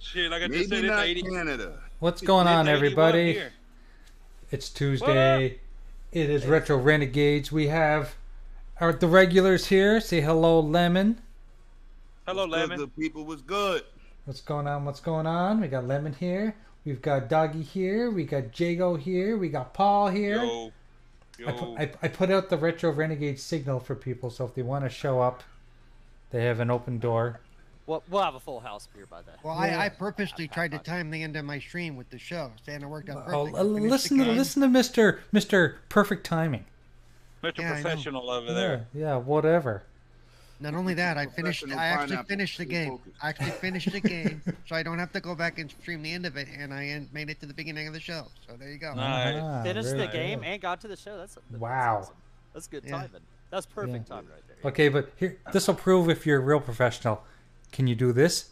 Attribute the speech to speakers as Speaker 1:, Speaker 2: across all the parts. Speaker 1: Shit, like I
Speaker 2: Maybe
Speaker 1: just said, it's
Speaker 2: not
Speaker 1: 80.
Speaker 2: Canada.
Speaker 3: What's going
Speaker 1: it's
Speaker 3: on,
Speaker 1: 81
Speaker 3: everybody?
Speaker 1: here.
Speaker 3: It's Tuesday. It is Retro Renegades. We have our the regulars here. Say hello, Lemon.
Speaker 1: Hello,
Speaker 2: What's good,
Speaker 1: Lemon.
Speaker 2: Good people was good.
Speaker 3: What's going on? What's going on? We got Lemon here. We've got Doggy here. We got Jago here. We got Paul here.
Speaker 1: Yo,
Speaker 3: I, pu-
Speaker 1: yo.
Speaker 3: I, I put out the Retro Renegade signal for people, so if they want to show up, they have an open door.
Speaker 4: We'll, we'll have a full house here by then.
Speaker 5: Well, I, I purposely tried to time the end of my stream with the show, saying it worked out
Speaker 3: Oh,
Speaker 5: perfect.
Speaker 3: l-
Speaker 5: Finished the
Speaker 3: listen, to,
Speaker 5: game.
Speaker 3: listen to Mister Mister Perfect Timing.
Speaker 1: Mr.
Speaker 5: Yeah, I know.
Speaker 1: Professional over there.
Speaker 3: Yeah, yeah, whatever.
Speaker 5: Not only that, I finished.
Speaker 2: Professional
Speaker 5: I actually
Speaker 2: pineapple,
Speaker 5: finished the
Speaker 2: stay
Speaker 5: game.
Speaker 2: focused.
Speaker 5: I actually finished the game, so I don't have to go back and stream the end of it. And I end, made it to the beginning of the show. So there you go.
Speaker 1: Nice.
Speaker 3: Ah,
Speaker 4: Finished
Speaker 3: very
Speaker 4: the game
Speaker 3: good.
Speaker 4: and got to the show. That's that's
Speaker 3: Wow.
Speaker 4: awesome. That's good
Speaker 5: Yeah.
Speaker 4: timing. That's perfect timing right there.
Speaker 3: Okay, but here this will prove if you're a real professional. Can you do this?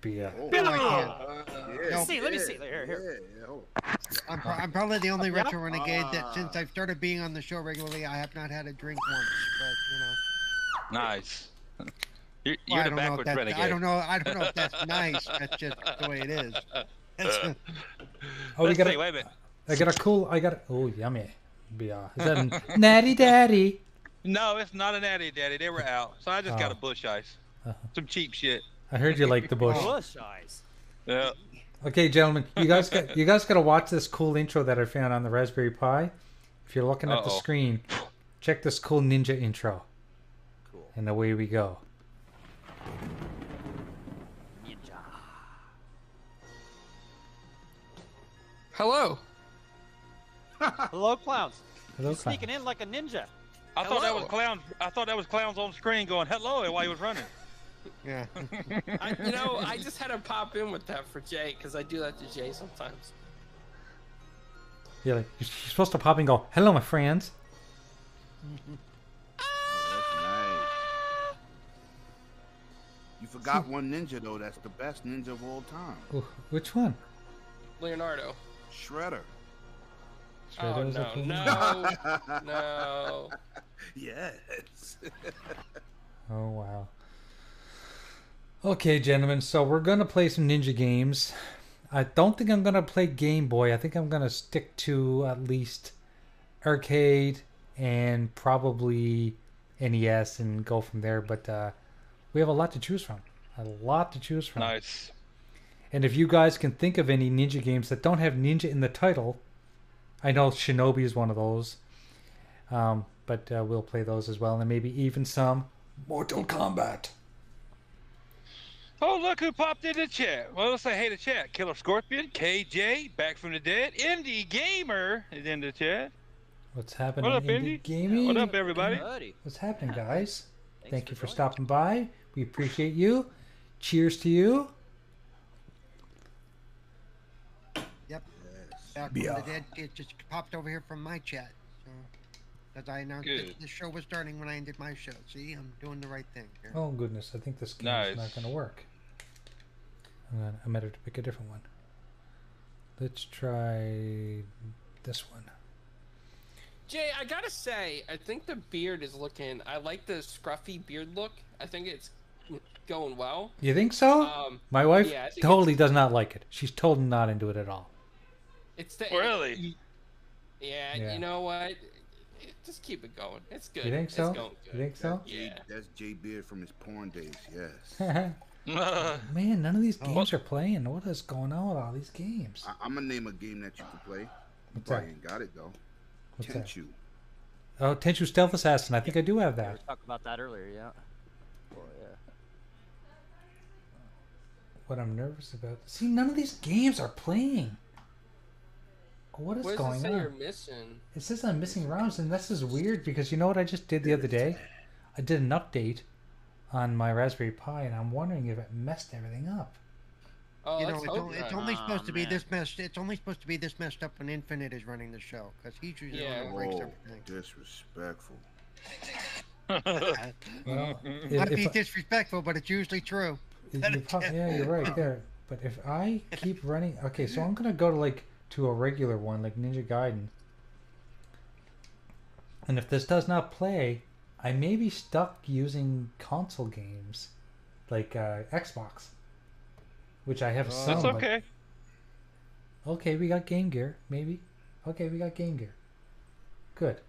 Speaker 3: Be a
Speaker 2: Oh,
Speaker 5: No, I can't.
Speaker 2: yeah,
Speaker 5: Let me
Speaker 4: see, let me see. Here, here.
Speaker 2: Yeah, yeah, hold on.
Speaker 5: I'm, pro- I'm probably the only
Speaker 4: Yeah.
Speaker 5: retro renegade that, since
Speaker 2: Ah.
Speaker 5: I've started being on the show regularly, I have not had a drink once. But you know,
Speaker 1: Nice. You're,
Speaker 5: Well,
Speaker 1: you're
Speaker 5: I
Speaker 1: the
Speaker 5: don't know if
Speaker 1: backwards
Speaker 5: that's,
Speaker 1: renegade.
Speaker 5: I don't know. I don't know if that's nice. That's just the way it is. That's-
Speaker 3: oh, we
Speaker 1: Let's
Speaker 3: got
Speaker 1: see,
Speaker 3: a,
Speaker 1: wait a minute.
Speaker 3: I got a cool. I got a, oh yummy. Be a is that a natty daddy?
Speaker 1: No, it's not an Addy Daddy. They were out. So I just got a
Speaker 3: Oh.
Speaker 1: bush ice. Some cheap shit.
Speaker 3: I heard you like the bush.
Speaker 4: Bush eyes.
Speaker 1: Yeah.
Speaker 3: Okay, gentlemen, you guys got you guys got to watch this cool intro that I found on the Raspberry Pi. If you're looking at the
Speaker 1: Uh-oh.
Speaker 3: screen, check this cool ninja intro.
Speaker 4: Cool.
Speaker 3: And away we go.
Speaker 4: Ninja.
Speaker 6: Hello.
Speaker 2: Oh,
Speaker 4: Hello, clowns.
Speaker 3: Hello,
Speaker 4: He's sneaking in like a ninja.
Speaker 1: I thought that was
Speaker 6: Hello.
Speaker 1: clowns. I thought that was clowns on screen going hello and while he was running.
Speaker 5: yeah.
Speaker 6: I, you know, I just had to pop in with that for Jay because I do that to Jay sometimes.
Speaker 3: You're, like, you're supposed to pop and go, "Hello, my friends."
Speaker 2: That's nice. You forgot one ninja though. That's the best ninja of all time.
Speaker 3: Ooh, which one?
Speaker 6: Leonardo.
Speaker 2: Shredder.
Speaker 6: Oh
Speaker 3: Shredder's
Speaker 6: no,
Speaker 3: okay.
Speaker 6: no, no.
Speaker 2: Yes.
Speaker 3: Oh wow. Okay, gentlemen. So we're gonna play some ninja games. I don't think I'm gonna play Game Boy. I think I'm gonna stick to at least arcade and probably NES and go from there. But uh, we have a lot to choose from. A lot to choose from.
Speaker 1: Nice.
Speaker 3: And if you guys can think of any ninja games that don't have ninja in the title, I know Shinobi is one of those. Um, but uh, we'll play those as well, and maybe even some Mortal Kombat.
Speaker 1: Oh, look who popped in the chat. Well, let's say hey to chat. Killer Scorpion, KJ, Back from the Dead, Indie Gamer is in the chat.
Speaker 3: What's happening?
Speaker 1: What up,
Speaker 3: Indie
Speaker 1: Indy?
Speaker 3: Gaming?
Speaker 1: What up, everybody?
Speaker 4: Buddy.
Speaker 3: What's happening, guys?
Speaker 4: Thanks
Speaker 3: Thank you for
Speaker 4: joining.
Speaker 3: stopping by. We appreciate you. Cheers to you.
Speaker 5: Yep. Back from the dead, it just popped over here from my chat. So, as I announced
Speaker 1: Good.
Speaker 5: that the show was starting when I ended my show. See, I'm doing the right thing here.
Speaker 3: Oh goodness, I think this game is not
Speaker 1: Nice.
Speaker 3: going to work. I'm gonna, I'm better to pick a different one. Let's try this one.
Speaker 6: Jay, I gotta say, I think the beard is looking. I like the scruffy beard look. I think it's going well.
Speaker 3: You think so?
Speaker 6: Um,
Speaker 3: My wife
Speaker 6: yeah, I think
Speaker 3: totally does not like it. She's totally not into it at all.
Speaker 6: It's the
Speaker 1: Really?
Speaker 6: you- yeah,
Speaker 3: Yeah.
Speaker 6: You know what? Just keep it going. It's good.
Speaker 3: You think so?
Speaker 6: It's going good.
Speaker 3: You think so?
Speaker 2: Jay-
Speaker 6: Yeah.
Speaker 2: That's Jay Beard from his porn days.
Speaker 1: Uh,
Speaker 2: Yes.
Speaker 3: Man, none of these games are playing. What is going on with all these games?
Speaker 2: I- I'm gonna name a game that you can play. You
Speaker 3: What's
Speaker 2: probably
Speaker 3: that?
Speaker 2: ain't got it though.
Speaker 3: What's that?
Speaker 2: Tenchu.
Speaker 3: Oh, Tenchu Stealth Assassin. I think I do have
Speaker 4: We were
Speaker 3: that.
Speaker 4: talking about that earlier, yeah. Oh, yeah.
Speaker 3: What I'm nervous about. See, none of these games are playing. What is
Speaker 6: What does it
Speaker 3: going
Speaker 6: say you're
Speaker 3: on?
Speaker 6: missing?
Speaker 3: It says I'm missing rounds, and this is weird because you know what I just did the other day? I did an update on my Raspberry Pi, and I'm wondering if it messed everything up.
Speaker 6: Oh,
Speaker 5: you know,
Speaker 6: let's
Speaker 5: it's,
Speaker 6: hope
Speaker 5: only, it's
Speaker 6: not.
Speaker 5: only
Speaker 4: Aw,
Speaker 5: supposed to be
Speaker 4: man.
Speaker 5: this messed. It's only supposed to be this messed up when Infinite is running the show, because he's usually the
Speaker 6: Yeah.
Speaker 5: one who breaks
Speaker 2: Whoa,
Speaker 5: everything.
Speaker 2: disrespectful.
Speaker 3: Well,
Speaker 5: Not
Speaker 3: if,
Speaker 5: to be
Speaker 3: if,
Speaker 5: disrespectful, but it's usually true.
Speaker 3: You you prob- yeah, you're right there. But if I keep running, okay, so I'm gonna go to like to a regular one, like Ninja Gaiden. And if this does not play, I may be stuck using console games, like uh, Xbox. which I have
Speaker 2: Oh.
Speaker 3: some.
Speaker 1: That's
Speaker 3: but-
Speaker 1: okay.
Speaker 3: okay, we got Game Gear, maybe. Okay, we got Game Gear. Good.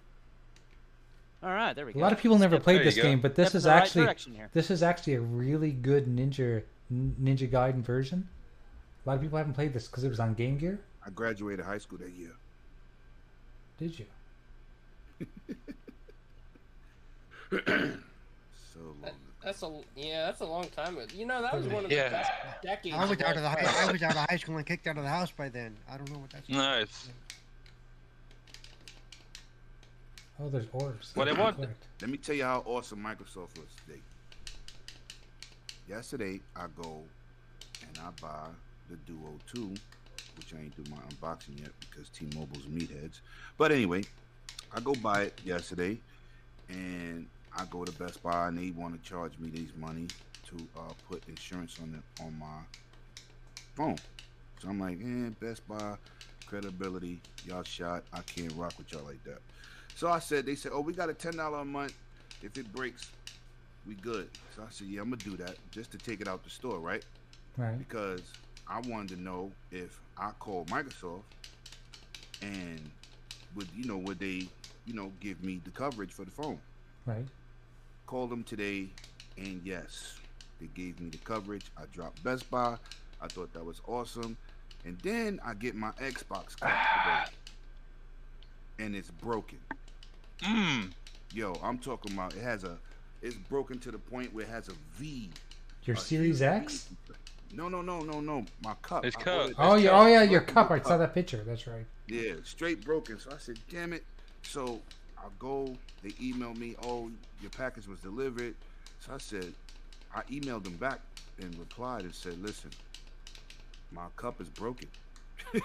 Speaker 4: All right, there we
Speaker 3: A
Speaker 4: go.
Speaker 3: lot of people never
Speaker 1: Step-
Speaker 3: played
Speaker 1: there
Speaker 3: this
Speaker 1: you go.
Speaker 3: game, but
Speaker 4: Step
Speaker 3: this
Speaker 4: in
Speaker 3: is
Speaker 4: the right
Speaker 3: actually
Speaker 4: direction here.
Speaker 3: this is actually a really good Ninja Ninja Gaiden version. A lot of people haven't played this because it was on Game Gear.
Speaker 2: I graduated high school that year.
Speaker 3: Did you?
Speaker 2: So long.
Speaker 6: That's a yeah, that's a long time. ago. You know, that was one of
Speaker 1: Yeah.
Speaker 6: the best decades.
Speaker 5: I was
Speaker 6: of
Speaker 5: out of the high,
Speaker 6: all time.
Speaker 5: I was out of high school and kicked out of the house by then. I don't know what that's.
Speaker 1: Nice.
Speaker 3: Oh, there's orbs.
Speaker 1: What I
Speaker 3: That's
Speaker 1: want-
Speaker 3: correct.
Speaker 2: Let me tell you how awesome Microsoft was today. Yesterday, I go and I buy the Duo 2, which I ain't do my unboxing yet because T Mobile's meatheads. But anyway, I go buy it yesterday and I go to Best Buy and they want to charge me these money to uh, put insurance on the, on my phone. So I'm like, eh, Best Buy, credibility, y'all shot. I can't rock with y'all like that. So I said, they said, oh, we got a ten dollar a month. If it breaks, we good. So I said, yeah, I'm gonna do that just to take it out the store, right?
Speaker 3: Right.
Speaker 2: Because I wanted to know if I called Microsoft and would you know would they you know give me the coverage for the phone?
Speaker 3: Right.
Speaker 2: Called them today, and yes, they gave me the coverage. I dropped Best Buy. I thought that was awesome, and then I get my Xbox card today, and it's broken.
Speaker 1: Mmm.
Speaker 2: Yo, I'm talking about it has a it's broken to the point where it has a V.
Speaker 3: Your
Speaker 2: a
Speaker 3: Series
Speaker 2: huge
Speaker 3: X?
Speaker 2: V. No, no, no, no, no. My cup.
Speaker 1: It's
Speaker 2: I
Speaker 1: cup.
Speaker 2: ordered
Speaker 3: Oh
Speaker 2: that
Speaker 3: yeah.
Speaker 2: cup.
Speaker 3: Oh yeah. Your
Speaker 2: Broken
Speaker 3: cup.
Speaker 2: the
Speaker 3: I saw that picture. That's right.
Speaker 2: Yeah, straight broken. So I said, damn it. So I go, they email me, oh, your package was delivered. So I said, I emailed them back and replied and said, listen, my cup is broken.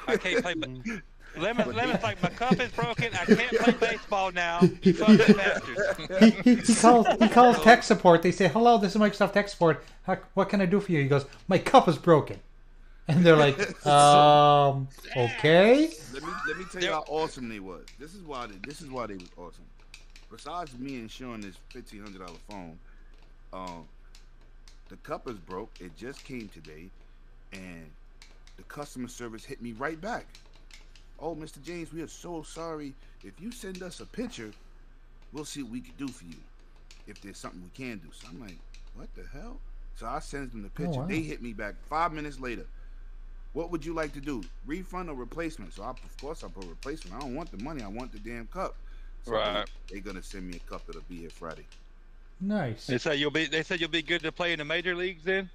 Speaker 1: I can't play. Ba- Lemon, lemon's like my cup is broken. I can't play baseball now. Fuck the bastards.
Speaker 3: he, he, he calls he calls tech support. They say, "Hello, this is Microsoft tech support. How, what can I do for you?" He goes, "My cup is broken," and they're like, "Um, okay."
Speaker 2: let me let me tell you
Speaker 1: They're-
Speaker 2: how awesome they was. This is why they this is why they was awesome. Besides me insuring this fifteen hundred dollar phone, um, the cup is broke. It just came today, and the customer service hit me right back. Oh, Mr. James, we are so sorry. If you send us a picture, we'll see what we can do for you. If there's something we can do. So I'm like, what the hell? So I send them the picture.
Speaker 3: wow.
Speaker 2: They hit me back five minutes later. What would you like to do? Refund or replacement? So I, of course I put replacement. I don't want the money. I want the damn cup. So
Speaker 1: Right.
Speaker 2: They're gonna send me a cup that'll be here Friday.
Speaker 3: Nice.
Speaker 1: They said you'll be. They said you'll be good to play in the major leagues. Then.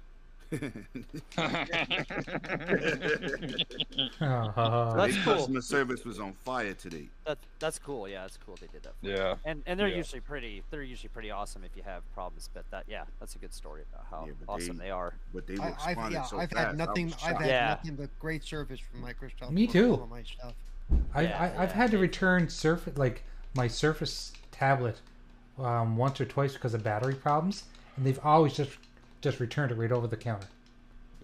Speaker 3: Uh,
Speaker 4: That's
Speaker 2: Their
Speaker 4: cool.
Speaker 2: Customer service was on fire today.
Speaker 4: That, that's cool. Yeah, that's cool. They did that.
Speaker 1: yeah.
Speaker 4: And and they're
Speaker 1: Yeah.
Speaker 4: usually pretty. They're usually pretty awesome if you have problems. But that yeah, that's a good story about how
Speaker 2: Yeah, but
Speaker 4: awesome
Speaker 2: they-
Speaker 4: they, are.
Speaker 2: But they
Speaker 5: I,
Speaker 2: responded
Speaker 5: I've yeah,
Speaker 2: so
Speaker 5: I've
Speaker 2: fast. I
Speaker 5: had nothing.
Speaker 2: was
Speaker 5: I've
Speaker 2: shocked.
Speaker 5: had
Speaker 4: Yeah.
Speaker 5: nothing but great service from Microsoft.
Speaker 3: Me
Speaker 5: for all
Speaker 3: too.
Speaker 5: my stuff.
Speaker 3: I,
Speaker 4: Yeah,
Speaker 3: I I've
Speaker 4: yeah.
Speaker 3: had to return surface like my Surface tablet um, once or twice because of battery problems, and they've always just just returned it right over the counter.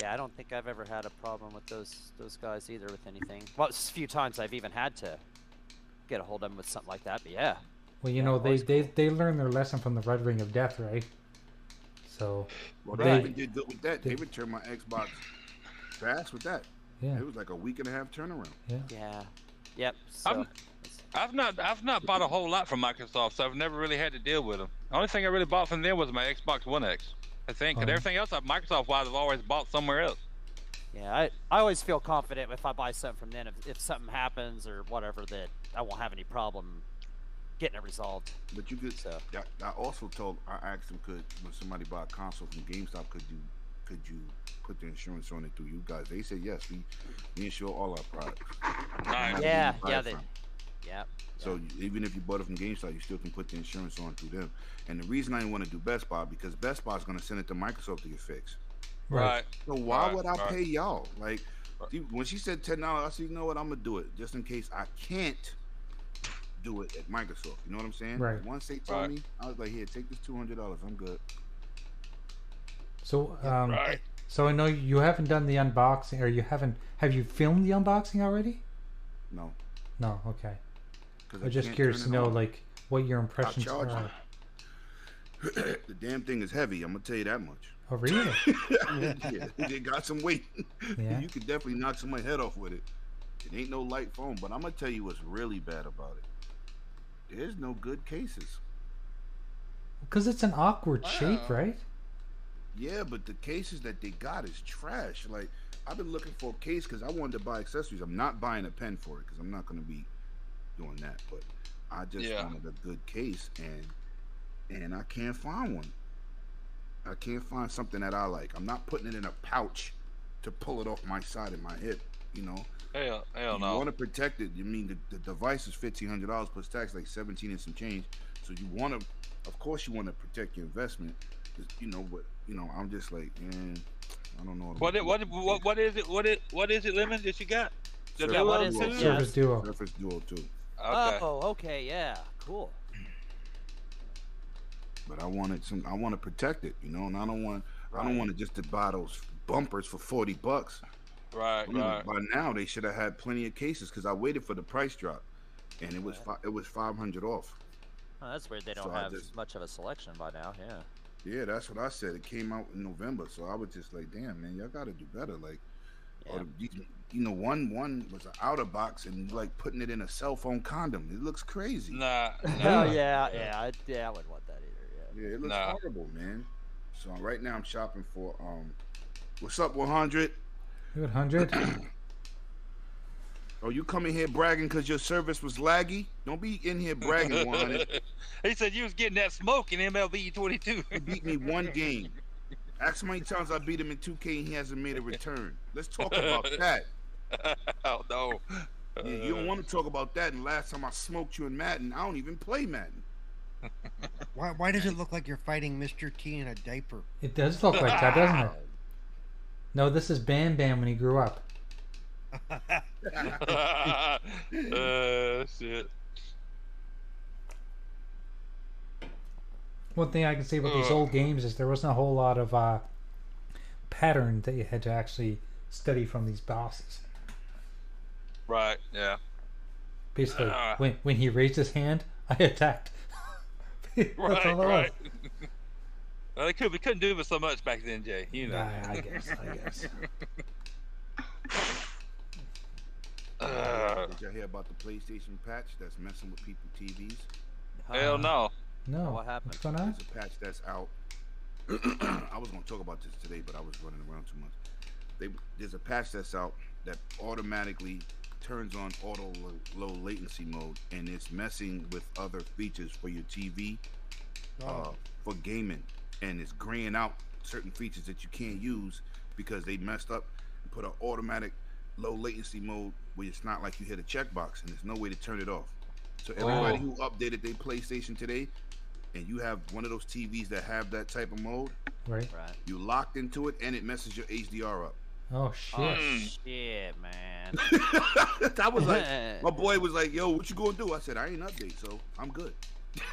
Speaker 4: Yeah, I don't think I've ever had a problem with those those guys either with anything. Well, it's a few times I've even had to get a hold of them with something like that. But yeah,
Speaker 3: Well, you know they they they learned their lesson from the Red Ring of Death, right? So
Speaker 2: Well,
Speaker 4: Right.
Speaker 2: they even did good with that. They returned my Xbox fast with that.
Speaker 3: yeah,
Speaker 2: It was like a week and a half turnaround.
Speaker 3: yeah.
Speaker 4: yeah, yep. So
Speaker 1: I'm- I've not. I've not bought a whole lot from Microsoft, so I've never really had to deal with them. The only thing I really bought from them was my Xbox One X. I think, and
Speaker 3: Oh.
Speaker 1: everything else I've Microsoft wise, I've always bought somewhere else.
Speaker 4: yeah, I, I always feel confident if I buy something from them. If, if something happens or whatever, that I won't have any problem getting it resolved.
Speaker 2: But you could.
Speaker 4: So.
Speaker 2: I, I also told. I asked them could when somebody buy a console from GameStop, could you could you put the insurance on it through you guys? They said yes. We we insure all our products.
Speaker 1: Nice.
Speaker 2: Where
Speaker 4: Yeah,
Speaker 2: you buy
Speaker 4: yeah,
Speaker 2: it
Speaker 4: they-
Speaker 2: from.
Speaker 4: Yeah.
Speaker 2: So you- even if you bought it from GameStop, you still can put the insurance on through them. And the reason I didn't want to do Best Buy because Best Buy is going to send it to Microsoft to get fixed.
Speaker 1: Right.
Speaker 2: So why
Speaker 1: Right,
Speaker 2: would I
Speaker 1: right.
Speaker 2: pay y'all? Like
Speaker 1: Right.
Speaker 2: see, when she said ten dollars, I said, you know what? I'm gonna do it just in case I can't do it at Microsoft. You know what I'm saying?
Speaker 3: Right.
Speaker 2: Once they told
Speaker 1: Right.
Speaker 2: me, I was like, here, take this two hundred dollars. I'm good.
Speaker 3: So um,
Speaker 1: Right.
Speaker 3: So I know you haven't done the unboxing, or you haven't. Have you filmed the unboxing already?
Speaker 2: No.
Speaker 3: No. Okay.
Speaker 2: 'cause
Speaker 3: I'm just
Speaker 2: can't
Speaker 3: curious
Speaker 2: turn
Speaker 3: to
Speaker 2: it
Speaker 3: know,
Speaker 2: on.
Speaker 3: like, what your impressions
Speaker 2: charge
Speaker 3: are.
Speaker 2: it. the damn thing is heavy. I'm gonna tell you that much.
Speaker 3: Oh, really?
Speaker 2: yeah, it got some weight.
Speaker 3: Yeah.
Speaker 2: You could definitely knock somebody's head off with it. It ain't no light phone, but I'm gonna tell you what's really bad about it. There's no good cases.
Speaker 3: Because it's an awkward shape,
Speaker 6: Wow.
Speaker 3: right?
Speaker 2: Yeah, but the cases that they got is trash. Like I've been looking for a case because I wanted to buy accessories. I'm not buying a pen for it because I'm not gonna be doing that. But I just
Speaker 1: Yeah.
Speaker 2: wanted a good case, and and I can't find one. I can't find something that I like. I'm not putting it in a pouch to pull it off my side and my hip. You know,
Speaker 1: Hell, hell
Speaker 2: you
Speaker 1: no.
Speaker 2: want to protect it. You mean the, the device is fifteen hundred dollars plus tax, like seventeen and some change. So you want to, of course, you want to protect your investment. 'Cause, You know, but you know, I'm just like, man, I don't know.
Speaker 1: What, it- what, what, what is it? What is, what is it, Lemon, that you got? The
Speaker 2: Yeah,
Speaker 4: what
Speaker 1: Duo
Speaker 4: is it?
Speaker 1: two?
Speaker 4: Yeah.
Speaker 3: Service Duo.
Speaker 2: Surface Duo too,
Speaker 1: Okay.
Speaker 4: Oh, okay, yeah, cool.
Speaker 2: but I wanted some. I want to protect it, you know, and I don't want. I don't want to just to buy those bumpers for forty bucks.
Speaker 1: Right,
Speaker 2: I mean,
Speaker 1: right.
Speaker 2: By now they should have had plenty of cases because I waited for the price drop, and it was fi- it was five hundred off.
Speaker 4: Oh, that's weird. They don't
Speaker 2: So I
Speaker 4: have
Speaker 2: just-
Speaker 4: much of a selection by now. Yeah.
Speaker 2: Yeah, that's what I said. It came out in November, so I was just like, "Damn, man, y'all gotta do better." Like, or
Speaker 4: Yeah.
Speaker 2: you, you know, one one was an outer box and like putting it in a cell phone condom. It looks crazy.
Speaker 1: Nah,
Speaker 4: Oh
Speaker 1: nah.
Speaker 4: yeah, yeah, I, yeah. I wouldn't want that either.
Speaker 2: Yeah, it looks
Speaker 1: Nah.
Speaker 2: horrible, man. So right now I'm shopping for um, what's up, 100?
Speaker 3: You at 100?
Speaker 2: Oh, you coming here bragging because your service was laggy? Don't be in here bragging, 100.
Speaker 1: he said you was getting that smoke in MLB 22.
Speaker 2: He beat me one game. Ask how many times I beat him in 2K and he hasn't made a return. Let's talk about that.
Speaker 1: oh no.
Speaker 2: Yeah, you don't want to talk about that. And last time I smoked you in Madden, I don't even play Madden.
Speaker 5: Why, why does it look like you're fighting Mr. T in a diaper?
Speaker 3: It does look like that, doesn't it? No, this is Bam Bam when he grew up.
Speaker 1: uh, shit.
Speaker 3: One thing I can say about these
Speaker 1: Ugh.
Speaker 3: old games is there wasn't a whole lot of uh, pattern that you had to actually study from these bosses.
Speaker 1: Right. Yeah.
Speaker 3: Basically,
Speaker 1: Ah.
Speaker 3: when, when he raised his hand, I attacked. That's
Speaker 1: Right.
Speaker 3: all it was.
Speaker 1: right. well, they could we couldn't do it so much back then, Jay. You know.
Speaker 3: Ah, I guess, I guess.
Speaker 1: Uh,
Speaker 2: Did y'all hear about the PlayStation patch that's messing with people TVs?
Speaker 4: Yeah.
Speaker 1: hell no.
Speaker 3: No.
Speaker 4: What happened?
Speaker 3: What's going on?
Speaker 2: There's a patch that's out. I was gonna talk about this today, but I was running around too much. They, there's a patch that's out that automatically turns on auto low, low latency mode, and it's messing with other features for your TV uh, for gaming, and it's graying out certain features that you can't use because they messed up and put an automatic low latency mode where it's not like you hit a checkbox and there's no way to turn it off. So everybody who updated their PlayStation today, and you have one of those TVs that have that type of mode,
Speaker 3: Right.
Speaker 4: Right.
Speaker 2: you locked into it and it messes your HDR up.
Speaker 3: Oh, shit.
Speaker 4: Oh
Speaker 1: Mm.
Speaker 4: shit, man.
Speaker 2: I was like, my boy was like, "Yo, what you gonna do?" I said, "I ain't update, so I'm good."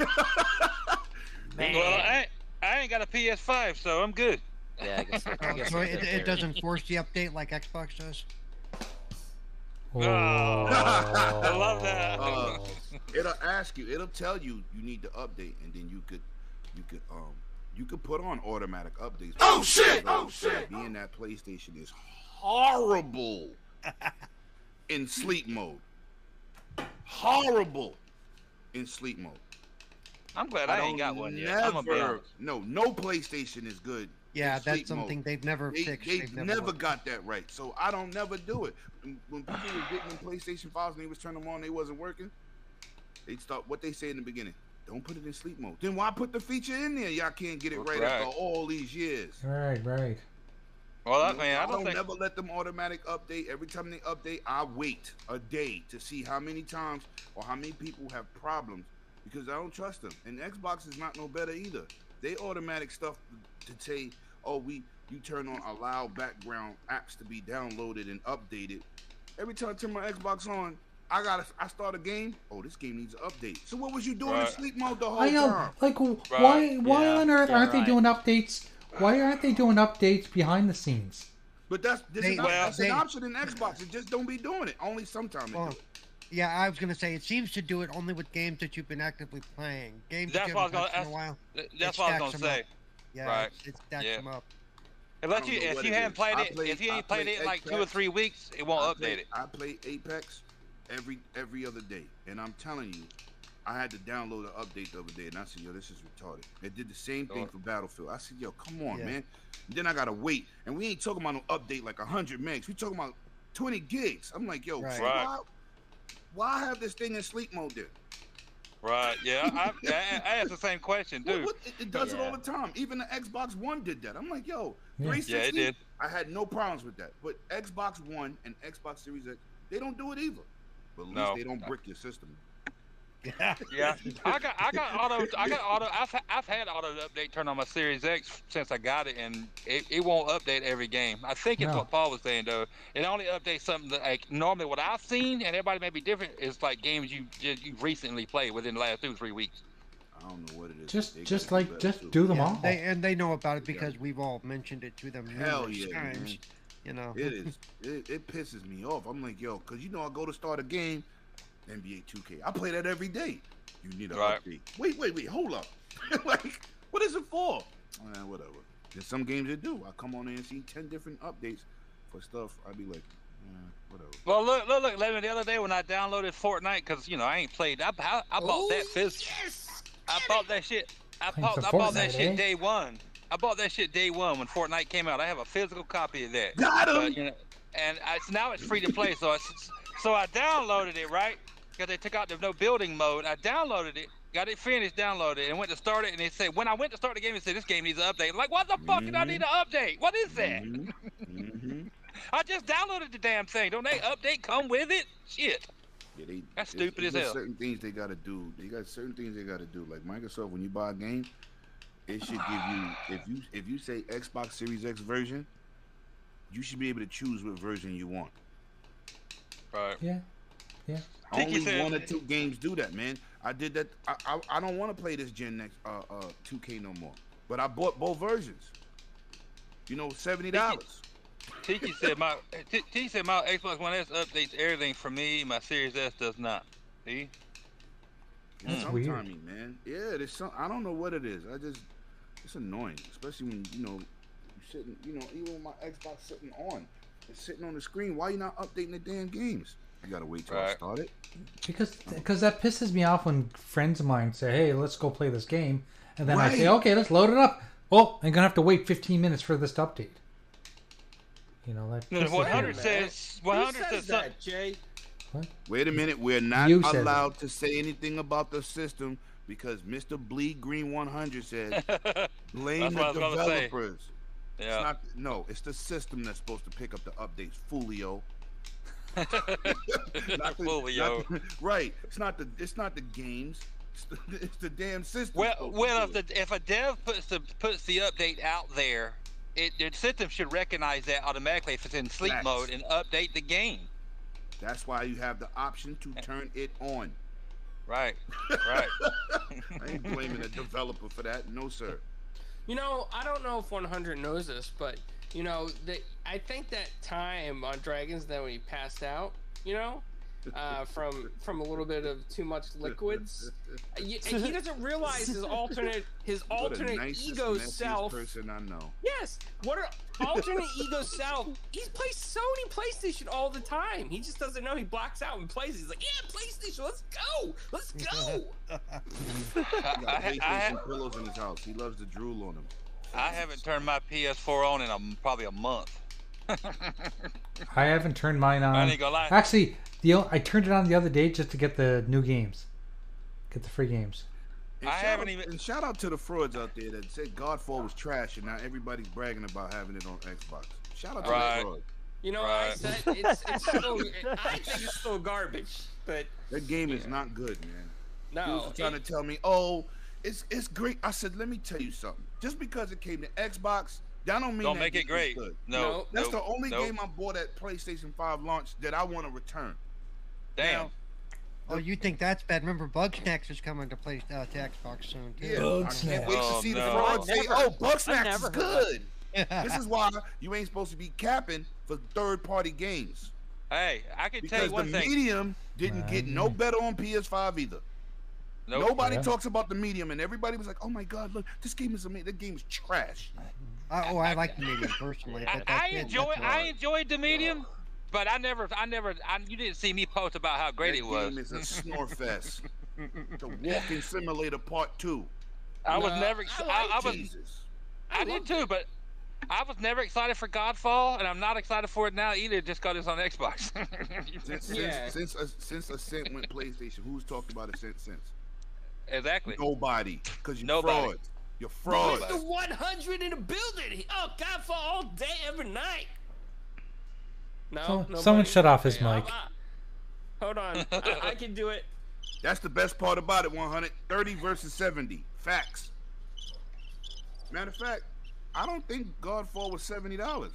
Speaker 4: man.
Speaker 1: Well, I ain't- I ain't got a PS5, so I'm good.
Speaker 4: yeah, I guess. I
Speaker 5: Oh,
Speaker 4: guess
Speaker 5: so
Speaker 4: that's
Speaker 5: it,
Speaker 4: a
Speaker 5: it
Speaker 4: theory.
Speaker 5: doesn't force the update like Xbox does?
Speaker 3: Oh.
Speaker 1: I love that.
Speaker 2: Uh, it'll ask you. It'll tell you you need to update, and then you could, you could, um, you could put on automatic updates. Oh shit! Oh shit! Being that PlayStation is horrible in sleep mode. Horrible in sleep mode.
Speaker 1: I'm glad I, ain't got
Speaker 2: don't
Speaker 1: one yet.
Speaker 2: Never,
Speaker 1: I'm gonna be honest.
Speaker 2: no, no PlayStation is good.
Speaker 5: Yeah,
Speaker 2: in
Speaker 5: that's
Speaker 2: sleep mode
Speaker 5: something they've never
Speaker 2: they,
Speaker 5: fixed.
Speaker 2: they
Speaker 5: They've
Speaker 2: never,
Speaker 5: never, worked.
Speaker 2: got that right. So I don't never do it. When- When people were getting them PlayStation files and they was turning them on, they wasn't working. They start what they say in the beginning. Don't put it in sleep mode. Then why put the feature in there? Y'all can't get it right, after
Speaker 1: Right.
Speaker 2: all these years.
Speaker 3: Right, right.
Speaker 1: Well, I
Speaker 2: You know,
Speaker 1: mean, I don't think.
Speaker 2: never let them automatic update. Every time they update, I wait a day to see how many times or how many people have problems because I don't trust them. And Xbox is not no better either. They automatic stuff to say, oh, we you turn on allow background apps to be downloaded and updated. Every time I turn my Xbox on, I got I start a game. Oh, this game needs an update. So what was you doing in
Speaker 1: Right.
Speaker 2: sleep mode the whole
Speaker 3: I know.
Speaker 2: time?
Speaker 3: Like, w why? Why
Speaker 4: Yeah,
Speaker 3: on earth
Speaker 4: you're
Speaker 3: aren't they
Speaker 4: right.
Speaker 3: doing updates? Why aren't they doing updates behind the scenes?
Speaker 2: But that's this
Speaker 5: They-
Speaker 2: is not,
Speaker 1: Well,
Speaker 2: that's
Speaker 5: they-
Speaker 2: an option in Xbox. It just don't be doing it. Only sometimes. they do
Speaker 5: Well,
Speaker 2: it.
Speaker 5: Yeah, I was gonna say it seems to do it only with games that you've been actively playing. Games
Speaker 1: That's
Speaker 5: you
Speaker 1: what I was
Speaker 5: haven't
Speaker 1: gonna
Speaker 5: touched in a
Speaker 1: ask.
Speaker 5: while.
Speaker 1: Th-
Speaker 5: It
Speaker 1: That's what I was
Speaker 5: stacks
Speaker 1: gonna
Speaker 5: 'em
Speaker 1: say.
Speaker 5: up. Yeah,
Speaker 1: Right.
Speaker 5: it's, it stacks
Speaker 1: Yeah.
Speaker 5: 'em up.
Speaker 2: I
Speaker 1: Unless
Speaker 2: don't
Speaker 1: you
Speaker 2: know
Speaker 1: if
Speaker 2: what
Speaker 1: you
Speaker 2: it
Speaker 1: haven't
Speaker 2: is.
Speaker 1: played
Speaker 2: I
Speaker 1: it,
Speaker 2: played-
Speaker 1: if you
Speaker 2: I
Speaker 1: ain't played
Speaker 2: played
Speaker 1: it in like two or
Speaker 2: Apex.
Speaker 1: three weeks, it won't
Speaker 2: I
Speaker 1: update
Speaker 2: play-
Speaker 1: it.
Speaker 2: I play Apex every every other day, and I'm telling you, I had to download an update the other day, and I said, "Yo, this is retarded." They did the same thing
Speaker 1: Sure.
Speaker 2: for Battlefield. I said, "Yo, come on,
Speaker 5: Yeah.
Speaker 2: man." Then I gotta wait, and we ain't talking about no update like hundred megs. We talking about twenty gigs. I'm like, "Yo,
Speaker 5: Right.
Speaker 2: so
Speaker 1: Right.
Speaker 2: why, why have this thing in sleep mode then?"
Speaker 1: Right? Yeah. I, I, I asked the same question
Speaker 2: What,
Speaker 1: too.
Speaker 2: what- it, it does it
Speaker 4: Yeah.
Speaker 2: all the time. Even the Xbox One did that. I'm like, "Yo,
Speaker 3: Yeah. Yeah, it
Speaker 2: 360."
Speaker 1: Yeah, it did.
Speaker 2: I had no problems with that. But Xbox One and Xbox Series X, they don't do it either. But at least
Speaker 1: No.
Speaker 2: they don't brick your system.
Speaker 5: Yeah.
Speaker 1: Yeah. I got I got auto I got auto I've, ha- I've had auto update turned on my Series X since I got it, and it, it won't update every game. I think it's
Speaker 3: No.
Speaker 1: what Paul was saying though. It only updates something that like normally what I've seen, and everybody may be different. Is like games you just you recently played within the last two or three weeks.
Speaker 2: I don't know what it is.
Speaker 3: Just,
Speaker 2: They gotta
Speaker 3: just
Speaker 2: do
Speaker 3: like,
Speaker 2: better, too.
Speaker 3: just do them
Speaker 5: Yeah,
Speaker 3: all.
Speaker 5: They, and they know about it
Speaker 2: Yeah.
Speaker 5: because we've all mentioned it to them
Speaker 2: Hell
Speaker 5: numerous
Speaker 2: yeah, man.
Speaker 5: times. You know.
Speaker 2: It is. It, it pisses me off. I'm like, yo, because you know I go to start a game, NBA 2K. I play that every day. You need an
Speaker 1: Right.
Speaker 2: update. Wait, wait, wait. Hold up. like, what is it for? Eh, whatever. There's some games that do. I come on in and see ten different updates for stuff. I'd be like, eh, whatever.
Speaker 1: Well, look, look, look, Lemon, the other day when I downloaded Fortnite, because, you know, I ain't played, I, I, I bought
Speaker 6: Oh,
Speaker 1: that phys-
Speaker 6: Yes.
Speaker 1: I bought that shit, I
Speaker 3: Playing
Speaker 1: bought,
Speaker 3: some
Speaker 1: I bought that
Speaker 3: Fortnite,
Speaker 1: shit
Speaker 3: eh?
Speaker 1: day one. I bought that shit day one when Fortnite came out. I have a physical copy of that.
Speaker 2: Got him.
Speaker 1: But, you know, and I, it's- now it's free to play, so I, s- so I downloaded it, right? Because they took out the no building mode. I downloaded it, got it finished, downloaded it, and went to start it, and they said, when I went to start the game, they said, this game needs an update. I'm like, what the fuck did I
Speaker 2: Mhm.
Speaker 1: need an update? What is that?
Speaker 2: Mm-hmm.
Speaker 1: I just downloaded the damn thing. Don't they update come with it? Shit.
Speaker 2: Yeah, they,
Speaker 1: That's
Speaker 2: there's-
Speaker 1: stupid as
Speaker 2: there's
Speaker 1: hell.
Speaker 2: Certain things they gotta do. They got certain things they gotta do. Like Microsoft, when you buy a game, it should give you if you if you say Xbox Series X version, you should be able to choose what version you want.
Speaker 1: Right.
Speaker 3: Yeah,
Speaker 1: Think you
Speaker 2: Only
Speaker 1: said-
Speaker 2: one or two games do that, man. I did that. I I, I don't want to play this Gen next uh uh 2K no more. But I bought both versions. You know, seventy dollars.
Speaker 1: Tiki said my T- Tiki said my Xbox One S updates everything for me. My Series S does not. See? Mm.
Speaker 3: That's
Speaker 2: Sometime,
Speaker 3: weird.
Speaker 2: man. Yeah, there's some. I don't know what it is. I just it's annoying, especially when you know you sitting. You know, even with my Xbox sitting on, it's sitting on the screen. Why you not updating the damn games? You gotta wait till I
Speaker 1: Right.
Speaker 2: start it.
Speaker 3: because because that pisses me off when friends of mine say, "Hey, let's go play this game," and then I say,
Speaker 2: Right.
Speaker 3: "Okay, let's load it up." Well, I'm gonna have to wait 15 minutes for this to update. You know, that. pisses me
Speaker 1: One
Speaker 3: off.
Speaker 1: hundred
Speaker 6: man.
Speaker 1: says one
Speaker 6: Who
Speaker 1: hundred
Speaker 6: says
Speaker 1: says some-
Speaker 6: that, Jay?
Speaker 2: Wait a minute. We're not
Speaker 3: You said
Speaker 2: allowed to say anything about the system because Mr. Bleed Green 100 says blame
Speaker 1: That's what I
Speaker 2: the
Speaker 1: was gonna say.
Speaker 2: developers. It's
Speaker 1: yeah.
Speaker 2: not, no, it's the system that's supposed to pick up the updates, Fulio. Not the-
Speaker 1: Fully, yo.
Speaker 2: not the- right. It's not the it's not the games. It's the, it's the damn system.
Speaker 1: Well, well, if the if a dev puts the puts the update out there, it the system should recognize that automatically if it's in sleep
Speaker 2: Facts.
Speaker 1: mode and update the game.
Speaker 2: that's why you have the option to turn it on.
Speaker 1: Right. Right.
Speaker 2: I ain't blaming the developer for that. No, sir.
Speaker 6: You know, I don't know if 100 knows this, but you know, the, I think that time on Dragons Den when he passed out, you know, uh, from from a little bit of too much liquids, uh, y- and he doesn't realize his alternate his
Speaker 2: What a
Speaker 6: alternate
Speaker 2: nicest,
Speaker 6: ego
Speaker 2: messiest
Speaker 6: self.
Speaker 2: person I know.
Speaker 6: Yes, what are alternate ego self? He plays Sony PlayStation all the time. He just doesn't know. He blocks out and plays. He's like, yeah, PlayStation. Let's go. Let's go.
Speaker 1: I,
Speaker 2: He got
Speaker 1: I, I,
Speaker 2: PlayStation pillows in his house. He loves to drool on them.
Speaker 1: I haven't turned my PS4 on in a, probably a month.
Speaker 3: I haven't turned mine on.
Speaker 1: I ain't gonna lie.
Speaker 3: Actually, the o- I turned it on the other day just to get the new games, get the free games.
Speaker 2: And
Speaker 1: I
Speaker 2: shout
Speaker 1: haven't
Speaker 2: out-
Speaker 1: even-
Speaker 2: And shout out to the frauds out there that said Godfall was trash, and now everybody's bragging about having it on Xbox. Shout out to
Speaker 1: Right.
Speaker 2: the frauds.
Speaker 6: You know, I
Speaker 1: Right.
Speaker 6: said it's, it's still. I think it's still garbage, but
Speaker 2: That game is not good, man. Dudes
Speaker 6: no.
Speaker 2: was trying to tell me, oh, it's it's great. I said, let me tell you something. Just because it came to Xbox, that don't mean
Speaker 1: Don't
Speaker 2: that
Speaker 1: make it
Speaker 2: game is
Speaker 1: great.
Speaker 2: good.
Speaker 1: No.
Speaker 6: Nope.
Speaker 2: That's
Speaker 1: nope,
Speaker 2: the only
Speaker 1: nope.
Speaker 2: game I bought at PlayStation 5 launch that I want to return.
Speaker 1: Damn.
Speaker 2: Now,
Speaker 5: Oh, you think that's bad? Remember, Bugsnax is coming to play uh, to Xbox soon
Speaker 2: yeah,
Speaker 5: too.
Speaker 2: I can't wait to
Speaker 1: Oh,
Speaker 2: see the
Speaker 1: no.
Speaker 2: frauds say,
Speaker 4: Never-
Speaker 2: oh, Bugsnax
Speaker 4: never
Speaker 2: is
Speaker 4: heard
Speaker 2: good.
Speaker 5: Yeah.
Speaker 2: this is why you ain't supposed to be capping for third party games.
Speaker 1: Hey, I can tell
Speaker 2: Because
Speaker 1: you
Speaker 2: the
Speaker 1: one thing.
Speaker 2: medium didn't get no
Speaker 3: Right.
Speaker 2: better on PS5 either.
Speaker 1: Nope.
Speaker 2: Nobody
Speaker 3: Yeah.
Speaker 2: talks about the medium, and everybody was like, "Oh my God, look, this game is amazing. That game is trash."
Speaker 5: I, oh, I like the medium personally.
Speaker 1: I,
Speaker 5: but that's
Speaker 1: I
Speaker 5: it,
Speaker 1: enjoy
Speaker 5: that's all.
Speaker 1: I enjoyed the medium, but I never I never I, you didn't see me post about how great
Speaker 2: that
Speaker 1: it was.
Speaker 2: Game is a snore fest. the Walking Simulator Part Two.
Speaker 1: I was
Speaker 6: No,
Speaker 1: never
Speaker 6: I
Speaker 1: ex- I, I,
Speaker 6: liked
Speaker 1: was
Speaker 2: Jesus.
Speaker 1: I, did
Speaker 6: loved
Speaker 1: too,
Speaker 6: it.
Speaker 1: but I was never excited for Godfall, and I'm not excited for it now either. Just got this on Xbox.
Speaker 2: Since
Speaker 6: Yeah.
Speaker 2: since since, uh, since Ascent went PlayStation, who's talked about Ascent since?
Speaker 1: exactly.
Speaker 2: Nobody, because you
Speaker 1: Nobody.
Speaker 2: frauds. You're
Speaker 6: There's
Speaker 2: frauds.
Speaker 6: the 100 in the building. Oh, God, for all day, every night. No,
Speaker 3: Someone-
Speaker 6: nobody?
Speaker 3: someone shut off his
Speaker 6: Okay, I'm-
Speaker 3: mic.
Speaker 6: I- Hold on, I, I can do it.
Speaker 2: That's the best part about it. 130 versus 70. Facts. Matter of fact, I don't think Godfall was seventy dollars.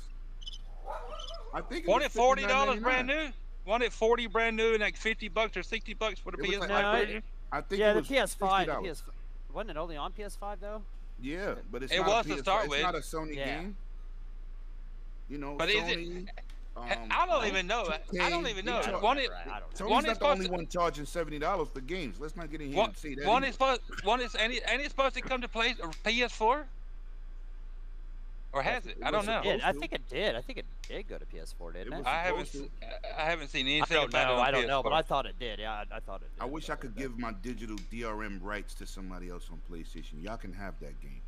Speaker 2: I think it
Speaker 1: One
Speaker 2: was
Speaker 1: at forty dollars
Speaker 2: $59.99.
Speaker 1: brand new. One at forty brand new, and like fifty bucks or sixty bucks for the
Speaker 2: It was
Speaker 1: PS5
Speaker 2: like-
Speaker 4: No, it-
Speaker 1: version.
Speaker 2: I think
Speaker 4: Yeah,
Speaker 2: it
Speaker 4: the
Speaker 2: was
Speaker 4: PS5. The
Speaker 2: $60.
Speaker 4: PS5. Wasn't it only on PS5 though?
Speaker 2: Yeah, but it's
Speaker 1: It
Speaker 2: not a
Speaker 1: was to
Speaker 2: PS5
Speaker 1: start
Speaker 2: it's
Speaker 1: with.
Speaker 2: not a Sony
Speaker 4: Yeah.
Speaker 2: game. You know,
Speaker 1: But is it-
Speaker 2: Sony.
Speaker 1: He-
Speaker 2: um,
Speaker 1: I don't
Speaker 2: Mike,
Speaker 1: even know. I- I don't
Speaker 2: 2K,
Speaker 1: even
Speaker 2: they
Speaker 1: know.
Speaker 2: charge-
Speaker 1: One at
Speaker 4: Right, I don't know.
Speaker 2: Sony's
Speaker 1: one
Speaker 2: not
Speaker 1: is
Speaker 2: the
Speaker 1: supposed
Speaker 2: only
Speaker 1: to-
Speaker 2: one charging seventy dollars for games. Let's not get in here
Speaker 1: One,
Speaker 2: and say that.
Speaker 1: one
Speaker 2: either.
Speaker 1: is supposed, one is, and, it, and it's supposed to come to play uh, PS4, or has it? I don't know.
Speaker 4: Yeah, I
Speaker 2: to.
Speaker 4: think it did. I think it did go to PS4, didn't
Speaker 2: It
Speaker 4: it?
Speaker 2: was-
Speaker 1: I haven't,
Speaker 2: supposed
Speaker 1: se- I haven't seen
Speaker 4: I
Speaker 1: anything
Speaker 4: don't
Speaker 1: about it.
Speaker 4: know.
Speaker 1: on
Speaker 4: I don't know, but I
Speaker 1: PS4.
Speaker 4: thought it did. Yeah, I, I thought it did.
Speaker 2: I wish I could
Speaker 4: but-
Speaker 2: give my digital DRM rights to somebody else on PlayStation. Y'all can have that game.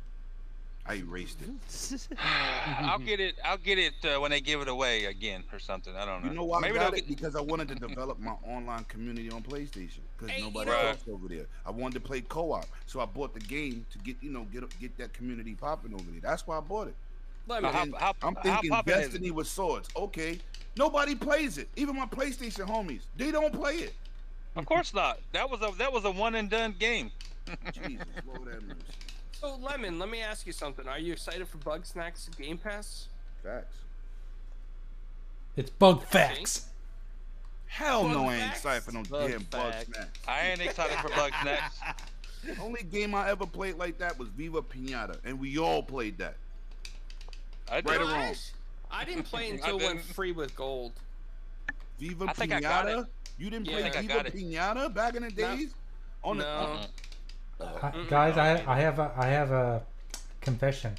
Speaker 2: I erased it.
Speaker 1: I'll get it. I'll get it uh, when they give it away again or something. I don't know.
Speaker 2: You know why
Speaker 1: Maybe
Speaker 2: I got
Speaker 1: they'll
Speaker 2: it? Because I wanted to develop my online community on PlayStation. Because
Speaker 6: Hey, you
Speaker 2: nobody
Speaker 1: know-
Speaker 2: else over there. I wanted to play co-op, so I bought the game to get you know get get that community popping over there. That's why I bought it.
Speaker 6: Let me.
Speaker 1: Now, how-
Speaker 2: And I'm thinking
Speaker 1: poppin' is it?
Speaker 2: Destiny with swords. Okay, nobody plays it. Even my PlayStation homies, they don't play it.
Speaker 1: Of course not. That was a that was a one and done game.
Speaker 2: Jesus, Lord have mercy.
Speaker 6: So, Lemon, let me ask you something. Are you excited for Bug Snacks Game Pass?
Speaker 2: Facts.
Speaker 3: It's bug facts.
Speaker 2: Hell no,
Speaker 6: Bug
Speaker 2: I ain't
Speaker 6: facts?
Speaker 2: excited for no
Speaker 4: Bug
Speaker 2: damn bug
Speaker 4: facts.
Speaker 2: snacks.
Speaker 1: I ain't excited for Bug Snacks.
Speaker 2: The only game I ever played like that was Viva Pinata, and we all played that.
Speaker 1: I
Speaker 2: Right
Speaker 1: do-
Speaker 2: or wrong?
Speaker 6: Gosh, I didn't play until it went free with gold.
Speaker 2: Viva
Speaker 1: I think I got
Speaker 2: Pinata?
Speaker 1: it.
Speaker 2: You didn't
Speaker 6: Yeah, I
Speaker 2: play
Speaker 1: think I
Speaker 2: Viva
Speaker 1: got it.
Speaker 2: Pinata back in the
Speaker 6: No.
Speaker 2: days?
Speaker 6: Oh
Speaker 2: On the
Speaker 6: no.
Speaker 3: I, guys, I, I have a I have a confession.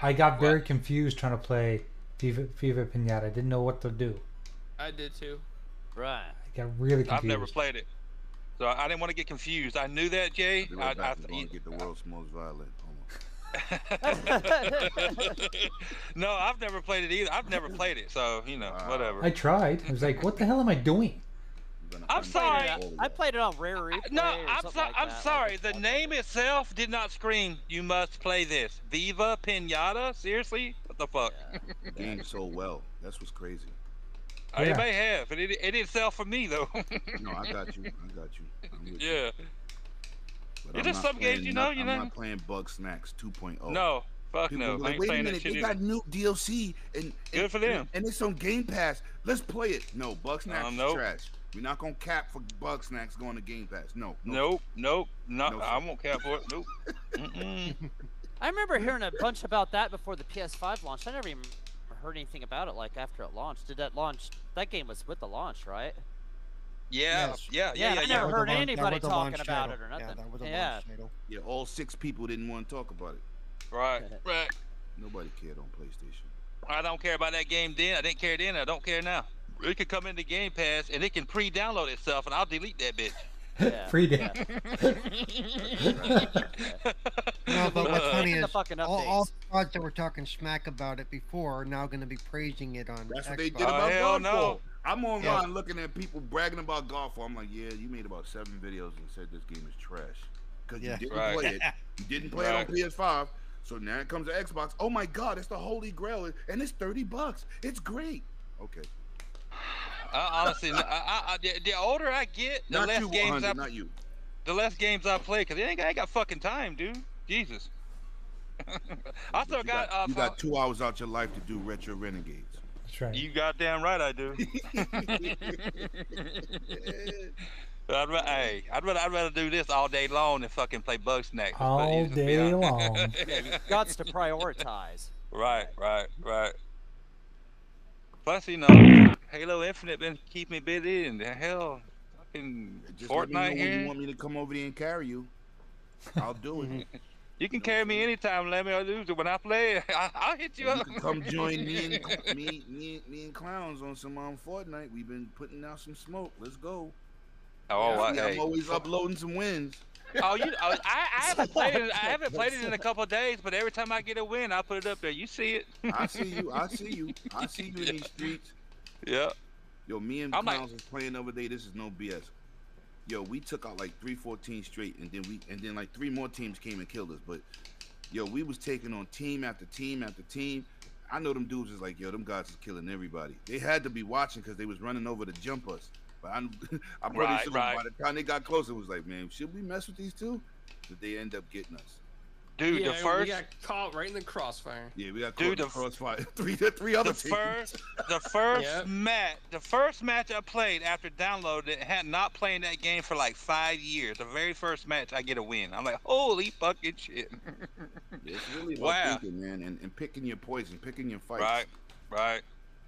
Speaker 3: I got very confused trying to play Viva, Viva Pinata. I didn't know what to do.
Speaker 6: I did too.
Speaker 4: Right.
Speaker 3: I got really confused.
Speaker 1: I've never played it, so I I didn't want to get confused. I knew that, Jay.
Speaker 2: Real
Speaker 1: I, I,
Speaker 2: back and gonna get the world's most violent. Hold on.
Speaker 1: no, I've never played it either. I've never played it, so you know,
Speaker 2: Wow.
Speaker 1: whatever.
Speaker 3: I tried. I was like, what the hell am I doing?
Speaker 2: I'm gonna
Speaker 1: I'm
Speaker 2: find
Speaker 1: sorry.
Speaker 2: out all of
Speaker 4: I
Speaker 2: that.
Speaker 4: played it on Rare Replay.
Speaker 1: no,
Speaker 4: or
Speaker 1: I'm,
Speaker 4: something
Speaker 1: so-
Speaker 4: like
Speaker 1: I'm
Speaker 4: that. I
Speaker 1: sorry.
Speaker 4: just
Speaker 1: The
Speaker 4: watched
Speaker 1: name
Speaker 4: it.
Speaker 1: itself did not scream. You must play this. Viva Pinata. Seriously? What the fuck?
Speaker 2: The game so well. That's what's crazy.
Speaker 1: Uh,
Speaker 3: Yeah.
Speaker 1: It may have, but it, it didn't sell for me though.
Speaker 2: No, I got you. I got you. I'm with you.
Speaker 1: yeah.
Speaker 2: But
Speaker 1: It's
Speaker 2: I'm
Speaker 1: just
Speaker 2: not
Speaker 1: some games,
Speaker 2: playing
Speaker 1: you know,
Speaker 2: noth-
Speaker 1: you
Speaker 2: I'm
Speaker 1: know.
Speaker 2: not playing Bug Snacks 2.0.
Speaker 1: No. Fuck
Speaker 2: oh. People
Speaker 1: no.
Speaker 2: be
Speaker 1: I
Speaker 2: like,
Speaker 1: ain't
Speaker 2: wait a
Speaker 1: playing that
Speaker 2: minute,
Speaker 1: shit
Speaker 2: they
Speaker 1: either.
Speaker 2: got new DLC and, and
Speaker 1: Good for
Speaker 2: and-
Speaker 1: them.
Speaker 2: And it's on Game Pass. Let's play it. No, Bug Snacks
Speaker 1: Uh,
Speaker 2: is
Speaker 1: nope.
Speaker 2: trash. We're not gonna cap for Bug Snacks going to Game Pass. No, no.
Speaker 1: Nope. Nope. No.
Speaker 2: No, sir.
Speaker 1: I won't care for it. Nope. Mm-mm.
Speaker 4: I remember hearing a bunch about that before the PS5 launched. I never even heard anything about it. Like after it launched, did that launch? That game was with the launch, right?
Speaker 1: Yeah.
Speaker 5: Yes.
Speaker 1: Yeah. Yeah. Yeah.
Speaker 4: I
Speaker 1: Yeah.
Speaker 4: never
Speaker 5: That was the
Speaker 4: heard
Speaker 5: launch- that
Speaker 4: anybody
Speaker 5: was the launch
Speaker 4: talking about
Speaker 5: title.
Speaker 4: it or nothing.
Speaker 5: Yeah, that was a
Speaker 4: Yeah.
Speaker 5: launch title.
Speaker 2: Yeah, all six people didn't want to talk about it.
Speaker 1: Right. Right.
Speaker 2: Nobody cared on PlayStation.
Speaker 1: I don't care about that game then. I didn't care then. I don't care now. It could come into Game Pass and it can pre-download itself, and I'll delete that bitch.
Speaker 4: Yeah,
Speaker 3: Free day.
Speaker 5: No, but what's
Speaker 1: Uh,
Speaker 5: funny
Speaker 4: Look at the
Speaker 5: is
Speaker 4: fucking
Speaker 5: all, all
Speaker 4: updates.
Speaker 5: the frauds that were talking smack about it before are now going to be praising it on
Speaker 2: That's
Speaker 5: Xbox.
Speaker 2: what they did
Speaker 1: Oh,
Speaker 2: about
Speaker 1: hell
Speaker 2: Godfall.
Speaker 1: no.
Speaker 2: I'm online
Speaker 5: Yeah.
Speaker 2: looking at people bragging about Godfall. I'm like, yeah, you made about seven videos and said this game is trash because
Speaker 5: Yeah.
Speaker 2: you didn't
Speaker 1: Right.
Speaker 2: play it. You didn't play
Speaker 1: Right.
Speaker 2: it on PS5. So now it comes to Xbox. Oh my God, it's the holy grail, and it's thirty bucks. It's great. Okay,
Speaker 1: I honestly, I, I, I, the, the older I get, the
Speaker 2: not
Speaker 1: less
Speaker 2: you,
Speaker 1: games
Speaker 2: 100,
Speaker 1: I,
Speaker 2: not you.
Speaker 1: the less games I play, cause I ain't, I ain't got fucking time, dude. Jesus. I
Speaker 2: But
Speaker 1: still
Speaker 2: you
Speaker 1: got, uh,
Speaker 2: you
Speaker 1: fi-
Speaker 2: got two hours out your life to do retro renegades.
Speaker 3: That's right.
Speaker 1: You goddamn right I do. But I'd, ra- hey, I'd rather I'd rather do this all day long than fucking play bug snacks. let's be-
Speaker 3: All
Speaker 1: let's be
Speaker 3: day
Speaker 1: honest.
Speaker 3: long.
Speaker 4: Gots to prioritize.
Speaker 1: Right, right, right. Plus, you know, Halo Infinite been keeping me busy, and the hell, fucking
Speaker 2: Just let me know
Speaker 1: Fortnite
Speaker 2: when
Speaker 1: here.
Speaker 2: you want me to come over there and carry you. I'll do it.
Speaker 1: You can carry me anytime, Lemmy. I'll lose it when I play. I, I'll hit you
Speaker 2: You
Speaker 1: up.
Speaker 2: can come join me and me, me, me and clowns on some um, Fortnite. We've been putting out some smoke. Let's go.
Speaker 1: Oh,
Speaker 2: Yeah,
Speaker 1: I,
Speaker 2: see,
Speaker 1: hey.
Speaker 2: I'm always uploading some wins.
Speaker 1: oh, you. Oh, I, I haven't played it. I haven't played it in a couple of days, but every time I get a win, I put it up there. You see it?
Speaker 2: I see you. I see you. I see you in these streets.
Speaker 1: yeah.
Speaker 2: Yo, me and
Speaker 1: I'm like-
Speaker 2: clowns was playing the other day. This is no BS. Yo, we took out like three, four teams straight, and then we, and then like three more teams came and killed us. But yo, we was taking on team after team after team. I know them dudes is like, yo, them guys is killing everybody. They had to be watching because they was running over to jump us. But I'm, I'm pretty
Speaker 1: Right,
Speaker 2: sure
Speaker 1: right.
Speaker 2: by the time they got close, it was like, man, should we mess with these two? Did they end up getting us?
Speaker 1: Dude,
Speaker 6: yeah,
Speaker 1: the first.
Speaker 6: we got caught right in the crossfire.
Speaker 2: Yeah, we got caught
Speaker 1: Dude,
Speaker 2: in the
Speaker 1: the f-
Speaker 2: crossfire. three, three other
Speaker 1: the
Speaker 2: teams.
Speaker 1: first, the first
Speaker 6: Yep.
Speaker 1: match, the first match I played after downloading it, had not playing that game for like five years. The very first match, I get a win. I'm like, holy fucking shit!
Speaker 2: Yeah, It's really about
Speaker 1: Wow.
Speaker 2: thinking, man, and, and picking your poison, picking your fights.
Speaker 1: right, right,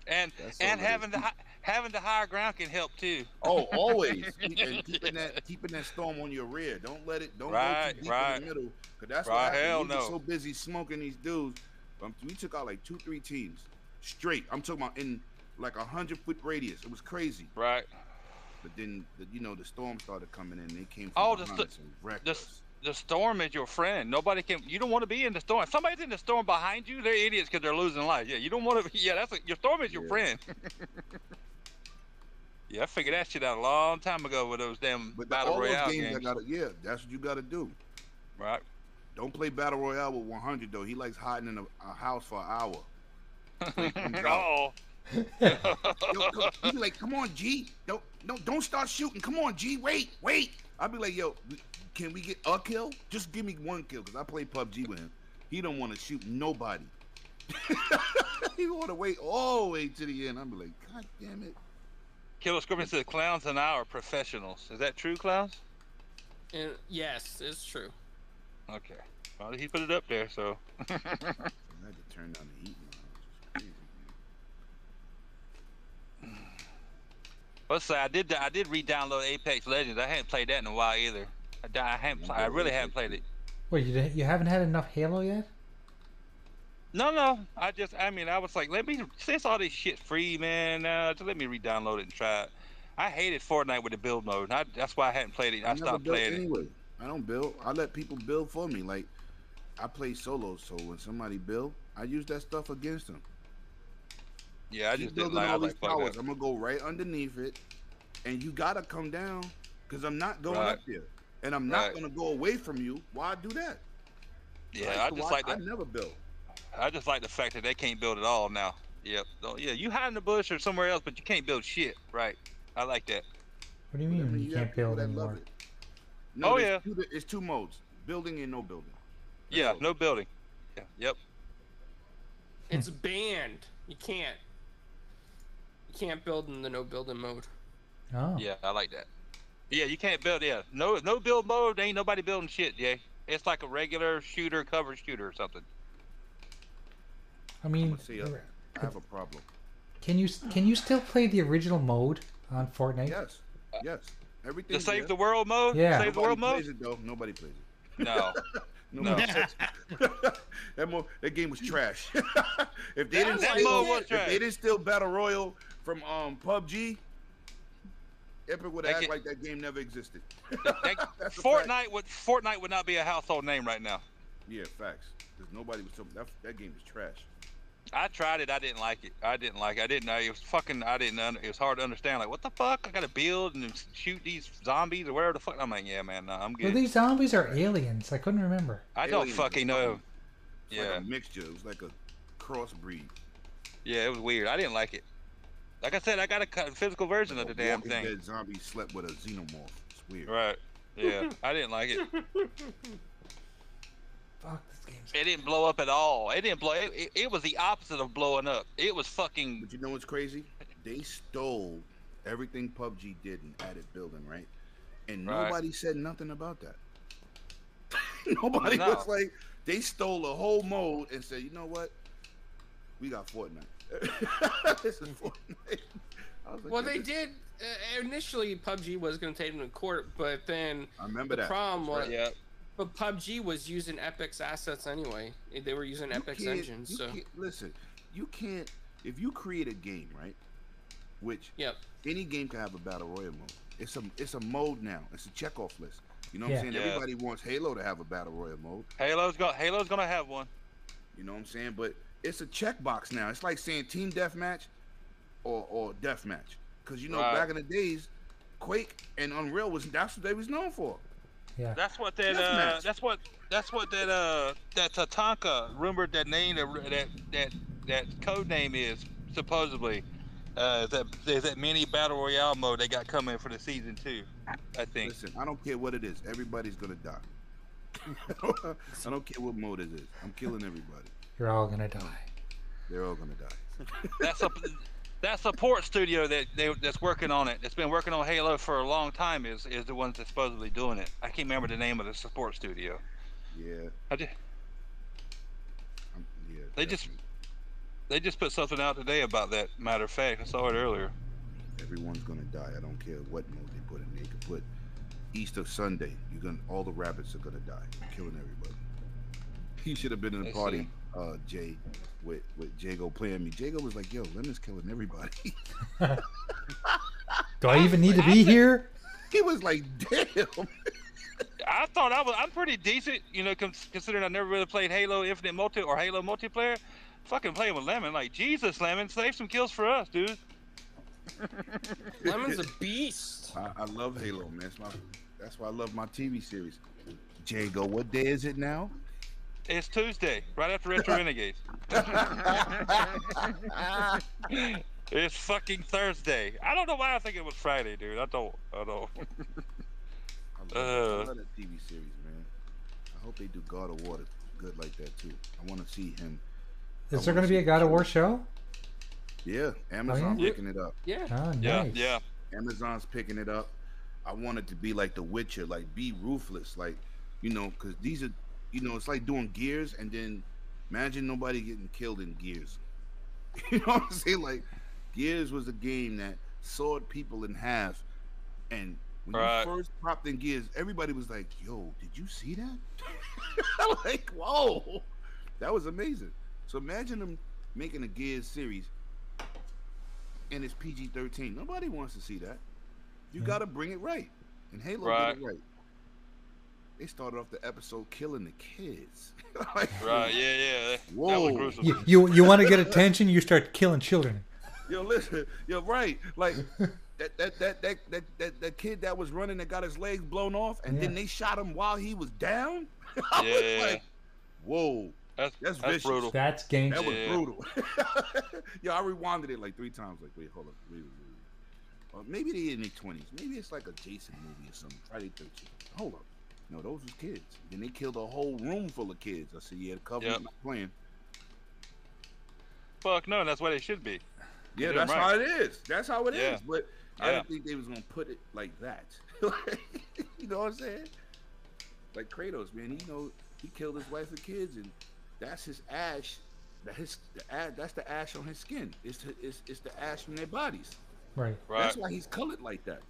Speaker 1: and
Speaker 2: That's all
Speaker 1: and
Speaker 2: it is.
Speaker 1: having the hi- having the higher ground can help too.
Speaker 2: Oh, always keep, and keeping that keeping that storm on your rear. Don't let it. Don't
Speaker 1: Right,
Speaker 2: go too deep
Speaker 1: right.
Speaker 2: in the middle. Cause that's
Speaker 1: Right,
Speaker 2: what happened.
Speaker 1: hell
Speaker 2: we were
Speaker 1: no.
Speaker 2: so busy smoking these dudes. Um, we took out like two, three teams straight. I'm talking about in like a hundred foot radius. It was crazy.
Speaker 1: Right.
Speaker 2: But then, the, you know, the storm started coming in. They came from
Speaker 1: Oh, the
Speaker 2: behind
Speaker 1: sto-
Speaker 2: us and wrecked
Speaker 1: the
Speaker 2: us.
Speaker 1: The storm is your friend. Nobody can. You don't want to be in the storm. If somebody's in the storm behind you, they're idiots because they're losing life. Yeah, you don't want to. Yeah, that's a, your storm is your
Speaker 2: Yeah.
Speaker 1: friend. yeah, I figured that shit out a long time ago with those damn
Speaker 2: But that,
Speaker 1: battle
Speaker 2: all those
Speaker 1: royale
Speaker 2: games,
Speaker 1: games.
Speaker 2: I gotta, yeah, that's what you gotta do.
Speaker 1: Right.
Speaker 2: Don't play battle royale with 100 though. He likes hiding in a, a house for an hour. comes out.
Speaker 1: oh.
Speaker 2: yo, come, he be like, come on, G. Don't, no, don't start shooting. Come on, G. Wait, wait. I'd be like, yo, we- can we get a kill? Just give me one kill, cause I play PUBG with him. He don't want to shoot nobody. he want to wait all the way to the end. I'd be like, god damn it.
Speaker 1: Killer Scorpion says clowns and I are professionals. Is that true, clowns?
Speaker 6: And yes, it's true.
Speaker 1: Okay. Well, he put it up there, so.
Speaker 2: I had to turn down the heat. Man. It's crazy, man.
Speaker 1: Let's say I did. I did re-download Apex Legends. I hadn't played that in a while either. I, di- I hadn't. Pl- I really hadn't played it.
Speaker 3: Wait, you, didn't- you haven't had enough Halo yet?
Speaker 1: No, no. I just. I mean, I was like, let me since all this shit free, man. Uh, just let me re-download it and try it. I hated Fortnite with the build mode. I, that's why I hadn't played it. I,
Speaker 2: never
Speaker 1: stopped
Speaker 2: built
Speaker 1: playing it.
Speaker 2: anyway. I don't build. I let people build for me. Like I play solo, so when somebody build, I use that stuff against them.
Speaker 1: Yeah, I
Speaker 2: Keep
Speaker 1: just didn't
Speaker 2: building
Speaker 1: like. I
Speaker 2: all
Speaker 1: was
Speaker 2: these
Speaker 1: like, fuck
Speaker 2: towers.
Speaker 1: that.
Speaker 2: I'm gonna go right underneath it, and you gotta come down, cause I'm not going
Speaker 1: Right.
Speaker 2: up there, and I'm not
Speaker 1: Right.
Speaker 2: gonna go away from you. Why do that?
Speaker 1: Yeah, I
Speaker 2: so
Speaker 1: just like
Speaker 2: I
Speaker 1: that.
Speaker 2: never built.
Speaker 1: I just like the fact that they can't build at all now. Yep. Oh, yeah, you hide in the bush or somewhere else, but you can't build shit, right? I like that.
Speaker 3: What do you
Speaker 2: But,
Speaker 3: mean
Speaker 2: I mean,
Speaker 3: you
Speaker 2: got
Speaker 3: can't
Speaker 2: people
Speaker 3: build
Speaker 2: that love
Speaker 3: anymore?
Speaker 2: it. No,
Speaker 1: Oh,
Speaker 2: there's
Speaker 1: yeah.
Speaker 2: two- it's two modes: building and no building. That's
Speaker 1: yeah,
Speaker 2: all.
Speaker 1: no building. Yeah. Yep.
Speaker 6: It's
Speaker 2: Hmm.
Speaker 6: banned. You can't. You can't build in the no building mode.
Speaker 3: Oh.
Speaker 1: Yeah, I like that. Yeah, you can't build. Yeah, no, no build mode. Ain't nobody building shit. Yeah, it's like a regular shooter, cover shooter or something.
Speaker 3: I mean,
Speaker 2: Let's see, uh, I have a problem.
Speaker 3: can you can you still play the original mode on Fortnite?
Speaker 2: Yes, yes. Everything.
Speaker 1: The save
Speaker 2: there.
Speaker 1: the world mode.
Speaker 3: Yeah.
Speaker 1: Save the world
Speaker 2: Nobody
Speaker 1: mode.
Speaker 2: plays it though. Nobody plays it.
Speaker 1: No.
Speaker 2: No,
Speaker 1: No.
Speaker 2: that, mo- that game was trash. if they
Speaker 6: That
Speaker 2: didn't,
Speaker 6: was
Speaker 1: That
Speaker 6: like
Speaker 1: mode was
Speaker 6: it.
Speaker 2: if
Speaker 1: trash.
Speaker 2: they didn't steal Battle Royal from um PUBG, Epic would
Speaker 1: That
Speaker 2: act
Speaker 1: ga-
Speaker 2: like that game never existed.
Speaker 1: That-
Speaker 2: That's a fact.
Speaker 1: Fortnite would Fortnite would not be a household name right now.
Speaker 2: Yeah, facts. Because nobody was talking. That, that game was trash.
Speaker 1: I tried it. I didn't like it. I didn't like. It. I didn't. I, it was fucking. I didn't. Un, it was hard to understand. Like, what the fuck? I gotta build and shoot these zombies or whatever the fuck. I'm like, yeah, man. No, I'm
Speaker 3: Well,
Speaker 1: good.
Speaker 3: these zombies are aliens. I couldn't remember.
Speaker 1: I don't
Speaker 2: Aliens,
Speaker 1: fucking know.
Speaker 2: It's like
Speaker 1: Yeah.
Speaker 2: a mixture. It was like a crossbreed.
Speaker 1: Yeah, it was weird. I didn't like it. Like I said, I got a cut- physical version of the
Speaker 2: A
Speaker 1: damn
Speaker 2: Walking
Speaker 1: thing.
Speaker 2: Dead zombie slept with a xenomorph. It's weird.
Speaker 1: Right. Yeah, I didn't like it.
Speaker 3: Fuck, this game's.
Speaker 1: It didn't blow up at all. It didn't blow. It, it, it was the opposite of blowing up. It was fucking.
Speaker 2: But you know what's crazy? They stole everything PUBG did and added building, right? And
Speaker 1: Right.
Speaker 2: nobody said nothing about that. nobody
Speaker 1: No.
Speaker 2: was like, they stole the whole mode and said, you know what? We got Fortnite. this is Fortnite. I was like,
Speaker 6: Well,
Speaker 2: "This
Speaker 6: they
Speaker 2: is-
Speaker 6: did. Uh, initially, PUBG was going to take them to court, but then
Speaker 2: I remember
Speaker 6: the
Speaker 2: that.
Speaker 6: problem was,
Speaker 1: Yeah.
Speaker 6: but PUBG was using Epic's assets anyway. They were using
Speaker 2: You
Speaker 6: Epic's
Speaker 2: can't-
Speaker 6: engine,
Speaker 2: you
Speaker 6: so
Speaker 2: can't- listen, you can't. If you create a game, right? Which
Speaker 6: yep.
Speaker 2: any game can have a battle royale mode. It's a it's a mode now. It's a checkoff list. You know what
Speaker 3: Yeah.
Speaker 2: I'm saying?
Speaker 1: Yeah.
Speaker 2: Everybody wants Halo to have a battle royale mode.
Speaker 1: Halo's gonna Halo's gonna have one.
Speaker 2: You know what I'm saying? But it's a checkbox now. It's like saying team deathmatch or or deathmatch. Cause you know
Speaker 1: Right.
Speaker 2: back in the days, Quake and Unreal was that's what they was known for.
Speaker 3: Yeah.
Speaker 1: That's what that uh,
Speaker 2: Deathmatch.
Speaker 1: that's what that's what that uh that Tatanka rumored that name that that that code name is supposedly uh is that is that mini battle royale mode they got coming for the season two, I think.
Speaker 2: Listen, I don't care what it is. Everybody's gonna die. I don't care what mode it is. I'm killing everybody.
Speaker 3: You're all gonna die.
Speaker 2: They're all gonna die.
Speaker 1: That's a that support studio that they that's working on it that's been working on Halo for a long time is is the ones that's supposedly doing it. I can't remember the name of the support studio.
Speaker 2: Yeah.
Speaker 1: I just,
Speaker 2: I'm, yeah.
Speaker 1: They just- they just put something out today about that. Matter of fact, I saw it earlier.
Speaker 2: definitely. everyone's gonna die. I don't care what mode they put in. They could put Easter Sunday. You're gonna all the rabbits are gonna die. You're killing everybody. You should have been in the
Speaker 1: I
Speaker 2: party, uh, Jay, with with Jago playing me. Jago was like, "Yo, Leonard's killing everybody."
Speaker 3: Do I even need to be here?
Speaker 2: he was like, "Damn."
Speaker 1: I thought I was. I'm pretty decent, you know, cons- considering I never really played Halo Infinite multi or Halo multiplayer. Fucking playing with Lemon, like Jesus, Lemon, save some kills for us, dude.
Speaker 6: Lemon's a beast.
Speaker 2: I, I love Halo, man. It's my, that's why I love my TV series. Jago, what day is it now?
Speaker 1: It's Tuesday, right after Retro Renegades. It's fucking Thursday. I don't know why I think it was Friday, dude. I don't. I don't.
Speaker 2: I love,
Speaker 1: Uh.
Speaker 2: I love that TV series, man. I hope they do God of War good like that too. I want to see him.
Speaker 3: Is there gonna be a God of War show?
Speaker 2: Yeah, Amazon
Speaker 1: yeah?
Speaker 2: picking it up.
Speaker 6: Yeah.
Speaker 3: Oh,
Speaker 1: Yeah,
Speaker 3: nice.
Speaker 1: yeah.
Speaker 2: Amazon's picking it up. I want it to be like The Witcher, like be ruthless, like you know, because these are, you know, it's like doing Gears, and then imagine nobody getting killed in Gears. You know what I'm saying? Like Gears was a game that sawed people in half, and when
Speaker 1: Right.
Speaker 2: you first popped in Gears, everybody was like, "Yo, did you see that?" I'm like, "Whoa, that was amazing." So imagine them making a Gears series, and it's PG-13. Nobody wants to see that. You
Speaker 3: Yeah.
Speaker 2: got to bring it right, and Halo
Speaker 1: Right.
Speaker 2: did it right. They started off the episode killing the kids. Like,
Speaker 1: Right. Yeah. Yeah. That, that was
Speaker 2: Whoa.
Speaker 1: gruesome.
Speaker 3: You you, you want to get attention? You start killing children.
Speaker 2: Yo, listen, you're right. Like that that that that that that, that kid that was running that got his legs blown off, and then
Speaker 3: Yeah.
Speaker 2: they shot him while he was down. I
Speaker 1: Yeah.
Speaker 2: was like, whoa,
Speaker 1: That's
Speaker 2: That's
Speaker 1: that's,
Speaker 2: vicious.
Speaker 1: brutal.
Speaker 3: That's gang.
Speaker 2: that was
Speaker 1: Yeah.
Speaker 2: brutal. Yo, I rewinded it like three times. Like, wait, hold up, wait, wait, wait. Or maybe they in their twenties. Maybe it's like a Jason movie or something. Friday Thirteenth. Hold up. No, those was kids. Then they killed a whole room full of kids. I said, yeah, the covenant
Speaker 1: Yep.
Speaker 2: not playing.
Speaker 1: Fuck no. That's what it should be. did
Speaker 2: Yeah,
Speaker 1: 'em
Speaker 2: that's how it is. That's how it is.
Speaker 1: Yeah.
Speaker 2: But I
Speaker 1: Yeah.
Speaker 2: didn't think they was gonna put it like that. you know what I'm saying? Like Kratos, man, he know he killed his wife and kids, and that's his ash. That his the ash, that's the ash on his skin. It's the, it's, it's the ash from their bodies.
Speaker 3: Right.
Speaker 1: Right.
Speaker 2: That's why he's colored like that.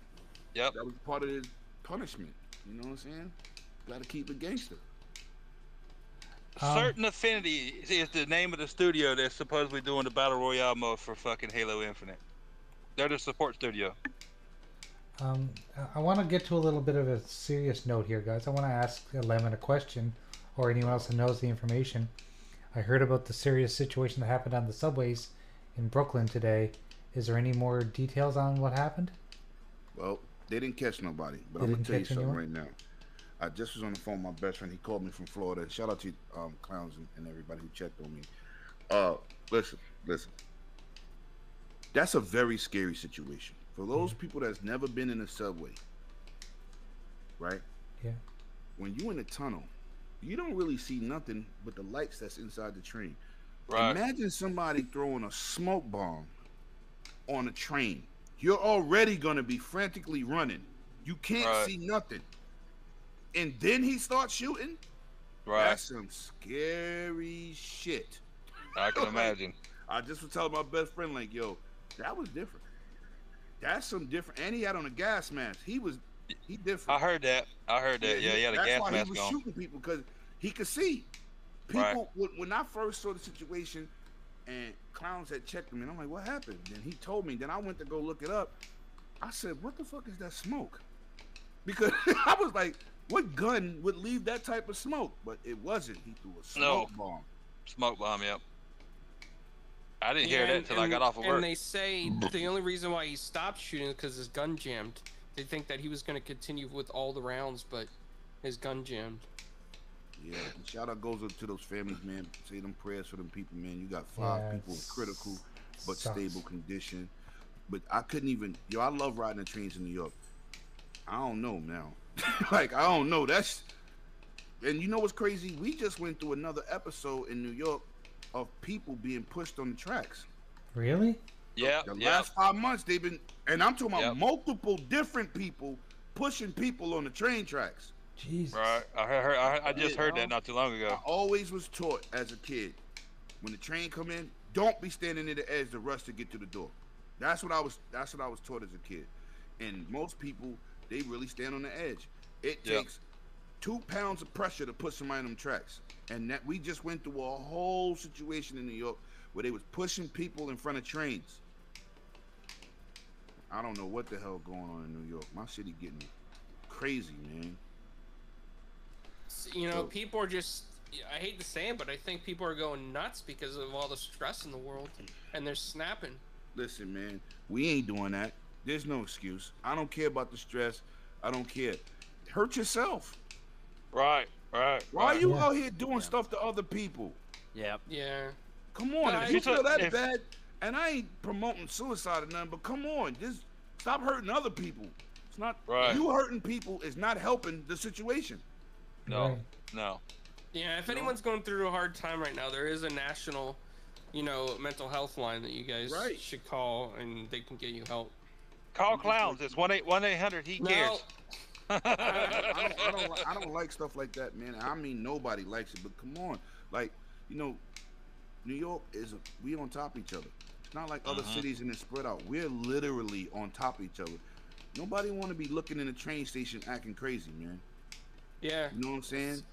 Speaker 1: Yep.
Speaker 2: That was part of his punishment. You know what I'm saying? Got to keep it gangster.
Speaker 3: Um,
Speaker 1: Certain Affinity is- is the name of the studio that's supposedly doing the battle royale mode for fucking Halo Infinite. They're the support studio.
Speaker 3: Um, I- I want to get to a little bit of a serious note here, guys. I want to ask Lemon a question, or anyone else that knows the information. I heard about the serious situation that happened on the subways in Brooklyn today. Is there any more details on what happened?
Speaker 2: Well, they didn't catch nobody, but
Speaker 3: They
Speaker 2: I'm gonna
Speaker 3: didn't
Speaker 2: tell you
Speaker 3: catch
Speaker 2: something
Speaker 3: anyone?
Speaker 2: right now. I just was on the phone with my best friend. He called me from Florida. Shout out to you, um, clowns and, and everybody who checked on me. Uh, listen, listen. That's a very scary situation for
Speaker 3: Mm-hmm.
Speaker 2: those people that's never been in a subway. Right?
Speaker 3: Yeah.
Speaker 2: When you in a tunnel, you don't really see nothing but the lights that's inside the train.
Speaker 1: Right.
Speaker 2: Imagine somebody throwing a smoke bomb on a train. You're already gonna be frantically running. You can't
Speaker 1: Right.
Speaker 2: see nothing. And then he starts shooting.
Speaker 1: Right.
Speaker 2: That's some scary shit.
Speaker 1: I can
Speaker 2: like-
Speaker 1: imagine.
Speaker 2: I just was telling my best friend, like, yo, that was different. That's some different. And he had on a gas mask. He was he different.
Speaker 1: I heard that. I heard that. Yeah,
Speaker 2: he-
Speaker 1: he had a
Speaker 2: that's
Speaker 1: gas
Speaker 2: why he
Speaker 1: mask
Speaker 2: was
Speaker 1: on.
Speaker 2: shooting people because he could see. People
Speaker 1: Right.
Speaker 2: when, when I first saw the situation, and clowns had checked me, and I'm like, "What happened?" Then he told me. Then I went to go look it up. I said, "What the fuck is that smoke?" Because I was like, "What gun would leave that type of smoke?" But it wasn't. He threw a
Speaker 1: No.
Speaker 2: smoke bomb.
Speaker 1: Smoke bomb. Yep. I didn't
Speaker 6: Yeah,
Speaker 1: hear that
Speaker 6: and-
Speaker 1: till I
Speaker 6: and-
Speaker 1: got off of work.
Speaker 6: And they say the only reason why he stopped shooting is because his gun jammed. They think that he was going to continue with all the rounds, but his gun jammed.
Speaker 2: Yeah, and shout out goes up to those families, man. Say them prayers for them people, man. You got five
Speaker 3: Yeah,
Speaker 2: people in critical but
Speaker 3: sucks.
Speaker 2: stable condition. But I couldn't even, yo, I love riding the trains in New York. I don't know now. like, I don't know. That's, and you know what's crazy? We just went through another episode in New York of people being pushed on the tracks.
Speaker 3: Really?
Speaker 1: Yeah,
Speaker 2: The
Speaker 1: yeah.
Speaker 2: last five months, they've been, and I'm talking about
Speaker 1: Yep.
Speaker 2: multiple different people pushing people on the train tracks.
Speaker 3: Jesus.
Speaker 1: Right. I heard. heard- I, heard- I just
Speaker 2: Yeah.
Speaker 1: heard that not too long
Speaker 2: I
Speaker 1: ago.
Speaker 2: always was taught as a kid, when the train come in, don't be standing near the edge to rush to get to the door. That's what I was. That's what I was taught as a kid. And most people, they really stand on the edge. It
Speaker 1: Yeah.
Speaker 2: takes two pounds of pressure to put somebody on them tracks. And that we just went through a whole situation in New York where they was pushing people in front of trains. I don't know what the hell going on in New York. My city getting crazy, man.
Speaker 6: S- You know,
Speaker 2: So-
Speaker 6: people are just. I hate to say it, but I think people are going nuts because of all the stress in the world, and they're snapping.
Speaker 2: Listen, man, we ain't doing that. There's no excuse. I don't care about the stress. I don't care. Hurt yourself.
Speaker 1: Right. Right.
Speaker 2: Why are you
Speaker 3: Yeah.
Speaker 2: out here doing stuff to other people?
Speaker 4: Yeah.
Speaker 6: Yeah.
Speaker 2: Come on,
Speaker 6: Nah,
Speaker 2: if you
Speaker 1: it's a-
Speaker 2: feel that
Speaker 1: if-
Speaker 2: bad, and I ain't promoting suicide or nothing, but come on, just stop hurting other people. It's not
Speaker 1: Right.
Speaker 2: you hurting people is not helping the situation.
Speaker 1: No.
Speaker 3: Right.
Speaker 1: No.
Speaker 6: Yeah, if anyone's going through a hard time right now, there is a national, you know, mental health line that you guys
Speaker 2: Right.
Speaker 6: should call and they can get you help.
Speaker 1: Call clowns. It's one eight one eight hundred. He cares.
Speaker 2: I don't, I, don't, li- I don't like stuff like that, man. I mean, nobody likes it, but come on, like you know, New York is we on top of each other. It's not like other
Speaker 1: Mhm.
Speaker 2: cities and it's spread out. We're literally on top of each other. Nobody want to be looking in a train station acting crazy, man.
Speaker 6: yeah.
Speaker 2: You know what I'm saying?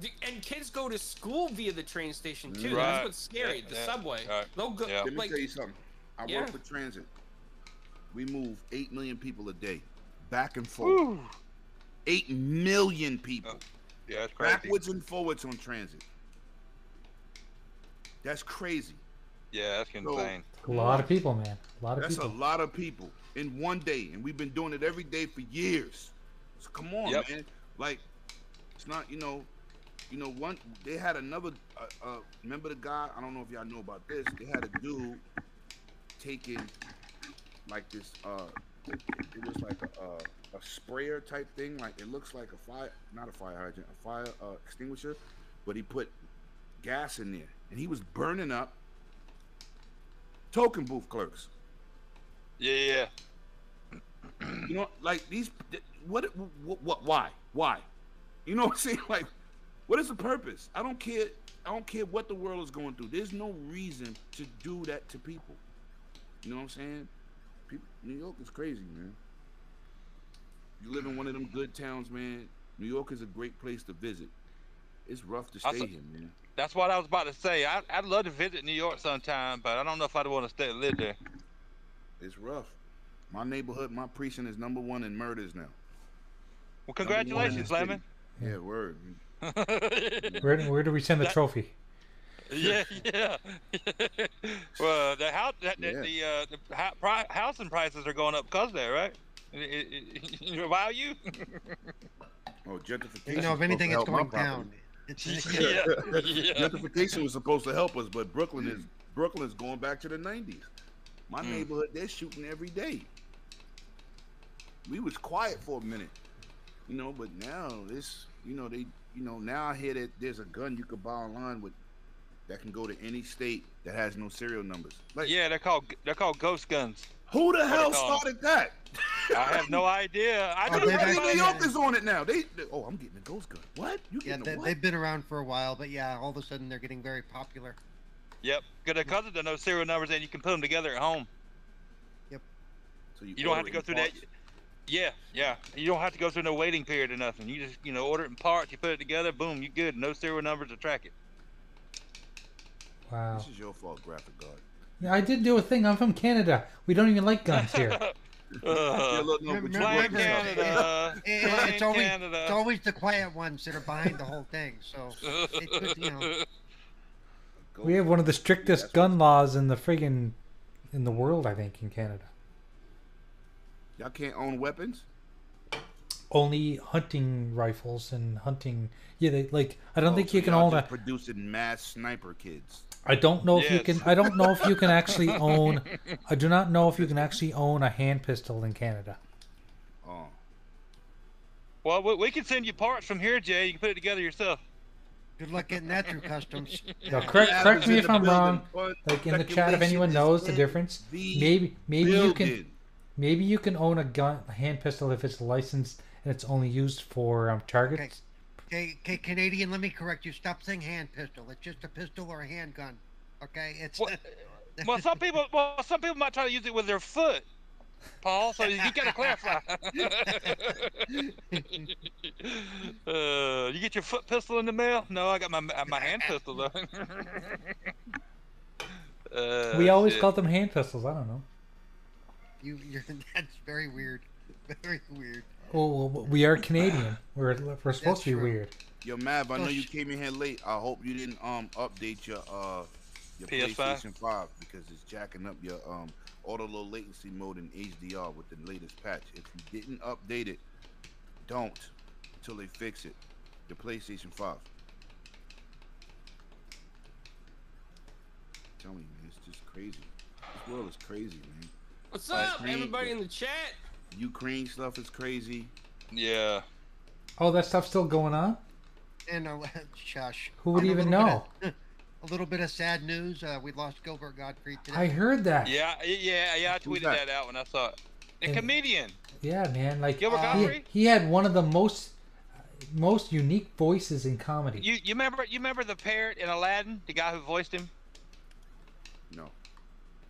Speaker 6: D- And kids go to school via the train station too.
Speaker 1: Right.
Speaker 6: That's what's scary.
Speaker 1: Yeah,
Speaker 6: the
Speaker 1: yeah,
Speaker 6: subway.
Speaker 1: right.
Speaker 6: They'll go
Speaker 1: Yeah.
Speaker 2: Let me
Speaker 6: like
Speaker 2: tell you something. I
Speaker 6: Yeah.
Speaker 2: work for transit. We move eight million people a day, back and forth.
Speaker 1: Woo.
Speaker 2: Eight million people.
Speaker 1: Yeah, it's crazy.
Speaker 2: backwards and forwards on transit. That's crazy.
Speaker 1: Yeah, that's
Speaker 2: So-
Speaker 1: insane.
Speaker 3: A lot of people, man. A lot of
Speaker 2: That's a
Speaker 3: people.
Speaker 2: lot of people in one day, and we've been doing it every day for years. So come on,
Speaker 1: Yep.
Speaker 2: man. Like, it's not you know, you know. One they had another. Uh, uh, remember the guy? I don't know if y'all know about this. They had a dude taking like this. Uh, it was like a, uh, a sprayer type thing. Like it looks like a fire, not a fire hydrant, a fire uh, extinguisher, but he put gas in there, and he was burning up token booth clerks.
Speaker 1: Yeah, yeah, yeah.
Speaker 2: You know, like these. th- What? What? what why? Why? You know what I'm saying? Like, what is the purpose? I don't care. I don't care what the world is going through. There's no reason to do that to people. You know what I'm saying? People, New York is crazy, man. You live in one of them good towns, man. New York is a great place to visit. It's rough to
Speaker 1: I
Speaker 2: stay
Speaker 1: saw-
Speaker 2: here, man.
Speaker 1: That's what I was about to say. I, I'd love to visit New York sometime, but I don't know if I'd want to stay live there.
Speaker 2: It's rough. My neighborhood, my precinct is number one in murders now.
Speaker 1: Well,
Speaker 2: Number one in the
Speaker 1: congratulations,
Speaker 2: city.
Speaker 1: Lemon.
Speaker 2: Yeah, word.
Speaker 3: Where, where do we send the
Speaker 1: That-
Speaker 3: trophy?
Speaker 1: yeah, yeah. well, the house, that, that,
Speaker 2: Yeah.
Speaker 1: the, uh, the ho- pri- housing prices are going up because there, right? Wow, you?
Speaker 2: Oh, gentrification.
Speaker 5: You know, if
Speaker 2: is
Speaker 5: anything, it's
Speaker 2: supposed to help my
Speaker 5: going
Speaker 2: property.
Speaker 5: down. It's,
Speaker 1: yeah, yeah.
Speaker 2: Gentrification was supposed to help us, but Brooklyn is Brooklyn's going back to the '90s. My
Speaker 1: Mm.
Speaker 2: neighborhood, they're shooting every day. We was quiet for a minute, you know, but now it's you know they you know now I hear that there's a gun you could buy online with that can go to any state that has no serial numbers. Like,
Speaker 1: Yeah, they're called they're called ghost guns.
Speaker 2: who the
Speaker 1: they
Speaker 2: hell
Speaker 1: call 'em?
Speaker 2: started that?
Speaker 1: I have no idea. I
Speaker 5: Oh,
Speaker 1: just
Speaker 5: they
Speaker 1: heard
Speaker 5: back-
Speaker 1: about
Speaker 2: Everybody in
Speaker 1: it.
Speaker 2: New York is on it now. They, they- oh, I'm getting a ghost gun. What? You
Speaker 5: yeah,
Speaker 2: getting
Speaker 5: they,
Speaker 2: a what?
Speaker 5: they've been around for a while, but yeah, all of a sudden they're getting very popular.
Speaker 1: Yep. Because because of the no serial numbers, and you can put them together at home.
Speaker 2: So you,
Speaker 1: You don't have
Speaker 2: order
Speaker 1: to go
Speaker 2: in
Speaker 1: through that.
Speaker 2: parts.
Speaker 1: Yeah, yeah. You don't have to go through no waiting period or nothing. You just you know order it in parts, you put it together, boom, you good. No serial numbers to track it.
Speaker 3: Wow.
Speaker 2: This is your fault, graphic guard.
Speaker 3: I did do a thing. I'm from Canada. We don't even like guns here.
Speaker 2: Yeah,
Speaker 1: Uh,
Speaker 2: look, no,
Speaker 5: remember-
Speaker 2: but you
Speaker 1: Black
Speaker 2: worked
Speaker 5: remember-
Speaker 2: out.
Speaker 1: Canada.
Speaker 5: It- it-
Speaker 1: Black
Speaker 5: it's always-
Speaker 1: Canada.
Speaker 5: It's always the quiet ones that are behind the whole thing. So it could, you know,
Speaker 2: Go
Speaker 3: We have one of the
Speaker 2: that's
Speaker 3: strictest
Speaker 2: what-
Speaker 3: gun laws in the friggin' in the world, I think, in Canada.
Speaker 2: Y'all can't own weapons.
Speaker 3: Only hunting rifles and hunting. Yeah, they like. I don't
Speaker 2: Oh,
Speaker 3: think
Speaker 2: so
Speaker 3: you can
Speaker 2: y'all
Speaker 3: own
Speaker 2: just
Speaker 3: a.
Speaker 2: producing mass sniper kids.
Speaker 3: I don't know if you
Speaker 1: Yes.
Speaker 3: can. I don't know if you can actually own. I do not know if you can actually own a hand pistol in Canada.
Speaker 2: Oh,
Speaker 1: well, we, we can send you parts from here, Jay. You can put it together yourself.
Speaker 5: good luck getting that through customs.
Speaker 3: Now, correct,
Speaker 2: Adam's
Speaker 3: correct me
Speaker 2: in
Speaker 3: if
Speaker 2: the
Speaker 3: I'm
Speaker 2: building,
Speaker 3: wrong.
Speaker 2: but
Speaker 3: Like in the chat, if
Speaker 2: speculation
Speaker 3: anyone
Speaker 2: is
Speaker 3: knows the
Speaker 2: in
Speaker 3: difference,
Speaker 2: the
Speaker 3: maybe maybe you can
Speaker 2: building.
Speaker 3: maybe you can own a gun, a hand pistol, if it's licensed and it's only used for um, targets.
Speaker 5: Okay. Okay, okay, Canadian, let me correct you. Stop saying hand pistol. It's just a pistol or a handgun. Okay, it's
Speaker 1: Well, well, some people, well, some people might try to use it with their foot, Paul. So you gotta clarify. uh, you get your foot pistol in the mail? No, I got my my hand pistol though. uh,
Speaker 3: we always
Speaker 1: shit.
Speaker 3: called them hand pistols. I don't know.
Speaker 5: you. You're, that's very weird. Very weird.
Speaker 3: Well, Oh, well, well, we are Canadian. We're we're supposed
Speaker 5: That's
Speaker 3: to be
Speaker 5: true.
Speaker 3: weird.
Speaker 2: Yo, Mav, I know
Speaker 5: Oh,
Speaker 2: you
Speaker 5: sh-
Speaker 2: came in here late. I hope you didn't um update your uh your
Speaker 1: PS5?
Speaker 2: PlayStation Five because it's jacking up your um auto low latency mode in HDR with the latest patch. If you didn't update it, don't until they fix it. The PlayStation Five. Tell me, man, it's just crazy. This world is crazy, man.
Speaker 6: What's
Speaker 2: Like
Speaker 6: up,
Speaker 2: me.
Speaker 6: everybody in the chat?
Speaker 2: Ukraine stuff is crazy.
Speaker 1: Yeah.
Speaker 3: Oh, that stuff's still going on.
Speaker 5: And uh, shush.
Speaker 3: Who would
Speaker 5: And a
Speaker 3: even
Speaker 5: little
Speaker 3: know?
Speaker 5: bit of- a little bit of sad news. Uh, we lost Gilbert Gottfried today.
Speaker 3: I heard that.
Speaker 1: Yeah. I- Yeah. Yeah. I
Speaker 2: Who's
Speaker 1: tweeted
Speaker 2: that?
Speaker 1: that out when I saw it. A
Speaker 3: And-
Speaker 1: comedian.
Speaker 3: Yeah, man. Like
Speaker 1: Gilbert
Speaker 5: Uh,
Speaker 1: Godfrey.
Speaker 3: he, he had one of the most most unique voices in comedy.
Speaker 1: You you remember you remember the parrot in Aladdin? The guy who voiced him?
Speaker 2: No.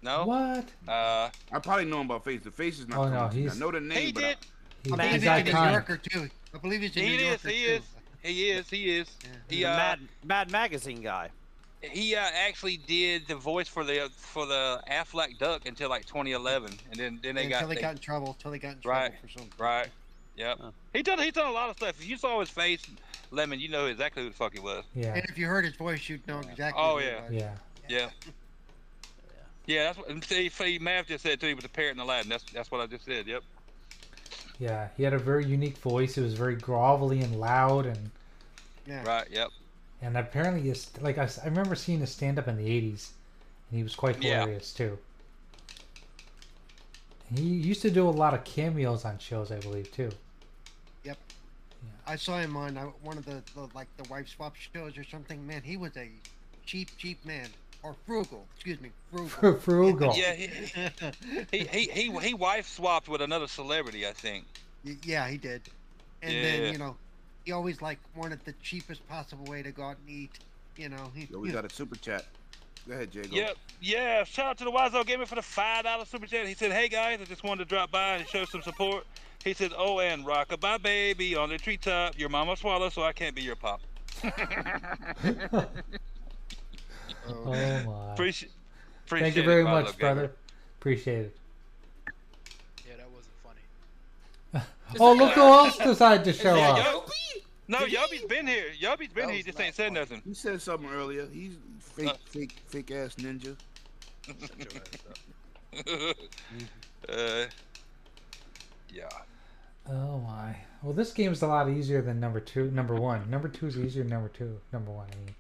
Speaker 1: No.
Speaker 3: What?
Speaker 1: Uh,
Speaker 2: I probably know him by face. The face is not.
Speaker 3: Oh,
Speaker 2: coming
Speaker 3: no,
Speaker 2: to me.
Speaker 3: he's-
Speaker 2: I know the name,
Speaker 1: he
Speaker 2: but
Speaker 1: did.
Speaker 3: He,
Speaker 5: I believe
Speaker 3: he's
Speaker 5: he's a New
Speaker 3: iconic.
Speaker 5: Yorker too. I believe he's a
Speaker 1: He
Speaker 5: New
Speaker 1: is.
Speaker 5: Yorker
Speaker 1: He
Speaker 5: too.
Speaker 1: is. He is. He is.
Speaker 5: Yeah.
Speaker 1: He
Speaker 4: The
Speaker 1: uh,
Speaker 4: Mad Mad Magazine guy.
Speaker 1: he uh, actually did the voice for the for the Affleck Duck until like 2011, and then then they
Speaker 5: until
Speaker 1: got,
Speaker 5: they
Speaker 1: they-
Speaker 5: got in trouble. Until they got in trouble
Speaker 1: Right.
Speaker 5: for something.
Speaker 1: right. Yep.
Speaker 4: Huh.
Speaker 1: He done he done a lot of stuff. If you saw his face, Lemon, you know exactly who the fuck he was.
Speaker 3: Yeah,
Speaker 5: And if you heard his voice, you'd know exactly.
Speaker 1: Oh,
Speaker 5: who it
Speaker 1: yeah.
Speaker 5: was.
Speaker 3: yeah.
Speaker 1: Yeah. Yeah, that's what and see, see Mav just said too. He was a parrot in Aladdin. That's that's what I just said. Yep.
Speaker 3: Yeah, he had a very unique voice. It was very grovelly and loud, and
Speaker 5: Yeah.
Speaker 1: Right. Yep.
Speaker 3: and apparently, his, like I, s- I remember seeing his stand up in the '80s, and he was quite
Speaker 1: Yeah.
Speaker 3: hilarious too. And he used to do a lot of cameos on shows, I believe, too.
Speaker 5: I saw him on uh, one of the, the like the wife swap shows or something. Man, he was a cheap, cheap man or frugal. Excuse me, frugal.
Speaker 3: Frugal.
Speaker 1: Yeah. He he he he, he wife swapped with another celebrity, I think.
Speaker 5: Y- yeah, he did. And
Speaker 1: Yeah.
Speaker 5: then you know, he always like wanted the cheapest possible way to go out and eat. You know, he,
Speaker 2: Yo, we got a super chat. Go ahead, Jago.
Speaker 1: Yep. Yeah. Shout out to the Wise Old Gamer for the five dollar super chat. He said, "Hey guys, I just wanted to drop by and show some support." He said, "Oh, and rock a bye baby on the treetop. Your mama swallow, so I can't be your pop."
Speaker 3: Oh my.
Speaker 1: Appreciate.
Speaker 3: Thank you very much, brother. Appreciate it.
Speaker 7: Yeah, that wasn't funny.
Speaker 3: Oh, look who else decided to show
Speaker 1: Yeah,
Speaker 3: up.
Speaker 1: Yo- no, Yubby's been here. Yubby's been here.
Speaker 2: That
Speaker 1: He
Speaker 2: was
Speaker 1: just
Speaker 2: the
Speaker 1: ain't said nothing.
Speaker 2: He said something earlier. He's fake,
Speaker 1: Uh.
Speaker 2: fake, fake ass ninja.
Speaker 7: Shut your ass up.
Speaker 1: uh, yeah.
Speaker 3: Oh my. Well, this game's a lot easier than number two, number one. Number two is easier than number two, number one. I mean,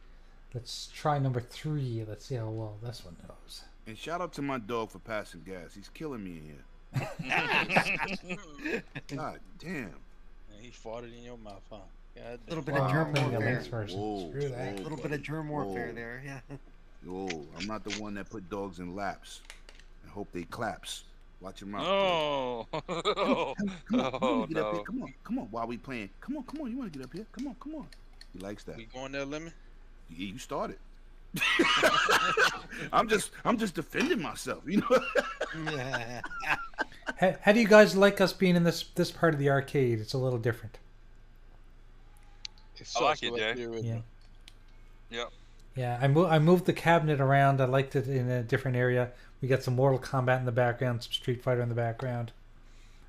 Speaker 3: let's try number three. Let's see how well this one goes.
Speaker 2: And shout out to my dog for passing gas. He's killing me in here. God damn.
Speaker 7: And he farted in your mouth, huh? God
Speaker 5: little bit
Speaker 3: Wow,
Speaker 5: of germ
Speaker 3: I think that
Speaker 5: warfare.
Speaker 3: links first. Screw that.
Speaker 5: A little bit of germ warfare there. Yeah.
Speaker 2: Whoa, I'm not the one that put dogs in laps and hope they claps. Watch your mouth.
Speaker 1: Oh. oh,
Speaker 2: Come on, come
Speaker 1: no.
Speaker 2: on, you wanna get up here. Come on, come on. While we playing, come on, come on. You want to get up here? Come on, come on. He likes that.
Speaker 7: We going there, Lemon?
Speaker 2: Yeah, you started. I'm just I'm just defending myself, you know.
Speaker 5: Yeah.
Speaker 3: How, how do you guys like us being in this this part of the arcade? It's a little different.
Speaker 7: It
Speaker 1: I like
Speaker 7: sucks,
Speaker 1: it,
Speaker 7: but
Speaker 1: Jay.
Speaker 7: the original.
Speaker 3: Yeah.
Speaker 1: Yep.
Speaker 3: Yeah, I, mo- I moved the cabinet around. I liked it in a different area. We got some Mortal Kombat in the background, some Street Fighter in the background.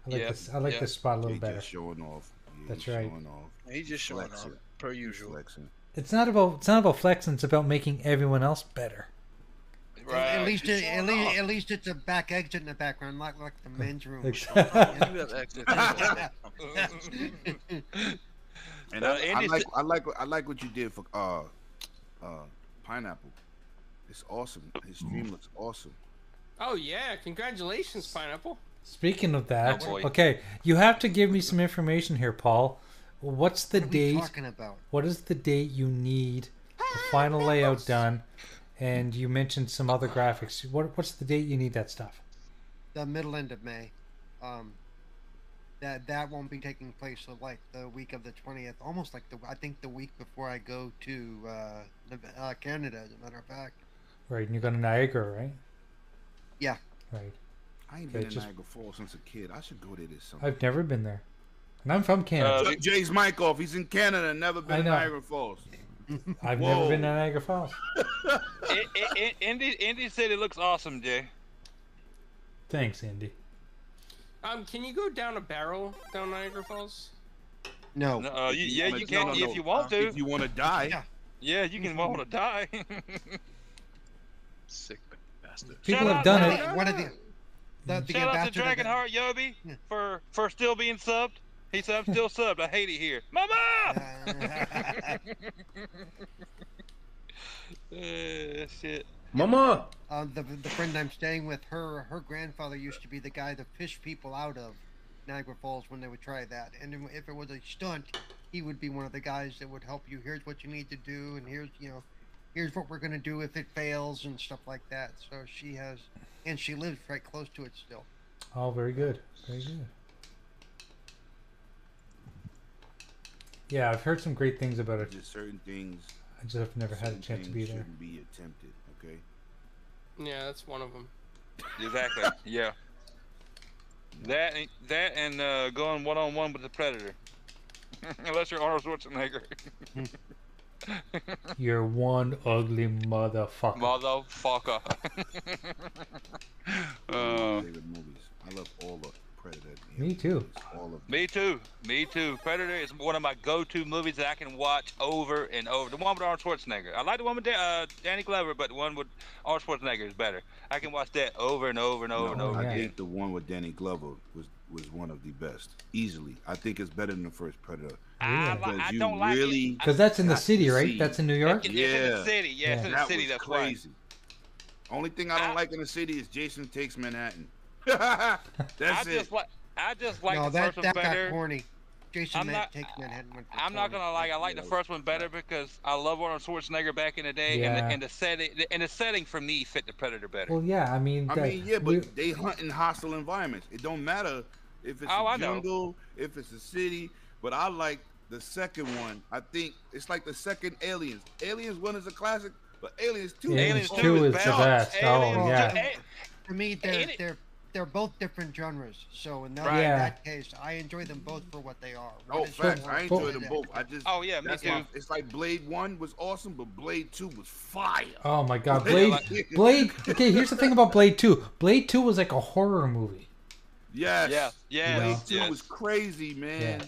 Speaker 3: I like
Speaker 1: Yeah,
Speaker 3: this. I like
Speaker 1: yeah.
Speaker 3: this spot a little
Speaker 2: He
Speaker 3: better.
Speaker 2: just showing off. He
Speaker 3: That's right.
Speaker 2: Showing off.
Speaker 7: He's just showing
Speaker 2: Flex
Speaker 7: off,
Speaker 2: it.
Speaker 7: per
Speaker 2: He's
Speaker 7: usual.
Speaker 2: flexing.
Speaker 3: It's not about it's not about flexing. It's about making everyone else better.
Speaker 1: Right. Oh.
Speaker 5: At least, it, at least, at least it's a back exit in the background, not like the men's room. or something,
Speaker 7: You have extra
Speaker 5: you
Speaker 7: things.
Speaker 5: know?
Speaker 2: And
Speaker 1: Uh,
Speaker 2: I, I
Speaker 1: Andy's-
Speaker 2: like I like I like what you did for uh uh pineapple. It's awesome. His
Speaker 3: Mm.
Speaker 2: stream looks awesome.
Speaker 6: Oh yeah, congratulations, pineapple.
Speaker 3: Speaking of that,
Speaker 1: Oh, boy.
Speaker 3: okay, you have to give me some information here, Paul. What's the
Speaker 5: What are we
Speaker 3: date?
Speaker 5: talking about? Ah,
Speaker 3: What is the date you need the final layout done? And you mentioned some other graphics. What what's the date you need that stuff?
Speaker 5: The middle end of May. Um, that that won't be taking place till like the week of the twentieth, almost like the I think the week before I go to uh, Nev- uh, Canada. As a matter of fact,
Speaker 3: Right, and you're going to Niagara, right?
Speaker 5: Yeah.
Speaker 3: Right.
Speaker 2: I ain't
Speaker 3: Okay,
Speaker 2: been in
Speaker 3: just-
Speaker 2: Niagara Falls since a kid. I should go there this summer.
Speaker 3: I've never been there, and I'm from Canada.
Speaker 1: Uh,
Speaker 2: Took Jay's mic off. He's in Canada. Never
Speaker 3: I
Speaker 2: been to
Speaker 3: know.
Speaker 2: Niagara Falls.
Speaker 3: I've
Speaker 2: whoa.
Speaker 3: never been to Niagara Falls.
Speaker 1: I- I- I- Indy, Indy said it looks awesome, Jay.
Speaker 3: Thanks, Andy.
Speaker 6: Um, can you go down a barrel down Niagara Falls?
Speaker 2: Oh,
Speaker 5: no.
Speaker 1: No, uh, you,
Speaker 2: If
Speaker 1: yeah,
Speaker 2: wanna-
Speaker 1: you can
Speaker 2: no, no, no.
Speaker 1: if you want to.
Speaker 2: If you want to die,
Speaker 5: Yeah.
Speaker 1: yeah, you can want to die.
Speaker 7: Sick bastard.
Speaker 3: People
Speaker 1: Shout
Speaker 3: have
Speaker 1: out
Speaker 3: done
Speaker 5: Hey,
Speaker 1: Niagara.
Speaker 3: it.
Speaker 5: One of the, the, the
Speaker 1: Shout out to
Speaker 5: ambassador that-
Speaker 1: Dragonheart Yobi
Speaker 5: Yeah.
Speaker 1: for for still being subbed. He said I'm still subbed. I hate it here. Mama.
Speaker 5: Uh,
Speaker 1: Uh, shit.
Speaker 8: Mama!
Speaker 5: uh, the, the friend I'm staying with, her her grandfather used to be the guy that fished people out of Niagara Falls when they would try that. And then if it was a stunt, he would be one of the guys that would help you. Here's what you need to do, and here's you know, here's what we're gonna do if it fails and stuff like that. So she has, and she lives right close to it still.
Speaker 3: Oh, very good. Very good. Yeah, I've heard some great things about it.
Speaker 2: there's certain things.
Speaker 3: I just have never had a
Speaker 2: certain
Speaker 3: chance to
Speaker 2: things
Speaker 3: be there.
Speaker 2: Shouldn't be attempted. Okay.
Speaker 6: Yeah, that's one of them.
Speaker 1: Exactly. yeah. That and- that and uh, going one on one with the predator. Unless you're Arnold Schwarzenegger.
Speaker 3: You're one ugly motherfucker.
Speaker 1: Motherfucker. uh,
Speaker 2: Favorite movies. I love all the Predator. and
Speaker 3: Me
Speaker 2: Alien
Speaker 3: too.
Speaker 2: movies, All of them.
Speaker 1: me too. Me too. Predator is one of my go-to movies that I can watch over and over. The one with Arnold Schwarzenegger. I like the one with da- uh, Danny Glover, but the one with Arnold Schwarzenegger is better. I can watch that over and over and over and
Speaker 2: No,
Speaker 1: over
Speaker 2: I
Speaker 3: Oh, yeah.
Speaker 1: again.
Speaker 2: think the one with Danny Glover was was one of the best, easily. I think it's better than the first Predator.
Speaker 1: I, li-
Speaker 3: Really?
Speaker 1: I
Speaker 2: Because you
Speaker 1: don't like
Speaker 2: really-
Speaker 1: it.
Speaker 3: Because that's in the
Speaker 2: Got to
Speaker 3: city, right?
Speaker 2: see.
Speaker 3: That's in New
Speaker 1: It's
Speaker 3: York.
Speaker 1: in- it's in
Speaker 2: Yeah.
Speaker 1: the city. Yeah, it's in the
Speaker 2: that
Speaker 1: city.
Speaker 2: was
Speaker 1: That's why.
Speaker 2: crazy. Only thing I don't
Speaker 1: I-
Speaker 2: like in the city is Jason Takes Manhattan. That's
Speaker 1: I
Speaker 2: it.
Speaker 1: just like. I just like
Speaker 5: no,
Speaker 1: the
Speaker 5: that
Speaker 1: first one
Speaker 5: that got
Speaker 1: better.
Speaker 5: corny. Jason
Speaker 1: I'm
Speaker 5: Man-
Speaker 1: not-
Speaker 5: takes Manhattan. went for
Speaker 1: I'm not
Speaker 5: corny.
Speaker 1: gonna lie, I like the
Speaker 2: Yeah.
Speaker 1: first one better because I love Arnold Schwarzenegger back in the day, and, the,
Speaker 3: Yeah.
Speaker 1: and the setting and the setting for me fit the Predator better.
Speaker 3: Well, yeah. I mean,
Speaker 2: I
Speaker 3: that-
Speaker 2: mean, yeah, but
Speaker 3: we-
Speaker 2: they hunt in hostile environments. It don't matter if it's
Speaker 1: Oh, I
Speaker 2: a
Speaker 1: know.
Speaker 2: jungle, if it's a city. But I like the second one. I think it's like the second Aliens. Aliens one is a classic, but Aliens two,
Speaker 3: Yeah,
Speaker 1: Aliens
Speaker 3: Aliens two is the
Speaker 1: better.
Speaker 3: best. Oh,
Speaker 1: Aliens
Speaker 5: yeah.
Speaker 1: two- eh,
Speaker 5: For me, they're
Speaker 1: it-
Speaker 5: they're they're both different genres. So in that,
Speaker 1: Right.
Speaker 5: in
Speaker 3: Yeah.
Speaker 5: that case, I enjoy them both for what they are. One
Speaker 2: Oh,
Speaker 5: is
Speaker 2: facts.
Speaker 5: more-
Speaker 2: I enjoy them both. I just
Speaker 1: oh yeah, me
Speaker 2: that's
Speaker 1: too.
Speaker 2: my, it's like Blade One was awesome, but Blade Two was fire.
Speaker 3: oh my God,
Speaker 2: Yeah,
Speaker 3: Blade.
Speaker 2: like-
Speaker 3: Blade. Okay, here's the thing about Blade Two. Blade Two was like a horror movie.
Speaker 2: Yes.
Speaker 1: Yeah, yeah,
Speaker 2: Blade
Speaker 3: Yes,
Speaker 2: Two was crazy, man.
Speaker 3: Yeah.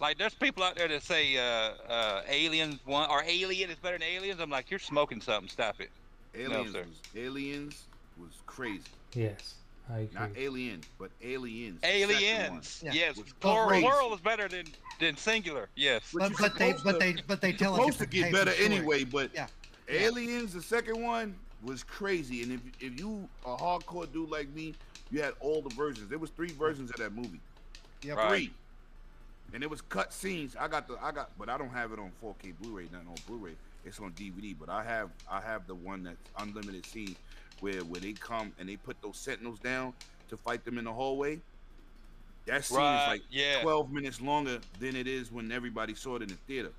Speaker 1: Like there's people out there that say uh, uh, Alien one or Alien is better than Aliens. I'm like, you're smoking something. Stop it.
Speaker 2: Aliens,
Speaker 1: sir.
Speaker 2: was, Aliens was crazy.
Speaker 3: Yes, I agree.
Speaker 2: Not Alien, but Aliens. the second one.
Speaker 1: Aliens.
Speaker 5: Yeah.
Speaker 1: Yes,
Speaker 2: It's
Speaker 1: plural,
Speaker 2: crazy.
Speaker 1: plural is better than than singular. Yes.
Speaker 5: But,
Speaker 2: you're
Speaker 5: but they
Speaker 2: supposed
Speaker 5: but
Speaker 2: to-
Speaker 5: they but they tell us
Speaker 2: supposed to get better anyway, but
Speaker 5: Yeah. Yeah.
Speaker 2: Aliens, the second one, was crazy. And if if you a hardcore dude like me, you had all the versions. There was three versions of that movie.
Speaker 5: Yep.
Speaker 1: Right.
Speaker 2: Three. And it was cut scenes. I got the I got but I don't have it on 4K Blu-ray, nothing on Blu-ray. It's on DVD, but I have I have the one that's unlimited scenes where where they come and they put those sentinels down to fight them in the hallway. That scene
Speaker 1: Right.
Speaker 2: is like
Speaker 1: yeah.
Speaker 2: 12 minutes longer than it is when everybody saw it in the theater.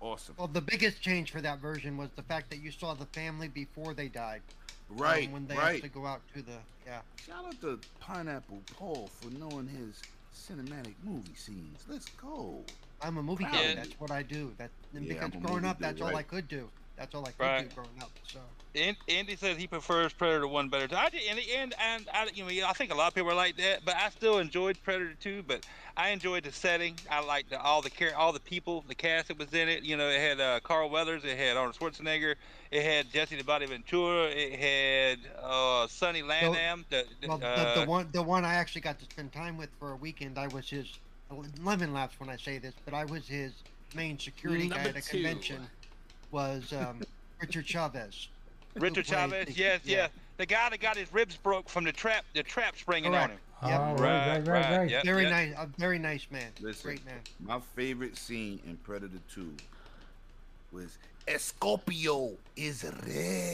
Speaker 2: Awesome.
Speaker 5: Well, the biggest change for that version was the fact that you saw the family before they died. um,
Speaker 2: Right,
Speaker 5: when they
Speaker 2: right.
Speaker 5: actually go out to the yeah.
Speaker 2: Shout out to Pineapple Paul for knowing his cinematic movie scenes. Let's go.
Speaker 5: I'm a movie
Speaker 2: Wow.
Speaker 5: guy.
Speaker 1: Yeah.
Speaker 5: That's what I do. That and
Speaker 2: Yeah, I'm
Speaker 5: because
Speaker 2: a
Speaker 5: growing
Speaker 2: movie
Speaker 5: up,
Speaker 2: dude,
Speaker 5: that's all I
Speaker 2: right.
Speaker 5: could do. That's all I could
Speaker 1: Right.
Speaker 5: do growing up. So
Speaker 1: And, Andy says he prefers Predator One better. I did, and, and, and I, you know, I think a lot of people are like that, but I still enjoyed Predator Two. But I enjoyed the setting. I liked the, all the care, all the people, the cast that was in it. You know, it had uh, Carl Weathers, it had Arnold Schwarzenegger, it had Jesse the Body Ventura, it had uh, Sonny Landham. The, the,
Speaker 5: well, the,
Speaker 1: uh,
Speaker 5: the one the one I actually got to spend time with for a weekend, I was his lemon laps when I say this, but I was his main security guy at
Speaker 6: Number
Speaker 5: a
Speaker 6: two.
Speaker 5: convention. Was um, Richard Chavez. who
Speaker 1: Richard
Speaker 5: played-
Speaker 1: Chavez. Yes, yeah.
Speaker 5: yeah.
Speaker 1: the guy that got his ribs broke from the trap, the trap springing on
Speaker 5: Correct.
Speaker 1: him.
Speaker 5: Yep.
Speaker 3: Oh, right, right, right, right.
Speaker 1: Yep,
Speaker 5: Very
Speaker 1: yep.
Speaker 5: nice, a very nice man.
Speaker 2: Listen.
Speaker 5: Great man.
Speaker 2: My favorite scene in Predator 2 was Escopio is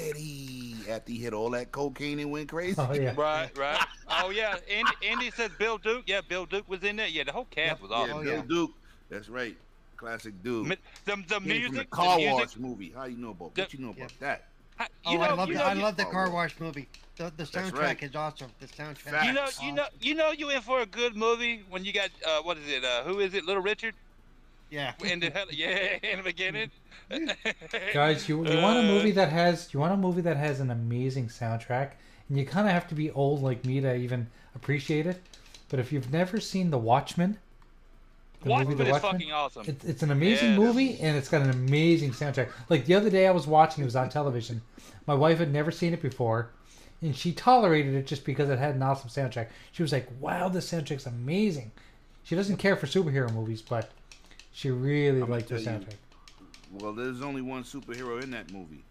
Speaker 2: ready. After he hit all that cocaine and went crazy.
Speaker 3: Oh yeah.
Speaker 1: Right, right. Oh yeah, Andy, Andy says Bill Duke. Yeah, Bill Duke was in there. Yeah, the whole cast
Speaker 5: Yep.
Speaker 1: was
Speaker 2: Yeah,
Speaker 1: awesome.
Speaker 5: Oh,
Speaker 2: Bill
Speaker 5: yeah.
Speaker 2: Duke. That's right. Classic dude.
Speaker 1: Mi- The, the
Speaker 2: Came from the
Speaker 1: music, the
Speaker 2: Car
Speaker 1: music.
Speaker 2: Wash movie. How you know about
Speaker 1: The-
Speaker 2: what you know about
Speaker 5: Yep.
Speaker 2: that?
Speaker 1: Hi-
Speaker 5: Oh,
Speaker 1: You know,
Speaker 5: I love
Speaker 1: you
Speaker 5: the
Speaker 1: know,
Speaker 5: I
Speaker 1: you-
Speaker 5: love the
Speaker 2: Oh,
Speaker 5: car
Speaker 2: well.
Speaker 5: wash movie. The the soundtrack
Speaker 2: right.
Speaker 5: is awesome. The soundtrack.
Speaker 1: You know,
Speaker 5: is
Speaker 1: you know,
Speaker 5: awesome.
Speaker 1: you know, you in for a good movie when you got uh, what is it? Uh, who is it? Little Richard
Speaker 5: Yeah.
Speaker 1: in the hell, yeah, in the beginning.
Speaker 3: Guys, you, you
Speaker 1: Uh,
Speaker 3: want a movie that has you want a movie that has an amazing soundtrack, and you kind of have to be old like me to even appreciate it. But if you've never seen The Watchmen, the movie
Speaker 1: Watchmen
Speaker 3: The
Speaker 1: is
Speaker 3: Watchmen,
Speaker 1: fucking awesome.
Speaker 3: It's, it's an amazing
Speaker 1: Yeah.
Speaker 3: movie and it's got an amazing soundtrack. Like the other day, I was watching it was on television. My wife had never seen it before, and she tolerated it just because it had an awesome soundtrack. She was like, "Wow, this soundtrack's amazing." She doesn't care for superhero movies, but she really
Speaker 2: I'ma
Speaker 3: liked the
Speaker 2: tell you.
Speaker 3: soundtrack.
Speaker 2: Well, there's only one superhero in that movie.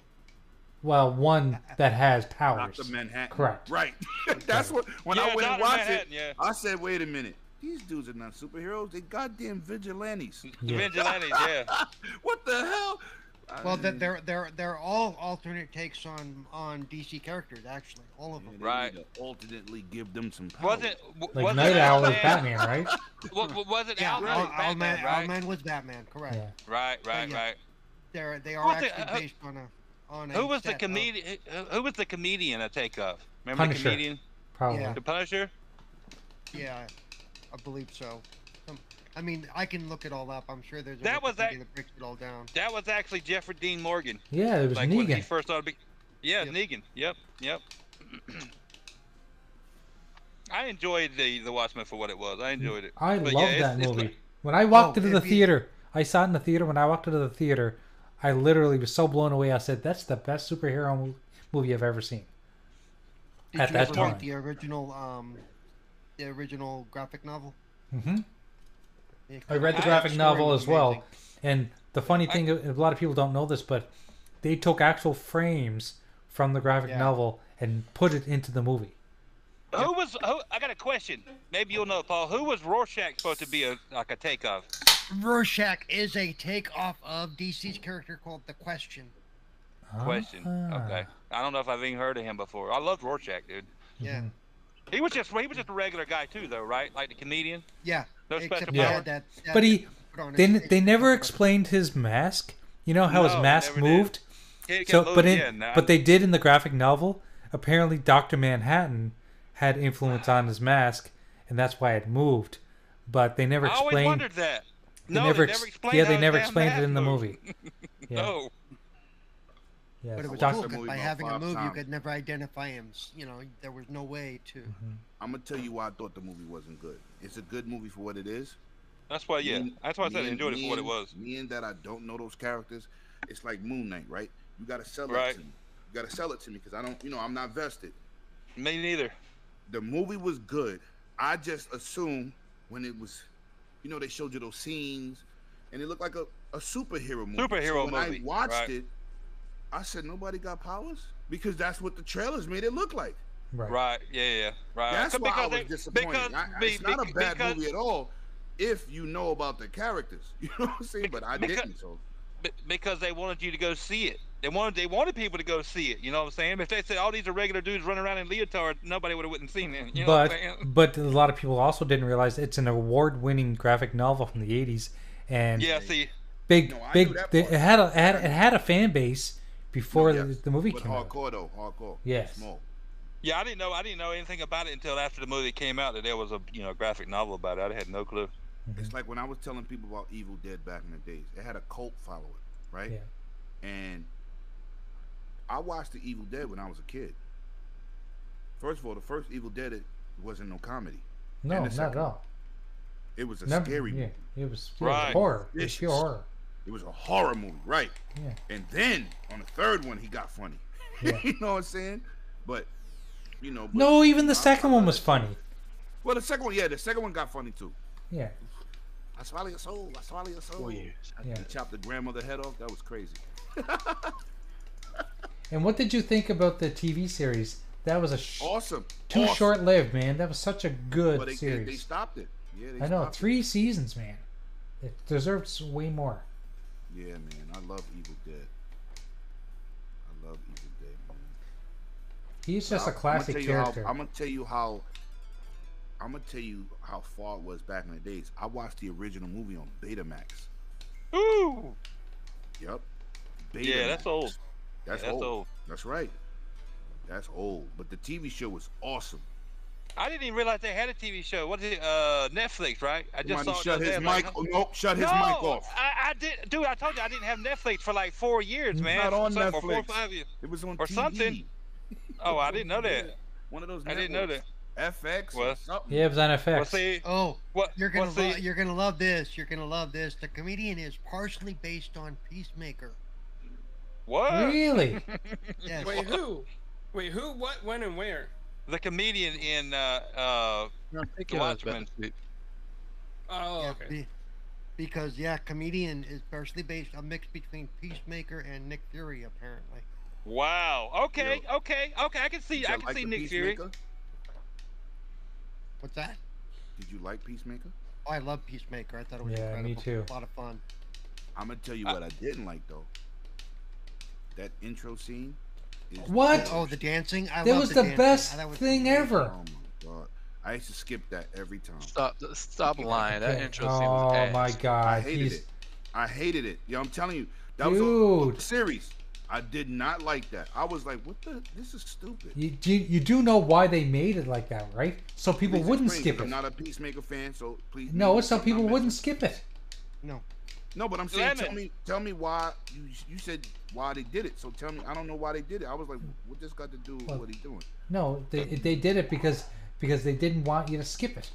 Speaker 3: Well, one that has powers.
Speaker 2: Doctor Manhattan.
Speaker 3: Correct.
Speaker 2: Right. That's what when
Speaker 1: yeah,
Speaker 2: I went
Speaker 1: Dr.
Speaker 2: and watched
Speaker 1: Manhattan,
Speaker 2: it,
Speaker 1: yeah.
Speaker 2: I said, wait a minute. These dudes are not superheroes. They goddamn vigilantes.
Speaker 3: Yeah.
Speaker 1: Vigilantes, yeah.
Speaker 2: what the hell?
Speaker 1: uh,
Speaker 5: Well,
Speaker 2: I-
Speaker 5: that they're they're they're all alternate takes on on DC characters. Actually, all of
Speaker 2: Yeah,
Speaker 5: them.
Speaker 2: they
Speaker 1: Right.
Speaker 2: need to Alternately give them some power.
Speaker 1: Wasn't w-
Speaker 3: Like
Speaker 1: wasn't
Speaker 3: Night Owl is
Speaker 1: Batman?
Speaker 3: Batman, right?
Speaker 1: wa- wa- wasn't
Speaker 5: Yeah,
Speaker 1: Owl
Speaker 5: Al-
Speaker 1: was
Speaker 5: Owlman,
Speaker 1: Batman, right?
Speaker 5: Owlman was Batman. Correct.
Speaker 3: Yeah.
Speaker 1: Right, right,
Speaker 5: yeah.
Speaker 1: right.
Speaker 5: They're they are
Speaker 1: What's it-
Speaker 5: actually
Speaker 1: uh,
Speaker 5: based on a on a.
Speaker 1: Who was the
Speaker 5: set of-
Speaker 1: comedian? Who, who was the comedian? I take of. Remember
Speaker 3: Punisher.
Speaker 1: the comedian,
Speaker 3: Probably.
Speaker 5: Yeah.
Speaker 1: the Punisher.
Speaker 5: yeah, I believe so. Um, I mean, I can look it all up. I'm sure there's a
Speaker 1: That was that-
Speaker 5: Wikipedia that breaks it all down.
Speaker 1: That was actually Jeffrey Dean Morgan.
Speaker 3: Yeah, it was
Speaker 1: like when he
Speaker 3: Negan.
Speaker 1: first started. Be- yeah,
Speaker 5: Yep.
Speaker 1: Negan. Yep, yep. I enjoyed the the Watchmen for what it was. I enjoyed it.
Speaker 3: I
Speaker 1: But
Speaker 3: love
Speaker 1: yeah, it's-
Speaker 3: that
Speaker 1: it's
Speaker 3: movie.
Speaker 1: like-
Speaker 3: when I walked
Speaker 5: Oh,
Speaker 3: into the
Speaker 5: if you-
Speaker 3: theater, I saw it in the theater. When I walked into the theater, I literally was so blown away. I said, "That's the best superhero mo- movie I've ever seen."
Speaker 5: Did
Speaker 3: At
Speaker 5: you
Speaker 3: that
Speaker 5: ever
Speaker 3: time.
Speaker 5: read the original um, the original graphic novel?
Speaker 1: Mm-hmm.
Speaker 3: hmm
Speaker 5: Yeah,
Speaker 3: I read the
Speaker 1: I-
Speaker 3: graphic
Speaker 5: story
Speaker 3: novel
Speaker 5: was
Speaker 3: as well,
Speaker 5: amazing.
Speaker 3: and the funny
Speaker 1: I-
Speaker 3: thing, a lot of people don't know this, but they took actual frames from the graphic
Speaker 5: Yeah.
Speaker 3: novel and put it into the movie.
Speaker 1: Who was? Who, I got a question. Maybe you'll know, Paul. Who was Rorschach supposed to be a like a take of?
Speaker 5: Rorschach is a takeoff of DC's character called the Question.
Speaker 1: Question.
Speaker 3: Ah.
Speaker 1: Okay. I don't know if I've even heard of him before. I love Rorschach, dude.
Speaker 5: Yeah,
Speaker 3: Mhm.
Speaker 1: He was just he was just a regular guy too, though, right? Like the comedian.
Speaker 5: yeah.
Speaker 1: No
Speaker 5: except
Speaker 1: special
Speaker 5: they
Speaker 3: Yeah.
Speaker 1: power.
Speaker 5: had that, that
Speaker 3: But he,
Speaker 5: put on
Speaker 3: they,
Speaker 5: his-
Speaker 3: they never explained his mask. You know how
Speaker 1: No,
Speaker 3: his
Speaker 1: they
Speaker 3: mask
Speaker 1: never did.
Speaker 3: moved.
Speaker 1: He kept
Speaker 3: so, but
Speaker 1: moving
Speaker 3: in,
Speaker 1: in. I-
Speaker 3: but they did in the graphic novel. Apparently, Doctor Manhattan had influence on his mask, and that's why it moved. But they never
Speaker 1: I always
Speaker 3: explained.
Speaker 1: wondered that.
Speaker 3: They
Speaker 1: no,
Speaker 3: never
Speaker 1: they
Speaker 3: ex-
Speaker 1: never explained.
Speaker 3: yeah,
Speaker 1: how
Speaker 3: they
Speaker 1: his
Speaker 3: never
Speaker 1: damn
Speaker 3: explained it
Speaker 1: mask
Speaker 3: in the
Speaker 1: moved.
Speaker 3: movie. Yeah,
Speaker 1: No.
Speaker 3: yeah.
Speaker 5: But it was
Speaker 2: Doctor
Speaker 5: cool
Speaker 2: Who
Speaker 5: 'cause
Speaker 2: movie
Speaker 5: by
Speaker 2: about
Speaker 5: having a
Speaker 2: five
Speaker 5: move, you
Speaker 2: times.
Speaker 5: could never identify him. s- You know, there was no way to.
Speaker 3: Mm-hmm.
Speaker 2: I'm gonna tell you why I thought the movie wasn't good. It's a good movie for what it is.
Speaker 1: That's why, yeah.
Speaker 2: Me and-
Speaker 1: That's why I
Speaker 2: me
Speaker 1: said I
Speaker 2: and-
Speaker 1: enjoyed it for
Speaker 2: me
Speaker 1: what it
Speaker 2: and-
Speaker 1: was.
Speaker 2: Me and that I don't know those characters. It's like Moon Knight, right? You gotta sell it
Speaker 1: Right.
Speaker 2: to me. You gotta sell it to me because I don't, you know, I'm not vested.
Speaker 1: Me neither.
Speaker 2: The movie was good. I just assumed when it was, you know, they showed you those scenes, and it looked like a, a superhero movie. So
Speaker 1: Superhero
Speaker 2: when
Speaker 1: movie,
Speaker 2: I watched
Speaker 1: right.
Speaker 2: it, I said nobody got powers because that's what the trailers made it look like.
Speaker 3: right.
Speaker 1: Right. Yeah. Yeah. Right.
Speaker 2: That's
Speaker 1: Uh, Because
Speaker 2: why I was
Speaker 1: they-
Speaker 2: disappointed.
Speaker 1: Because,
Speaker 2: I-
Speaker 1: be-
Speaker 2: it's not a
Speaker 1: bec-
Speaker 2: bad
Speaker 1: because,
Speaker 2: movie at all if you know about the characters. You know what I'm saying? But I
Speaker 1: Beca-
Speaker 2: didn't. So
Speaker 1: be- because they wanted you to go see it. They wanted they wanted people to go see it. You know what I'm saying? If they said all these are regular dudes running around in leotards, nobody would have wouldn't seen it. You know what I'm
Speaker 3: but
Speaker 1: saying?
Speaker 3: but a lot of people also didn't realize it's an award-winning graphic novel from the '80s, and
Speaker 1: Yeah. See.
Speaker 3: big
Speaker 2: No, I knew
Speaker 3: big.
Speaker 2: that
Speaker 3: They,
Speaker 2: part.
Speaker 3: it had a had, it had a fan base before
Speaker 2: No,
Speaker 3: the,
Speaker 2: yes.
Speaker 3: the movie
Speaker 2: But
Speaker 3: came out.
Speaker 2: hardcore though, hardcore.
Speaker 3: Yes.
Speaker 2: Small.
Speaker 1: Yeah, I didn't know I didn't know anything about it until after the movie came out that there was a you know graphic novel about it. I had no clue.
Speaker 2: It's like when I was telling people about Evil Dead back in the days. It had a cult following, right?
Speaker 3: Yeah.
Speaker 2: And I watched the Evil Dead when I was a kid. First of all, the first Evil Dead it wasn't no comedy.
Speaker 3: No,
Speaker 2: and the
Speaker 3: not at
Speaker 2: second
Speaker 3: all.
Speaker 2: It was a
Speaker 3: Never-
Speaker 2: scary movie.
Speaker 3: Yeah, it was, it was
Speaker 1: Right.
Speaker 3: horror. It was pure
Speaker 2: Vicious.
Speaker 3: horror.
Speaker 2: It was a horror movie, right?
Speaker 3: Yeah.
Speaker 2: And then on the third one he got funny.
Speaker 3: Yeah.
Speaker 2: you know what I'm saying? But you know but,
Speaker 3: No, even the
Speaker 2: I-
Speaker 3: second
Speaker 2: I
Speaker 3: one
Speaker 2: love
Speaker 3: was
Speaker 2: it.
Speaker 3: funny.
Speaker 2: Well the second one, yeah, the second one got funny too.
Speaker 3: Yeah,
Speaker 2: I swallow your soul, I swallow your soul.
Speaker 7: Four years.
Speaker 3: yeah.
Speaker 2: He chopped the grandmother head off, that was crazy.
Speaker 3: And what did you think about the TV series? That was a sh-
Speaker 2: Awesome.
Speaker 3: too
Speaker 2: awesome.
Speaker 3: short-lived, man. That was such a good
Speaker 2: But they, they,
Speaker 3: series.
Speaker 2: they stopped it. Yeah, they
Speaker 3: I know,
Speaker 2: stopped it.
Speaker 3: three seasons, man. It deserves way more.
Speaker 2: Yeah, man, I love Evil Dead. I love Evil Dead. Man.
Speaker 3: He's just a
Speaker 2: I'm gonna
Speaker 3: classic
Speaker 2: tell you how-
Speaker 3: character.
Speaker 2: I'm gonna tell you how. I'm gonna tell you how far it was back in the days. I watched the original movie on Betamax.
Speaker 1: Ooh.
Speaker 2: Yep.
Speaker 1: Yeah, that's
Speaker 2: Betamax.
Speaker 1: old.
Speaker 2: That's,
Speaker 1: yeah, that's
Speaker 2: old.
Speaker 1: old.
Speaker 2: That's right. That's old. But the TV show was awesome.
Speaker 1: I didn't even realize they had a TV show. What is it? Uh, Netflix, right? I just
Speaker 2: Somebody
Speaker 1: saw it
Speaker 2: shut
Speaker 1: the other
Speaker 2: his
Speaker 1: day. I was
Speaker 2: mic.
Speaker 1: like,
Speaker 2: oh, no, shut his
Speaker 1: no,
Speaker 2: mic off.
Speaker 1: I, I did, dude. I told you I didn't have Netflix for like four years, man.
Speaker 2: not on
Speaker 1: Something, or Four or
Speaker 2: Netflix.
Speaker 1: five years.
Speaker 2: It was on
Speaker 1: or
Speaker 2: TV.
Speaker 1: something. Oh, I didn't know that.
Speaker 2: One of those.
Speaker 1: I didn't know that.
Speaker 2: networks. FX. or
Speaker 1: Well-
Speaker 2: something.
Speaker 3: yeah, it was on FX.
Speaker 1: Well, see,
Speaker 5: Oh,
Speaker 1: what
Speaker 5: you're gonna
Speaker 1: well, see,
Speaker 5: lo- you're gonna love this. You're gonna love this. The comedian is partially based on Peacemaker.
Speaker 1: what?
Speaker 3: Really?
Speaker 5: Yes.
Speaker 6: Wait, who? Wait, who? What? When? And where?
Speaker 1: The comedian in uh, uh, The Watchmen.
Speaker 6: Oh,
Speaker 5: Yeah,
Speaker 6: okay.
Speaker 5: be- because yeah, comedian is partially based a mix between Peacemaker and Nick Fury apparently.
Speaker 1: Wow. Okay. Okay. Okay. I can see.
Speaker 2: Did
Speaker 1: I
Speaker 2: you
Speaker 1: can
Speaker 2: like
Speaker 1: see
Speaker 2: the
Speaker 1: Nick Fury.
Speaker 2: Peacemaker?
Speaker 5: What's that?
Speaker 2: Did you like Peacemaker?
Speaker 5: Oh, I love Peacemaker. I thought it was
Speaker 3: Yeah, me
Speaker 5: incredible.
Speaker 3: too.
Speaker 5: A lot of fun.
Speaker 2: I'm gonna tell you
Speaker 1: I-
Speaker 2: what I didn't like though. That intro scene. Is
Speaker 3: What?
Speaker 5: Oh, the dancing! I
Speaker 3: That
Speaker 5: love
Speaker 3: was
Speaker 5: the
Speaker 3: the
Speaker 5: dancing.
Speaker 3: best
Speaker 5: That was
Speaker 3: thing
Speaker 5: amazing.
Speaker 2: Oh
Speaker 3: ever.
Speaker 2: my god! I used to skip that every time.
Speaker 7: Stop! Stop lying. That
Speaker 3: Okay.
Speaker 7: intro scene
Speaker 3: Oh
Speaker 7: was ass.
Speaker 3: my
Speaker 2: I
Speaker 3: god,
Speaker 2: hated
Speaker 3: he's
Speaker 2: it. I hated it. Yo, I'm telling you, that was a- a
Speaker 3: dude.
Speaker 2: series. I did not like that. I was like, what the? This is stupid.
Speaker 3: You do you do know why they made it like that, right? So people
Speaker 2: Please
Speaker 3: wouldn't
Speaker 2: explain,
Speaker 3: skip
Speaker 2: 'cause
Speaker 3: it.
Speaker 2: I'm not a Peacemaker fan, so please.
Speaker 3: No,
Speaker 2: maybe
Speaker 3: it's so
Speaker 2: something I'm
Speaker 3: people wouldn't
Speaker 2: missing.
Speaker 3: skip it.
Speaker 5: No,
Speaker 2: No, but I'm saying, tell
Speaker 1: Lemon.
Speaker 2: me, tell me why you you said why they did it. So tell me, I don't know why they did it. I was like, what this got to do with
Speaker 3: Well-
Speaker 2: what he doing?
Speaker 3: No, they they did it because because they didn't want you to skip it.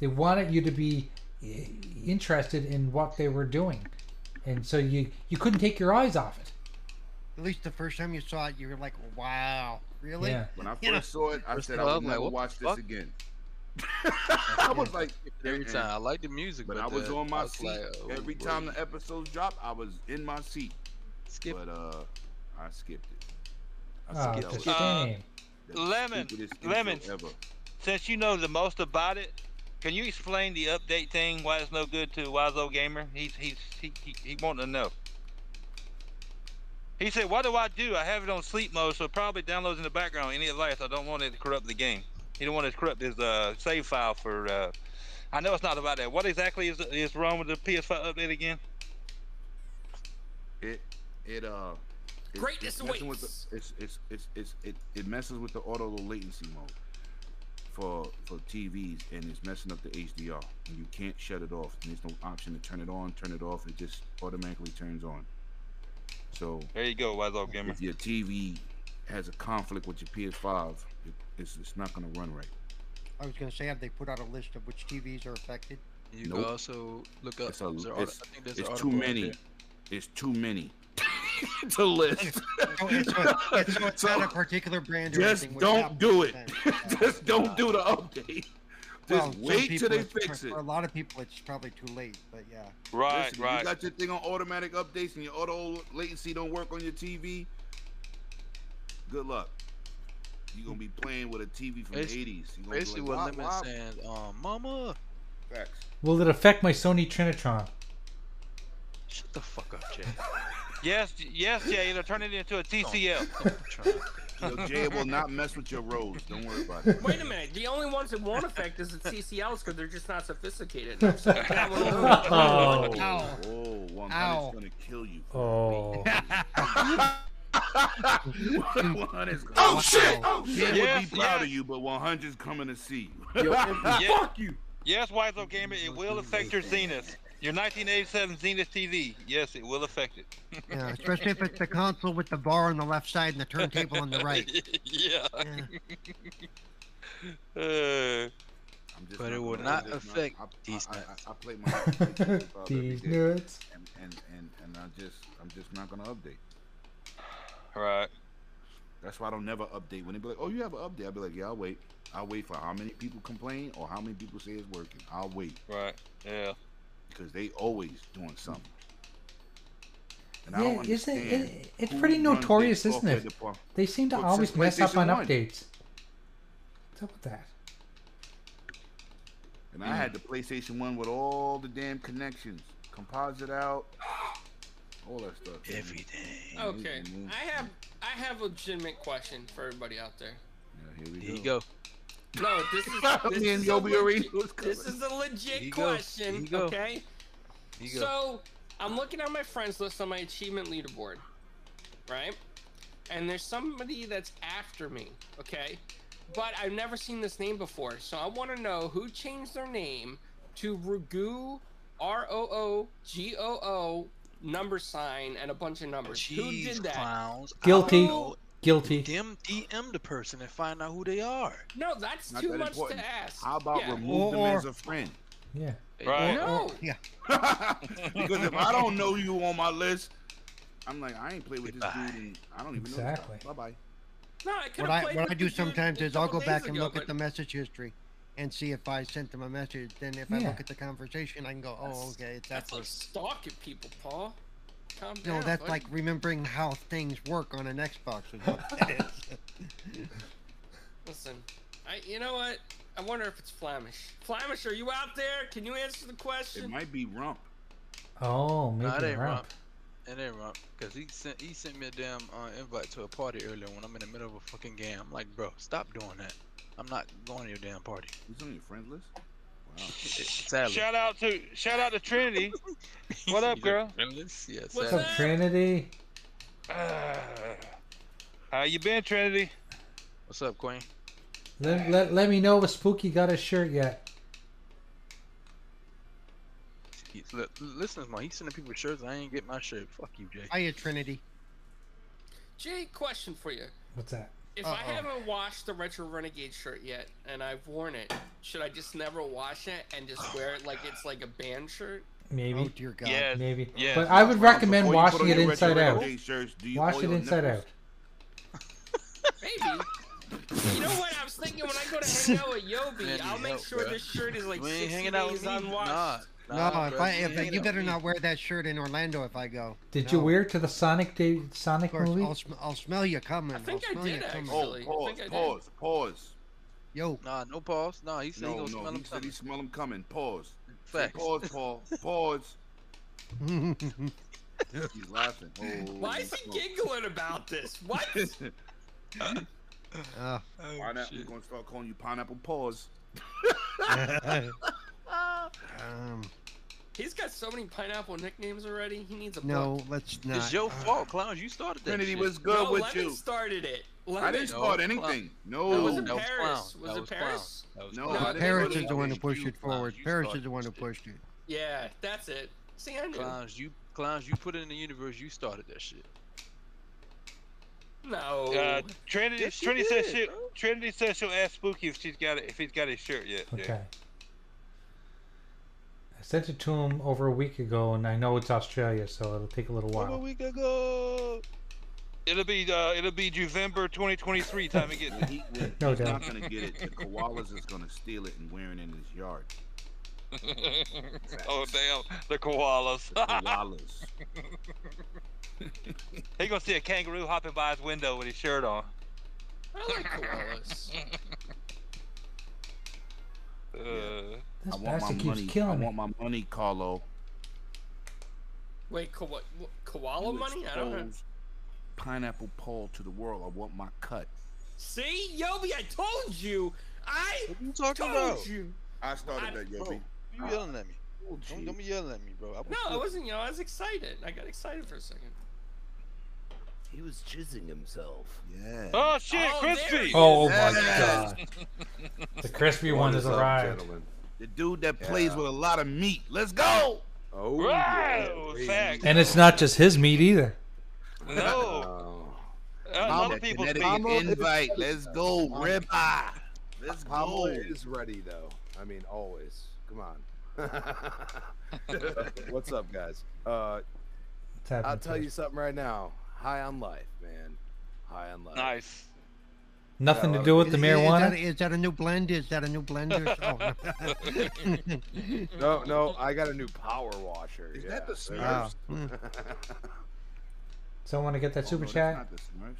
Speaker 3: They wanted you to be i- interested in what they were doing, and so you you couldn't take your eyes off it.
Speaker 5: at least the first time you saw it, you were like, "Wow, really?"
Speaker 3: Yeah.
Speaker 2: When I first
Speaker 5: You know.
Speaker 2: saw it, I
Speaker 7: First
Speaker 2: said
Speaker 7: of all,
Speaker 2: I
Speaker 7: I'm
Speaker 2: would
Speaker 7: like,
Speaker 2: never
Speaker 7: what the
Speaker 2: watch this
Speaker 7: fuck?
Speaker 2: again. I was like,
Speaker 7: every
Speaker 2: Mm-mm.
Speaker 7: time. I like the music,
Speaker 2: but
Speaker 7: but,
Speaker 2: I was
Speaker 7: the-
Speaker 2: on my
Speaker 7: was
Speaker 2: seat
Speaker 7: like, oh,
Speaker 2: every
Speaker 7: bro,
Speaker 2: time the episodes dropped. I was in my seat,
Speaker 7: skip.
Speaker 2: but uh, I skipped it.
Speaker 3: Oh,
Speaker 2: said
Speaker 3: it's
Speaker 2: that
Speaker 3: a
Speaker 2: was
Speaker 3: shame.
Speaker 2: the
Speaker 1: Ah, Uh, Lemon,
Speaker 2: stupidest intro
Speaker 1: lemon.
Speaker 2: ever.
Speaker 1: Since you know the most about it, can you explain the update thing? Why it's no good to Wiseau Gamer? He's he's he he, he wanting to know. He said, "What do I do? I have it on sleep mode, so it probably downloads in the background. Any advice? I don't want it to corrupt the game. He don't want it to corrupt his uh, save file for." Uh, I know it's not about that. What exactly is is wrong with the PS5 update again?
Speaker 2: It it uh. it-
Speaker 6: Greatness
Speaker 2: it's messing with
Speaker 6: awaits.
Speaker 2: the- It's it's it's it's it, it messes with the auto low latency mode for for TVs and it's messing up the HDR. And you can't shut it off. And there's no option to turn it on, turn it off. It just automatically turns on. So
Speaker 1: There you go, Wiseau Gamer.
Speaker 2: if your TV has a conflict with your PS5, it, it's it's not gonna run right.
Speaker 5: I was gonna say, have they put out a list of which TVs are affected?
Speaker 7: You
Speaker 2: Nope.
Speaker 7: can also look up.
Speaker 2: It's a-
Speaker 7: there's
Speaker 2: it's-
Speaker 7: an arti- I think there's an
Speaker 2: It's too
Speaker 7: article out
Speaker 2: many.
Speaker 7: there.
Speaker 2: It's too many to list.
Speaker 5: No, it's, a, it's, so it's
Speaker 2: So-
Speaker 5: not a particular brand. Or
Speaker 2: Just
Speaker 5: anything, which
Speaker 2: don't
Speaker 5: happens
Speaker 2: do it.
Speaker 5: sometimes. Yeah.
Speaker 2: Just don't do the update. Just
Speaker 5: Well, some
Speaker 2: wait till
Speaker 5: people
Speaker 2: they
Speaker 5: it's-
Speaker 2: fix
Speaker 5: for-
Speaker 2: it.
Speaker 5: For a lot of people, it's probably too late. But yeah,
Speaker 1: Right,
Speaker 2: Listen,
Speaker 1: right.
Speaker 2: You got your thing on automatic updates and your auto latency don't work on your TV. Good luck. You're gonna be playing with a TV from
Speaker 7: Basi-
Speaker 2: the 80s. You're gonna be
Speaker 7: Basically,
Speaker 2: like,
Speaker 7: what
Speaker 2: "Why-
Speaker 7: Lemon's
Speaker 2: why?"
Speaker 7: saying, um, Mama,
Speaker 2: Facts.
Speaker 3: Will it affect my Sony Trinitron?
Speaker 7: shut the fuck up, Jay.
Speaker 1: Yes, yes, Jay. It'll turn it into a TCL.
Speaker 7: Don't try.
Speaker 2: Yo, Jay it will not mess with your rolls. Don't worry about it.
Speaker 6: Wait a minute. The only ones that won't affect is the CCLs because they're just not sophisticated. enough. So that one over the toilet.
Speaker 3: Oh.
Speaker 2: Whoa,
Speaker 5: Ow.
Speaker 2: whoa, one
Speaker 5: Ow.
Speaker 2: hundred's gonna kill you.
Speaker 3: Oh.
Speaker 2: one hundred's. Oh shit!
Speaker 5: Oh,
Speaker 2: Jay
Speaker 1: Yes,
Speaker 2: would be proud
Speaker 1: yes.
Speaker 2: of you, but one hundred's coming to see you.
Speaker 6: Yo, if-
Speaker 1: Yes.
Speaker 2: Fuck you.
Speaker 1: Yes, Wiseau Gamer, it will affect your Zenith. Your 1987 Zenith TV. Yes, it will affect it.
Speaker 5: Yeah, especially if it's the console with the bar on the left side and the turntable on the right.
Speaker 1: yeah.
Speaker 5: Yeah.
Speaker 1: Uh,
Speaker 2: I'm just
Speaker 7: But it
Speaker 2: gonna
Speaker 7: will
Speaker 2: lie,
Speaker 7: not
Speaker 2: I'm just
Speaker 7: affect
Speaker 2: I- I-
Speaker 7: these
Speaker 2: I, I,
Speaker 7: nuts.
Speaker 2: I, play my PlayStation about every
Speaker 3: These
Speaker 2: day,
Speaker 3: nuts.
Speaker 2: and, and and and I just I'm just not gonna update.
Speaker 1: right.
Speaker 2: That's why I don't never update. When they be like, "Oh, you have an update," I'll be like, "Yeah, I'll wait. I'll wait for how many people complain or how many people say it's working. I'll wait
Speaker 1: Right. Yeah.
Speaker 2: because they always doing something." And I
Speaker 3: Yeah,
Speaker 2: don't
Speaker 3: isn't
Speaker 2: understand
Speaker 3: it, it's
Speaker 2: who
Speaker 3: pretty
Speaker 2: runs their
Speaker 3: notorious, isn't
Speaker 2: software
Speaker 3: it?
Speaker 2: depart-
Speaker 3: They seem to
Speaker 2: Well,
Speaker 3: always
Speaker 2: since
Speaker 3: mess up on
Speaker 2: PlayStation 1.
Speaker 3: updates. What's up with that?
Speaker 2: And I had the PlayStation One with all the damn connections, composite out, all that stuff. man.
Speaker 7: Everything.
Speaker 6: okay.
Speaker 2: Mhm.
Speaker 6: I have I have a legitimate question for everybody out there.
Speaker 2: Yeah, here we
Speaker 7: There you go.
Speaker 6: No, this is this
Speaker 2: Me and
Speaker 6: is, a
Speaker 2: Yobi already
Speaker 6: legit,
Speaker 2: knew it's coming.
Speaker 6: this is a
Speaker 7: Here you
Speaker 6: legit
Speaker 7: go. Here
Speaker 6: question.
Speaker 7: you go.
Speaker 6: Okay.
Speaker 7: There you go.
Speaker 6: So I'm looking at my friends list on my achievement leaderboard, right? And there's somebody that's after me, okay? But I've never seen this name before, so I want to know who changed their name to Ragoo, R O O G O O number sign and a bunch of numbers. who
Speaker 7: Jeez,
Speaker 6: did that?
Speaker 7: clowns. I
Speaker 3: Guilty.
Speaker 7: don't know.
Speaker 3: Guilty.
Speaker 7: Dem- DM the person and find out who they are.
Speaker 6: No, that's
Speaker 2: Not
Speaker 6: too
Speaker 2: that
Speaker 6: much
Speaker 2: important.
Speaker 6: to ask.
Speaker 2: How about
Speaker 6: yeah.
Speaker 2: remove them
Speaker 5: Or-
Speaker 2: as a friend?
Speaker 3: Yeah.
Speaker 1: Right.
Speaker 5: Oh.
Speaker 6: No.
Speaker 2: because if I don't know you on my list, I'm like, I ain't played with this
Speaker 7: Goodbye.
Speaker 2: dude, and I don't even
Speaker 3: Exactly.
Speaker 2: know. Bye bye.
Speaker 6: No, I could
Speaker 5: What
Speaker 6: have
Speaker 5: I
Speaker 6: played
Speaker 5: what
Speaker 6: with
Speaker 5: I
Speaker 6: the
Speaker 5: do
Speaker 6: dude
Speaker 5: sometimes
Speaker 6: a
Speaker 5: is I'll
Speaker 6: couple
Speaker 5: go back
Speaker 6: days
Speaker 5: and
Speaker 6: ago,
Speaker 5: look at
Speaker 6: but-
Speaker 5: the message history, and see if I sent them a message. Then if I
Speaker 3: Yeah.
Speaker 5: look at the conversation, I can go, oh, okay, it's that
Speaker 6: That's like
Speaker 5: person.
Speaker 6: stalking people, Paul. Calm
Speaker 5: No,
Speaker 6: down,
Speaker 5: that's
Speaker 6: bud.
Speaker 5: like remembering how things work on an Xbox. Is what that is.
Speaker 6: Listen, I. You know what? I wonder if it's Flamish. Flamish, are you out there? Can you answer the
Speaker 2: It
Speaker 6: question?
Speaker 2: might be rump.
Speaker 3: Oh, maybe
Speaker 7: Nah, it ain't
Speaker 3: Rump.
Speaker 7: Rump. It ain't Rump. Cause he sent he sent me a damn uh, invite to a party earlier when I'm in the middle of a fucking game. I'm like, bro, stop doing that. I'm not going to your damn party.
Speaker 2: He's on your friend list. Wow.
Speaker 7: It- Sadly.
Speaker 1: Shout out to shout out to Trinity. What up,
Speaker 7: He's like,
Speaker 1: girl?
Speaker 7: "Friendless?" Yeah,
Speaker 6: What's
Speaker 3: What's
Speaker 7: sadly.
Speaker 3: up, Trinity?
Speaker 1: Uh, how you been, Trinity?
Speaker 7: What's up, Queen?
Speaker 3: Let, let, let me know if Spooky got his shirt yet.
Speaker 7: He, look, listen to my. He's sending people shirts. I ain't get my shirt. Fuck you, Jay.
Speaker 5: Hiya, Trinity.
Speaker 6: Jay, question for you.
Speaker 3: What's that?
Speaker 6: If I
Speaker 5: Uh-oh.
Speaker 6: haven't washed the retro renegade shirt yet, and I've worn it, should I just never wash it and just wear it like it's like a band shirt?
Speaker 3: Maybe.
Speaker 5: Oh dear God.
Speaker 1: Yeah.
Speaker 3: Maybe.
Speaker 1: yes.
Speaker 3: But I would recommend
Speaker 2: Before you put
Speaker 3: washing
Speaker 2: on
Speaker 3: it
Speaker 2: your
Speaker 3: inside
Speaker 2: retro
Speaker 3: out.
Speaker 2: renegade shirts, do you
Speaker 3: Wash
Speaker 2: oil
Speaker 3: it
Speaker 2: your
Speaker 3: inside
Speaker 2: nipples?
Speaker 3: out.
Speaker 6: Maybe. you know what? I was thinking when I go to hang out with Yobi,
Speaker 7: Man,
Speaker 6: I'll
Speaker 7: you
Speaker 6: make
Speaker 7: help,
Speaker 6: sure
Speaker 7: bruh.
Speaker 6: this shirt is like
Speaker 7: you ain't
Speaker 6: 60
Speaker 7: hanging out with
Speaker 6: days
Speaker 7: me.
Speaker 6: unwashed.
Speaker 7: Nah,
Speaker 5: no,
Speaker 7: nah,
Speaker 5: if
Speaker 7: bruh,
Speaker 5: I,
Speaker 7: you
Speaker 5: if,
Speaker 7: ain't
Speaker 5: you
Speaker 7: hanging
Speaker 5: better
Speaker 7: out
Speaker 5: not
Speaker 7: with me.
Speaker 5: wear that shirt in Orlando if I go.
Speaker 3: Did you
Speaker 5: No.
Speaker 3: wear it to the Sonic day, Sonic
Speaker 5: Of course,
Speaker 3: movie?
Speaker 5: I'll, sm- I'll smell you coming.
Speaker 6: I think
Speaker 5: I'll
Speaker 6: I
Speaker 5: smell
Speaker 6: did,
Speaker 5: you coming.
Speaker 6: actually.
Speaker 2: Oh,
Speaker 6: Really? I
Speaker 2: pause,
Speaker 6: think I did.
Speaker 2: pause, pause.
Speaker 5: Yo,
Speaker 7: Nah, no pause. Nah, he said he
Speaker 2: No,
Speaker 7: gonna
Speaker 2: no,
Speaker 7: smell
Speaker 2: he
Speaker 7: him
Speaker 2: said he
Speaker 7: coming.
Speaker 2: smell him coming. Pause. Say
Speaker 7: Facts.
Speaker 2: Pause, Paul. Pause. He's laughing. Oh,
Speaker 6: Why is he
Speaker 2: smoke.
Speaker 6: giggling about this? What?
Speaker 5: uh,
Speaker 6: Oh,
Speaker 2: Pineapple, we're gonna start calling you Pineapple Paws.
Speaker 5: um,
Speaker 6: He's got so many pineapple nicknames already. He needs a book.
Speaker 5: no, let's not. Uh,
Speaker 7: It's your fault, clowns. You started that.
Speaker 2: Trinity
Speaker 7: shit.
Speaker 2: was good
Speaker 6: no,
Speaker 2: with
Speaker 6: Lemon
Speaker 2: you.
Speaker 6: started it.
Speaker 2: I
Speaker 6: Lemon.
Speaker 2: didn't
Speaker 7: No,
Speaker 2: start
Speaker 7: Clown.
Speaker 2: anything.
Speaker 7: That
Speaker 6: That
Speaker 2: No,
Speaker 6: was
Speaker 7: was,
Speaker 6: in
Speaker 7: that was
Speaker 6: Paris.
Speaker 7: clown.
Speaker 6: Was
Speaker 7: that
Speaker 6: it
Speaker 7: was
Speaker 6: Paris?
Speaker 7: Clown.
Speaker 2: No,
Speaker 6: No,
Speaker 2: I didn't
Speaker 5: Paris
Speaker 2: start
Speaker 5: is the one who
Speaker 2: anything.
Speaker 5: pushed it
Speaker 7: You
Speaker 5: forward.
Speaker 7: started
Speaker 5: Paris
Speaker 7: this
Speaker 5: is the one who
Speaker 7: shit.
Speaker 5: pushed it.
Speaker 6: Yeah, that's it. See, I knew.
Speaker 7: Clowns, you clowns, you put it in the universe. You started that shit.
Speaker 6: No.
Speaker 1: Uh, Trinity
Speaker 7: Oh. Yes, she
Speaker 1: Trinity says
Speaker 7: did,
Speaker 1: she
Speaker 7: bro.
Speaker 1: Trinity says she'll ask Spooky if she's got it, if he's got his shirt yet. Yeah.
Speaker 3: Okay. I sent it to him over a week ago, and I know it's Australia, so it'll take a little
Speaker 7: Over a
Speaker 3: while.
Speaker 7: week ago.
Speaker 1: It'll be uh, it'll be November 2023 time he gets
Speaker 2: The
Speaker 1: it.
Speaker 2: heat wave.
Speaker 3: No
Speaker 2: He's
Speaker 3: doubt.
Speaker 2: not gonna get it. The koalas is gonna steal it and wear it in his yard.
Speaker 1: oh damn, the koalas.
Speaker 2: The koalas.
Speaker 1: he gonna see a kangaroo hopping by his window with his shirt on.
Speaker 6: I like koalas.
Speaker 1: Uh,
Speaker 3: This
Speaker 2: I want my
Speaker 3: bastard keeps
Speaker 2: money. I
Speaker 3: killing me.
Speaker 2: want my money, Carlo.
Speaker 6: Wait, ko- what, koala
Speaker 2: You
Speaker 6: money? I don't know.
Speaker 2: exposed pineapple Paul to the world. I want my cut.
Speaker 6: See, Yobi, I told you. I
Speaker 7: What are you talking
Speaker 6: told
Speaker 7: about?
Speaker 6: you.
Speaker 2: I started
Speaker 6: I-
Speaker 2: that,
Speaker 7: Bro,
Speaker 2: Yobi.
Speaker 7: you yelling at me?
Speaker 2: Oh,
Speaker 7: Don't,
Speaker 2: gee.
Speaker 7: don't be yelling at me, bro. I
Speaker 6: No, I wasn't. You know, I was excited. I got excited for a second.
Speaker 8: He was jizzing himself.
Speaker 2: Yeah.
Speaker 1: Oh shit,
Speaker 6: Oh, there
Speaker 1: crispy.
Speaker 6: it
Speaker 3: Oh
Speaker 2: Yeah.
Speaker 3: my god. The crispy one
Speaker 9: is
Speaker 3: has
Speaker 9: up,
Speaker 3: arrived.
Speaker 9: gentlemen.
Speaker 2: The dude that plays
Speaker 9: Yeah.
Speaker 2: with a lot of meat. Let's go.
Speaker 9: Oh, yeah,
Speaker 1: Wow,
Speaker 9: we-
Speaker 1: facts.
Speaker 3: And it's not just his meat either.
Speaker 1: No,
Speaker 9: Oh.
Speaker 1: that's
Speaker 2: Mama,
Speaker 1: other people's
Speaker 2: genetic
Speaker 1: meat.
Speaker 9: Mama is
Speaker 2: invite.
Speaker 9: ready.
Speaker 2: Let's go,
Speaker 9: Mama-
Speaker 2: ribeye. Let's
Speaker 9: Pablo
Speaker 2: go.
Speaker 9: is ready though. I mean, always. Come on. What's up, guys? Uh,
Speaker 3: It's happening
Speaker 9: I'll tell
Speaker 3: to
Speaker 9: you
Speaker 3: us.
Speaker 9: something right now. High on life, man. High on life.
Speaker 1: Nice.
Speaker 3: Nothing
Speaker 9: Yeah,
Speaker 3: to do with the
Speaker 5: Is- is that-
Speaker 3: marijuana.
Speaker 5: Is that a new blend? Is that a new blender? Oh,
Speaker 9: No, no, I got a new power washer.
Speaker 2: Is
Speaker 9: yeah.
Speaker 2: that the
Speaker 9: there
Speaker 2: Smurfs?
Speaker 9: it is.
Speaker 5: no.
Speaker 3: Someone to get that
Speaker 2: Oh,
Speaker 3: super
Speaker 2: no, that's
Speaker 3: chat.
Speaker 2: not the Smurfs.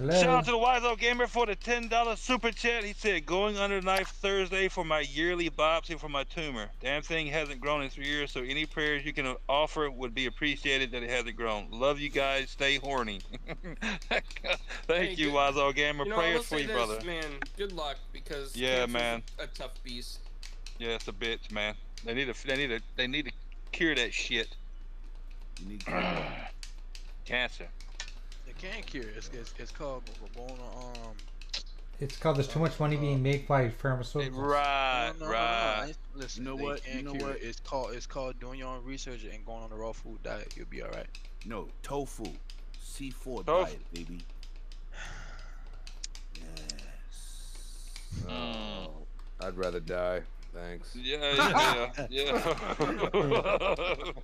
Speaker 1: Shout
Speaker 3: Hello.
Speaker 1: out to the Wise Old Gamer for the ten dollar super chat. He said, "Going under knife Thursday for my yearly biopsy for my tumor. Damn thing hasn't grown in three years, so any prayers you can offer would be appreciated that it hasn't grown. Love you guys. Stay horny. Thank
Speaker 6: Hey,
Speaker 1: you,
Speaker 6: good-
Speaker 1: Wise Old Gamer.
Speaker 6: You know, I will
Speaker 1: prayers for
Speaker 6: say
Speaker 1: you,
Speaker 6: this,
Speaker 1: brother.
Speaker 6: man. Good luck because
Speaker 1: Yeah,
Speaker 6: cancer's
Speaker 1: man.
Speaker 6: A, a tough beast.
Speaker 1: Yeah, it's a bitch, man. They need to. They need to. They need to cure that shit.
Speaker 2: You need to
Speaker 1: Cancer.
Speaker 7: They can't cure. it. It's, it's, it's called Rabona. Um,
Speaker 3: It's called There's Too Much Money Being Made by Pharmaceuticals.
Speaker 1: Right.
Speaker 7: No, no, no, no, I
Speaker 1: right.
Speaker 7: ain't- Listen,
Speaker 2: know
Speaker 7: they
Speaker 2: what? You
Speaker 7: can't
Speaker 2: know
Speaker 7: cure it.
Speaker 2: what?
Speaker 7: It's called it's called doing your own research and going on the raw food diet. You'll be all right.
Speaker 2: No, tofu. C4
Speaker 1: Tofu.
Speaker 2: diet, baby. Yes.
Speaker 9: Oh,
Speaker 7: Hmm.
Speaker 9: I'd rather die. Thanks.
Speaker 1: Yeah. Yeah. Yeah.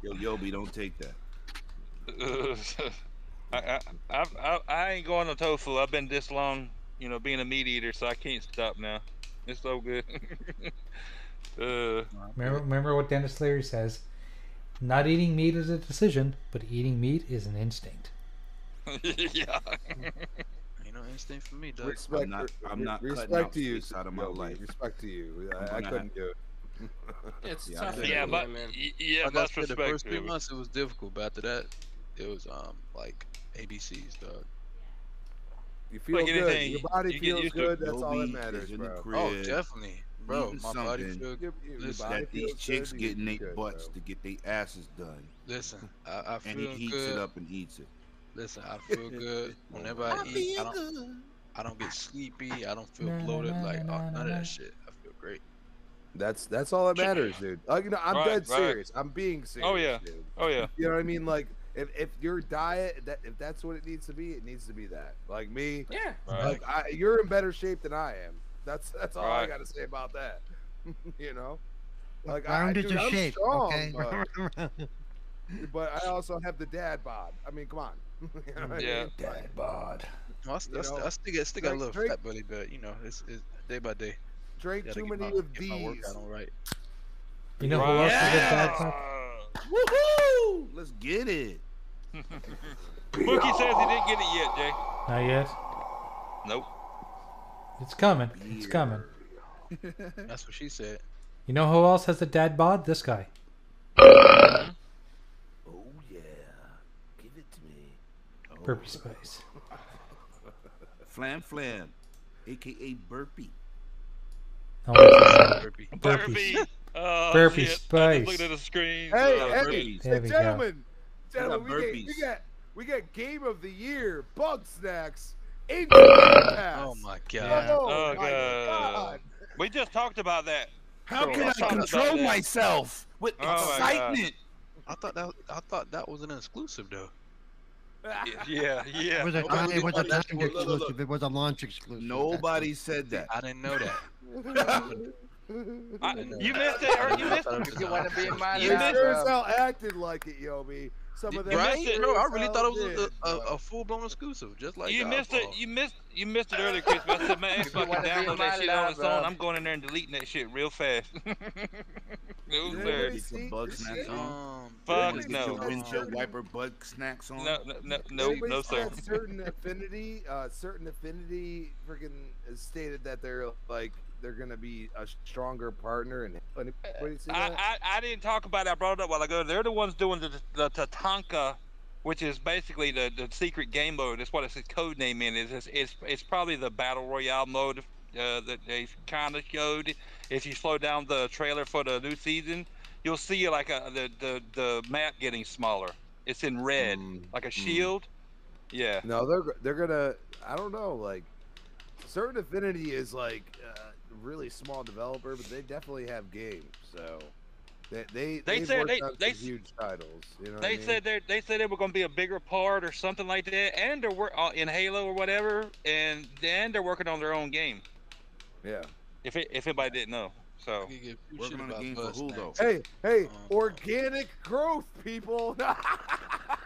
Speaker 2: Yo, Yobi, don't take that.
Speaker 1: I, I, I, I, I ain't going to tofu. I've been this long, you know, being a meat eater, so I can't stop now. It's so good. uh,
Speaker 3: Remember, remember what Dennis Leary says. Not eating meat is a decision, but eating meat is an instinct.
Speaker 1: yeah.
Speaker 7: Ain't no instinct for me, dog.
Speaker 9: Respect.
Speaker 2: I'm not- I'm
Speaker 9: re-
Speaker 2: not cutting out
Speaker 9: respect to you.
Speaker 2: steaks out of my
Speaker 9: Yogi,
Speaker 2: life.
Speaker 9: Respect to you.
Speaker 2: I'm
Speaker 9: I, I
Speaker 2: gonna
Speaker 9: couldn't do it.
Speaker 6: It's
Speaker 2: Yeah, I
Speaker 6: tough.
Speaker 2: get
Speaker 6: out
Speaker 2: it.
Speaker 1: Yeah,
Speaker 6: there,
Speaker 1: but
Speaker 6: man.
Speaker 1: y- yeah,
Speaker 7: Like I
Speaker 1: much
Speaker 7: said, the first
Speaker 1: respect.
Speaker 7: three
Speaker 1: Ruby.
Speaker 7: months it was difficult, but after that, it was um like ABCs, dog.
Speaker 9: You feel
Speaker 1: Like
Speaker 9: good.
Speaker 1: anything,
Speaker 9: Your body
Speaker 1: you get
Speaker 9: feels
Speaker 1: used to it.
Speaker 9: good. That's all that
Speaker 2: Yobi
Speaker 9: matters,
Speaker 2: is in the
Speaker 9: bro.
Speaker 2: crib.
Speaker 7: Oh, definitely, bro.
Speaker 2: Eating
Speaker 7: My body
Speaker 2: something
Speaker 7: feel.
Speaker 9: Your- your
Speaker 7: Listen,
Speaker 9: body
Speaker 2: That these
Speaker 9: feels
Speaker 2: chicks
Speaker 9: good, you
Speaker 2: get in
Speaker 9: feel
Speaker 2: their
Speaker 9: good,
Speaker 2: butts
Speaker 9: bro.
Speaker 2: to get their asses done.
Speaker 7: Listen, I, I
Speaker 2: And he
Speaker 7: feel
Speaker 2: heats
Speaker 7: good.
Speaker 2: it up and eats it.
Speaker 7: Listen, I feel good whenever I, eat. I don't, I don't get sleepy. I don't feel
Speaker 3: Na, na,
Speaker 7: bloated.
Speaker 3: na,
Speaker 7: Like
Speaker 3: na,
Speaker 7: oh,
Speaker 3: na,
Speaker 7: none
Speaker 3: na,
Speaker 7: of
Speaker 3: na.
Speaker 7: that shit. I feel great.
Speaker 9: That's that's all that matters, dude. Like, you know, I'm
Speaker 1: Right,
Speaker 9: dead
Speaker 1: right.
Speaker 9: serious. I'm being serious.
Speaker 1: yeah.
Speaker 9: dude.
Speaker 1: Oh yeah.
Speaker 9: You know what I mean? Like, if, if your diet that if that's what it needs to be, it needs to be that. Like me,
Speaker 6: Yeah.
Speaker 1: Right.
Speaker 9: like I, you're in better shape than I am. That's that's all I
Speaker 1: Right.
Speaker 9: got to say about that. you know, like I,
Speaker 5: Round is
Speaker 9: dude,
Speaker 5: a
Speaker 9: I'm
Speaker 5: shape,
Speaker 9: strong,
Speaker 5: okay?
Speaker 9: but, but I also have the dad bod. I mean, come on. You know what I
Speaker 1: Yeah.
Speaker 9: mean? Like,
Speaker 3: Dad bod.
Speaker 7: No, I, s-
Speaker 9: You
Speaker 7: I s- I
Speaker 9: know,
Speaker 7: still get, still got a
Speaker 9: drink-
Speaker 7: little
Speaker 9: drink-
Speaker 7: fat belly, but you know, it's, it's day by day.
Speaker 9: drink
Speaker 7: Gotta
Speaker 9: too
Speaker 7: get
Speaker 9: many
Speaker 7: my,
Speaker 9: of
Speaker 7: get
Speaker 9: these.
Speaker 7: my workout on right.
Speaker 3: You know who
Speaker 1: Right.
Speaker 3: else is a dad bod?
Speaker 1: Yeah.
Speaker 2: Woohoo! Let's get it.
Speaker 1: Bookie says he didn't get it yet, Jay.
Speaker 3: Not yet.
Speaker 1: Nope.
Speaker 3: It's coming. It's coming.
Speaker 7: That's what she said.
Speaker 3: You know who else has a dad bod? This guy.
Speaker 8: Oh yeah. Give it to me.
Speaker 3: Burpee Space.
Speaker 2: Oh. Flam Flam, aka Burpee.
Speaker 9: Oh.
Speaker 3: No one says
Speaker 7: Burpee.
Speaker 3: Burpee.
Speaker 1: Burpee. Oh,
Speaker 3: Burpee
Speaker 1: shit. I just
Speaker 3: space.
Speaker 1: looked at the screen.
Speaker 9: Hey,
Speaker 1: Uh,
Speaker 9: hey,
Speaker 1: burpees.
Speaker 3: There
Speaker 9: hey,
Speaker 3: we go.
Speaker 9: gentlemen, gentlemen,
Speaker 2: got
Speaker 9: we, get, we
Speaker 2: burpees.
Speaker 9: got we got game of the year, bug snacks, instant pass.
Speaker 7: Oh my god.
Speaker 9: Oh,
Speaker 1: Oh,
Speaker 9: my
Speaker 1: God.
Speaker 9: god.
Speaker 1: we just talked about that.
Speaker 2: How
Speaker 1: Bro,
Speaker 2: can
Speaker 1: Oh, I
Speaker 2: I
Speaker 1: thought about
Speaker 2: control
Speaker 1: that.
Speaker 2: myself with
Speaker 1: Oh my God.
Speaker 2: excitement?
Speaker 7: I thought that I thought that was an exclusive though.
Speaker 1: Yeah,
Speaker 5: It
Speaker 1: yeah.
Speaker 5: was a,
Speaker 2: Nobody
Speaker 5: time, it was a
Speaker 2: wanted that.
Speaker 5: time
Speaker 2: Look, look, look.
Speaker 5: exclusive. It was a launch exclusive.
Speaker 2: Nobody said that.
Speaker 7: I didn't know that.
Speaker 1: I, you missed it. Or you missed
Speaker 7: it. You want to be in my
Speaker 9: You sure as hell acted like it, Yobi. Some of them,
Speaker 1: Right?
Speaker 9: sure
Speaker 7: Bro, I
Speaker 9: as
Speaker 7: really
Speaker 9: hell
Speaker 7: thought it was
Speaker 9: did,
Speaker 7: a, a,
Speaker 9: bro.
Speaker 7: a full blown exclusive, just like
Speaker 1: you
Speaker 7: the
Speaker 1: missed it.
Speaker 7: iPhone.
Speaker 1: You missed. You missed it earlier, Chris. But I said, man, Xbox can download that shit on its own. I'm going in there and deleting that shit real fast. it was
Speaker 9: Yeah,
Speaker 1: weird.
Speaker 9: see,
Speaker 2: Some bug
Speaker 9: see,
Speaker 2: snacks
Speaker 9: see,
Speaker 2: on.
Speaker 7: Um,
Speaker 1: Fuck
Speaker 2: Wanna get
Speaker 1: no.
Speaker 2: your windshield
Speaker 9: Um,
Speaker 2: wiper bug snacks on.
Speaker 1: No, no, no, no, no,
Speaker 9: Everybody's
Speaker 1: sir.
Speaker 9: got Certain affinity, uh, certain affinity, freaking stated that they're like they're gonna be a stronger partner. And anybody see that?
Speaker 1: I, I, I didn't talk about it. I brought it up a while ago. They're the ones doing the, the Tatanka, which is basically the, the secret game mode. That's what it's its code name in. Is it's, it's it's probably the battle royale mode uh, that they kind of showed. If you slow down the trailer for the new season, you'll see like a, the, the the map getting smaller. It's in red,
Speaker 9: Mm,
Speaker 1: like a shield. Yeah.
Speaker 9: No, they're they're gonna. I don't know. Like, Certain Affinity is like uh, really small developer, but they definitely have games. So they they
Speaker 1: They
Speaker 9: they've
Speaker 1: said
Speaker 9: worked
Speaker 1: they-
Speaker 9: on
Speaker 1: they
Speaker 9: some
Speaker 1: s-
Speaker 9: huge titles. You know, what I
Speaker 1: They
Speaker 9: mean?
Speaker 1: said they they said they were going to be a bigger part or something like that, and they're wor- uh, in Halo or whatever, and then they're working on their own game.
Speaker 9: yeah.
Speaker 1: If it, if anybody didn't know, so
Speaker 7: We give two
Speaker 2: Working
Speaker 7: shit
Speaker 2: on a
Speaker 7: about
Speaker 2: game for
Speaker 7: bus
Speaker 2: who
Speaker 7: next.
Speaker 2: though?
Speaker 9: Hey, hey,
Speaker 7: Oh.
Speaker 9: organic growth, people.
Speaker 1: I,
Speaker 6: Just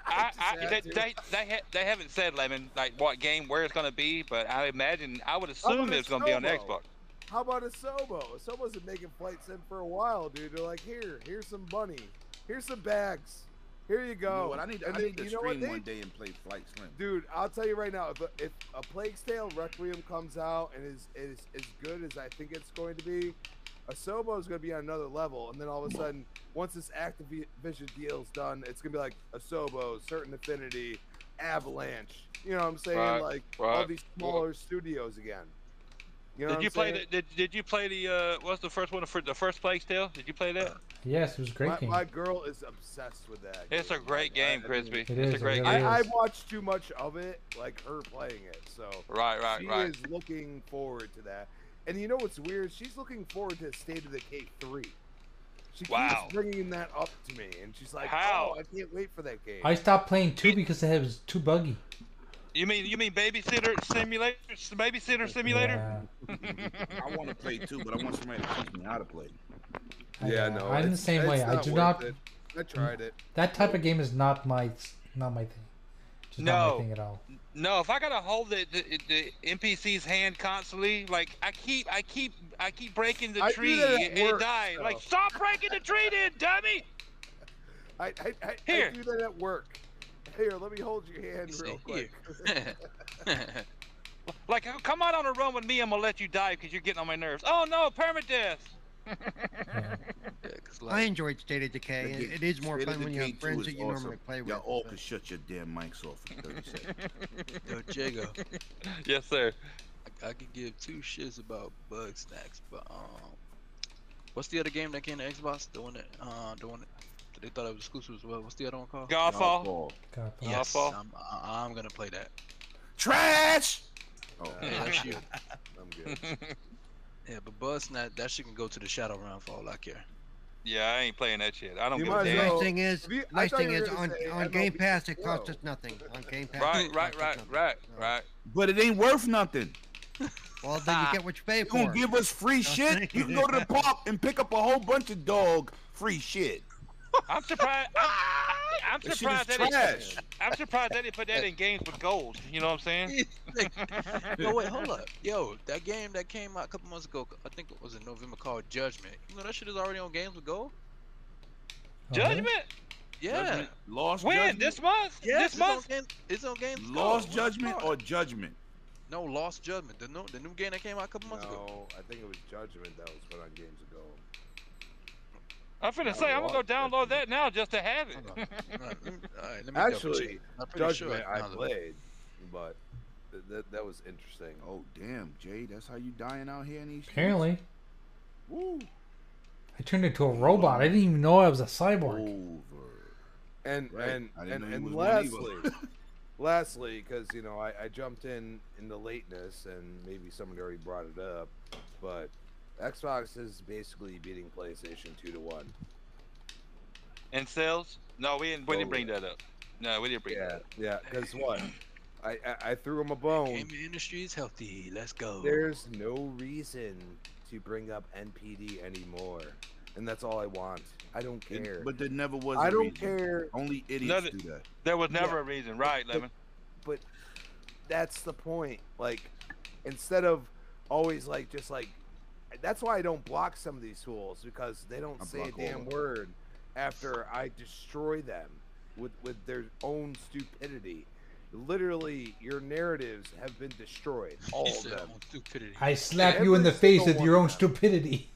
Speaker 1: I,
Speaker 6: had
Speaker 1: they,
Speaker 6: to.
Speaker 1: they they ha- they haven't said Lemon like what game where it's going to be, but I imagine I would assume
Speaker 9: about
Speaker 1: it's going to be on
Speaker 9: Snowball?
Speaker 1: Xbox.
Speaker 9: How about a Sobo? Sobo's been making flight sim for a while, dude. They're like, here, here's some money, here's some bags, here you
Speaker 2: You
Speaker 9: go.
Speaker 2: know what? I need, I
Speaker 9: And
Speaker 2: need
Speaker 9: then,
Speaker 2: to
Speaker 9: you know what
Speaker 2: stream
Speaker 9: they
Speaker 2: one day and play Flight Slim.
Speaker 9: Dude, I'll tell you right now, if a, if a Plague's Tale Requiem comes out and is is as good as I think it's going to be, Asobo is going to be on another level. And then all of a sudden, once this Activision deal's done, it's going to be like Asobo, Certain Affinity, Avalanche. You know what I'm saying?
Speaker 1: Right,
Speaker 9: like all
Speaker 1: right.
Speaker 9: these smaller studios again. You know
Speaker 1: Did
Speaker 9: what
Speaker 1: you
Speaker 9: I'm
Speaker 1: play
Speaker 9: saying?
Speaker 1: the, did, did you play the uh what's the first one for the first Plague Tale? Did you play that?
Speaker 9: Uh,
Speaker 3: Yes, it was a great
Speaker 9: my,
Speaker 3: game.
Speaker 9: my girl is obsessed with that.
Speaker 1: It's a
Speaker 9: game.
Speaker 1: great
Speaker 9: Like, I-
Speaker 1: game,
Speaker 9: I mean,
Speaker 1: Crispy.
Speaker 3: It
Speaker 1: it's
Speaker 3: is,
Speaker 1: a
Speaker 3: it
Speaker 1: great
Speaker 3: really
Speaker 1: game.
Speaker 3: is.
Speaker 9: I, I watched too much of it, like her playing it. So
Speaker 1: Right, right,
Speaker 9: she
Speaker 1: right.
Speaker 9: is looking forward to that. And you know what's weird? She's looking forward to State of the Cake 3. She
Speaker 1: Wow.
Speaker 9: keeps bringing that up to me, and she's like,
Speaker 1: How?
Speaker 9: "Oh, I can't wait for that game."
Speaker 3: I stopped playing two because it was too buggy.
Speaker 1: You mean you mean babysitter simulator babysitter simulator?
Speaker 3: Yeah.
Speaker 2: I want to play too, but I want somebody to teach me how to play.
Speaker 3: I- I'm the
Speaker 9: it's-
Speaker 3: same
Speaker 9: it's
Speaker 3: way. I
Speaker 9: not
Speaker 3: do
Speaker 9: worth
Speaker 3: not.
Speaker 9: it. I tried it.
Speaker 3: That type of game is not my not my thing. Just not
Speaker 1: No.
Speaker 3: my thing at all.
Speaker 1: No, if I gotta hold the, the the NPC's hand constantly, like I keep I keep I keep breaking the
Speaker 9: I do
Speaker 1: tree
Speaker 9: that at
Speaker 1: and it
Speaker 9: work,
Speaker 1: die.
Speaker 9: so.
Speaker 1: Like stop breaking the tree, then dummy.
Speaker 9: I, I, I, I
Speaker 1: Here.
Speaker 9: do that at work. Here, let me hold your hand
Speaker 7: He's
Speaker 9: real
Speaker 7: like,
Speaker 9: quick.
Speaker 7: "Here."
Speaker 1: Like come out on a run with me, I'm gonna let you die because you're getting on my nerves. Oh no, permadeath.
Speaker 3: Yeah.
Speaker 7: Yeah, 'cause,
Speaker 5: I
Speaker 7: like,
Speaker 5: enjoyed State of Decay.
Speaker 2: That
Speaker 5: and
Speaker 2: game-
Speaker 5: It is more
Speaker 2: State of
Speaker 5: fun when you
Speaker 2: Decay 2
Speaker 5: have friends
Speaker 2: is
Speaker 5: that you
Speaker 2: awesome.
Speaker 5: normally play with.
Speaker 2: Y'all all
Speaker 5: but-
Speaker 2: can shut your damn mics off for 30 seconds.
Speaker 7: yo, Jago,
Speaker 1: yes, sir.
Speaker 7: I, I could give two shits about Bug Snacks, but um, what's the other game that came to Xbox? The one that uh, the one that they thought it was exclusive as well. What's the other one called?
Speaker 1: Godfall.
Speaker 2: Y'all fall.
Speaker 3: God, bless.
Speaker 7: Yes,
Speaker 1: Godfall.
Speaker 7: I'm, I, I'm gonna play that.
Speaker 2: Trash! Oh,
Speaker 7: Yeah, that's you.
Speaker 9: I'm good.
Speaker 7: Yeah, but Bug Snacks, that shit can go to the Shadow Realm for all I care.
Speaker 1: yeah, I ain't playing that shit. I don't
Speaker 9: You
Speaker 1: give a
Speaker 9: might as
Speaker 1: damn.
Speaker 9: well-
Speaker 5: Nice thing is,
Speaker 9: Have you- I
Speaker 5: nice
Speaker 9: thought you
Speaker 5: thing
Speaker 9: were
Speaker 5: is
Speaker 9: gonna
Speaker 5: on
Speaker 9: say
Speaker 5: on
Speaker 9: MLB
Speaker 5: Game Pass it
Speaker 9: Pro.
Speaker 5: costs us nothing. On Game Pass.
Speaker 1: Right,
Speaker 5: it
Speaker 1: right,
Speaker 5: costs us
Speaker 1: right,
Speaker 5: nothing.
Speaker 1: right,
Speaker 5: No.
Speaker 1: right.
Speaker 2: But it ain't worth nothing.
Speaker 5: Well, then you get what you pay
Speaker 2: You gonna
Speaker 5: for.
Speaker 2: give us free shit? You can go to the park and pick up a whole bunch of dog free shit.
Speaker 1: I'm surprised. I'm, I'm
Speaker 2: That shit is
Speaker 1: surprised that they,
Speaker 2: trash.
Speaker 1: I'm surprised they didn't put that in games with gold. You know what I'm saying?
Speaker 7: Yo, wait, hold up. Yo, that game that came out a couple months ago, I think it was in November called Judgment. You know that shit is already on Games with Gold.
Speaker 3: Oh, really?
Speaker 1: Judgment.
Speaker 7: Yeah.
Speaker 2: Judgment- Lost
Speaker 1: When
Speaker 2: judgment.
Speaker 1: this month?
Speaker 7: Yes,
Speaker 1: this
Speaker 7: it's
Speaker 1: month?
Speaker 7: On game, it's on Games with Gold.
Speaker 2: Lost
Speaker 7: What the
Speaker 2: judgment
Speaker 7: fuck?
Speaker 2: or judgment?
Speaker 7: no Lost Judgment? The new the new game that came out a couple months ago.
Speaker 9: No, I think it was Judgment that was put on Games of Gold.
Speaker 1: I'm finna say I'm gonna go download that now just to have
Speaker 7: Hold
Speaker 1: it.
Speaker 7: All right, let me- all right, let me double
Speaker 9: Actually,
Speaker 7: check. I'm pretty sure
Speaker 9: Judgment
Speaker 7: it's
Speaker 9: I
Speaker 7: not a-
Speaker 9: played, but th- th- that was interesting.
Speaker 2: Oh damn, Jay, that's how you dying out here in these. streets?
Speaker 3: Apparently,
Speaker 2: Woo.
Speaker 3: I turned into a robot. I didn't even know I was a cyborg.
Speaker 2: Over.
Speaker 9: And
Speaker 2: Right.
Speaker 9: and
Speaker 2: I didn't
Speaker 9: and,
Speaker 2: know you
Speaker 9: and
Speaker 2: was one either.
Speaker 9: lastly, lastly, because you know I, I jumped in in the lateness, and maybe somebody already brought it up, but Xbox is basically beating PlayStation two to one.
Speaker 1: and sales? No, we didn't. We
Speaker 9: Oh,
Speaker 1: didn't bring that up. No, we didn't bring that
Speaker 9: Yeah,
Speaker 1: up.
Speaker 9: yeah. Because what? I, I I threw him a bone.
Speaker 7: Gaming industry is healthy. Let's go.
Speaker 9: There's no reason to bring up NPD anymore, and that's all I want. I don't
Speaker 2: It-
Speaker 9: care.
Speaker 2: but there never was.
Speaker 9: I
Speaker 2: a
Speaker 9: don't
Speaker 2: reason.
Speaker 9: care.
Speaker 2: Only idiots
Speaker 1: None of-
Speaker 2: do that.
Speaker 1: There was never a reason, right, Lemon?
Speaker 9: but that's the point. Like, instead of always like just like, that's why I don't block some of these fools because they don't
Speaker 2: I
Speaker 9: say a
Speaker 2: block all
Speaker 9: damn
Speaker 2: of them.
Speaker 9: word after I destroy them with with their own stupidity. literally your narratives have been destroyed. All
Speaker 7: He
Speaker 9: of
Speaker 7: said,
Speaker 9: them.
Speaker 7: "Oh, stupidity."
Speaker 3: I slap you
Speaker 9: Every
Speaker 3: in the face
Speaker 9: single
Speaker 3: with your own
Speaker 9: one of them.
Speaker 3: stupidity.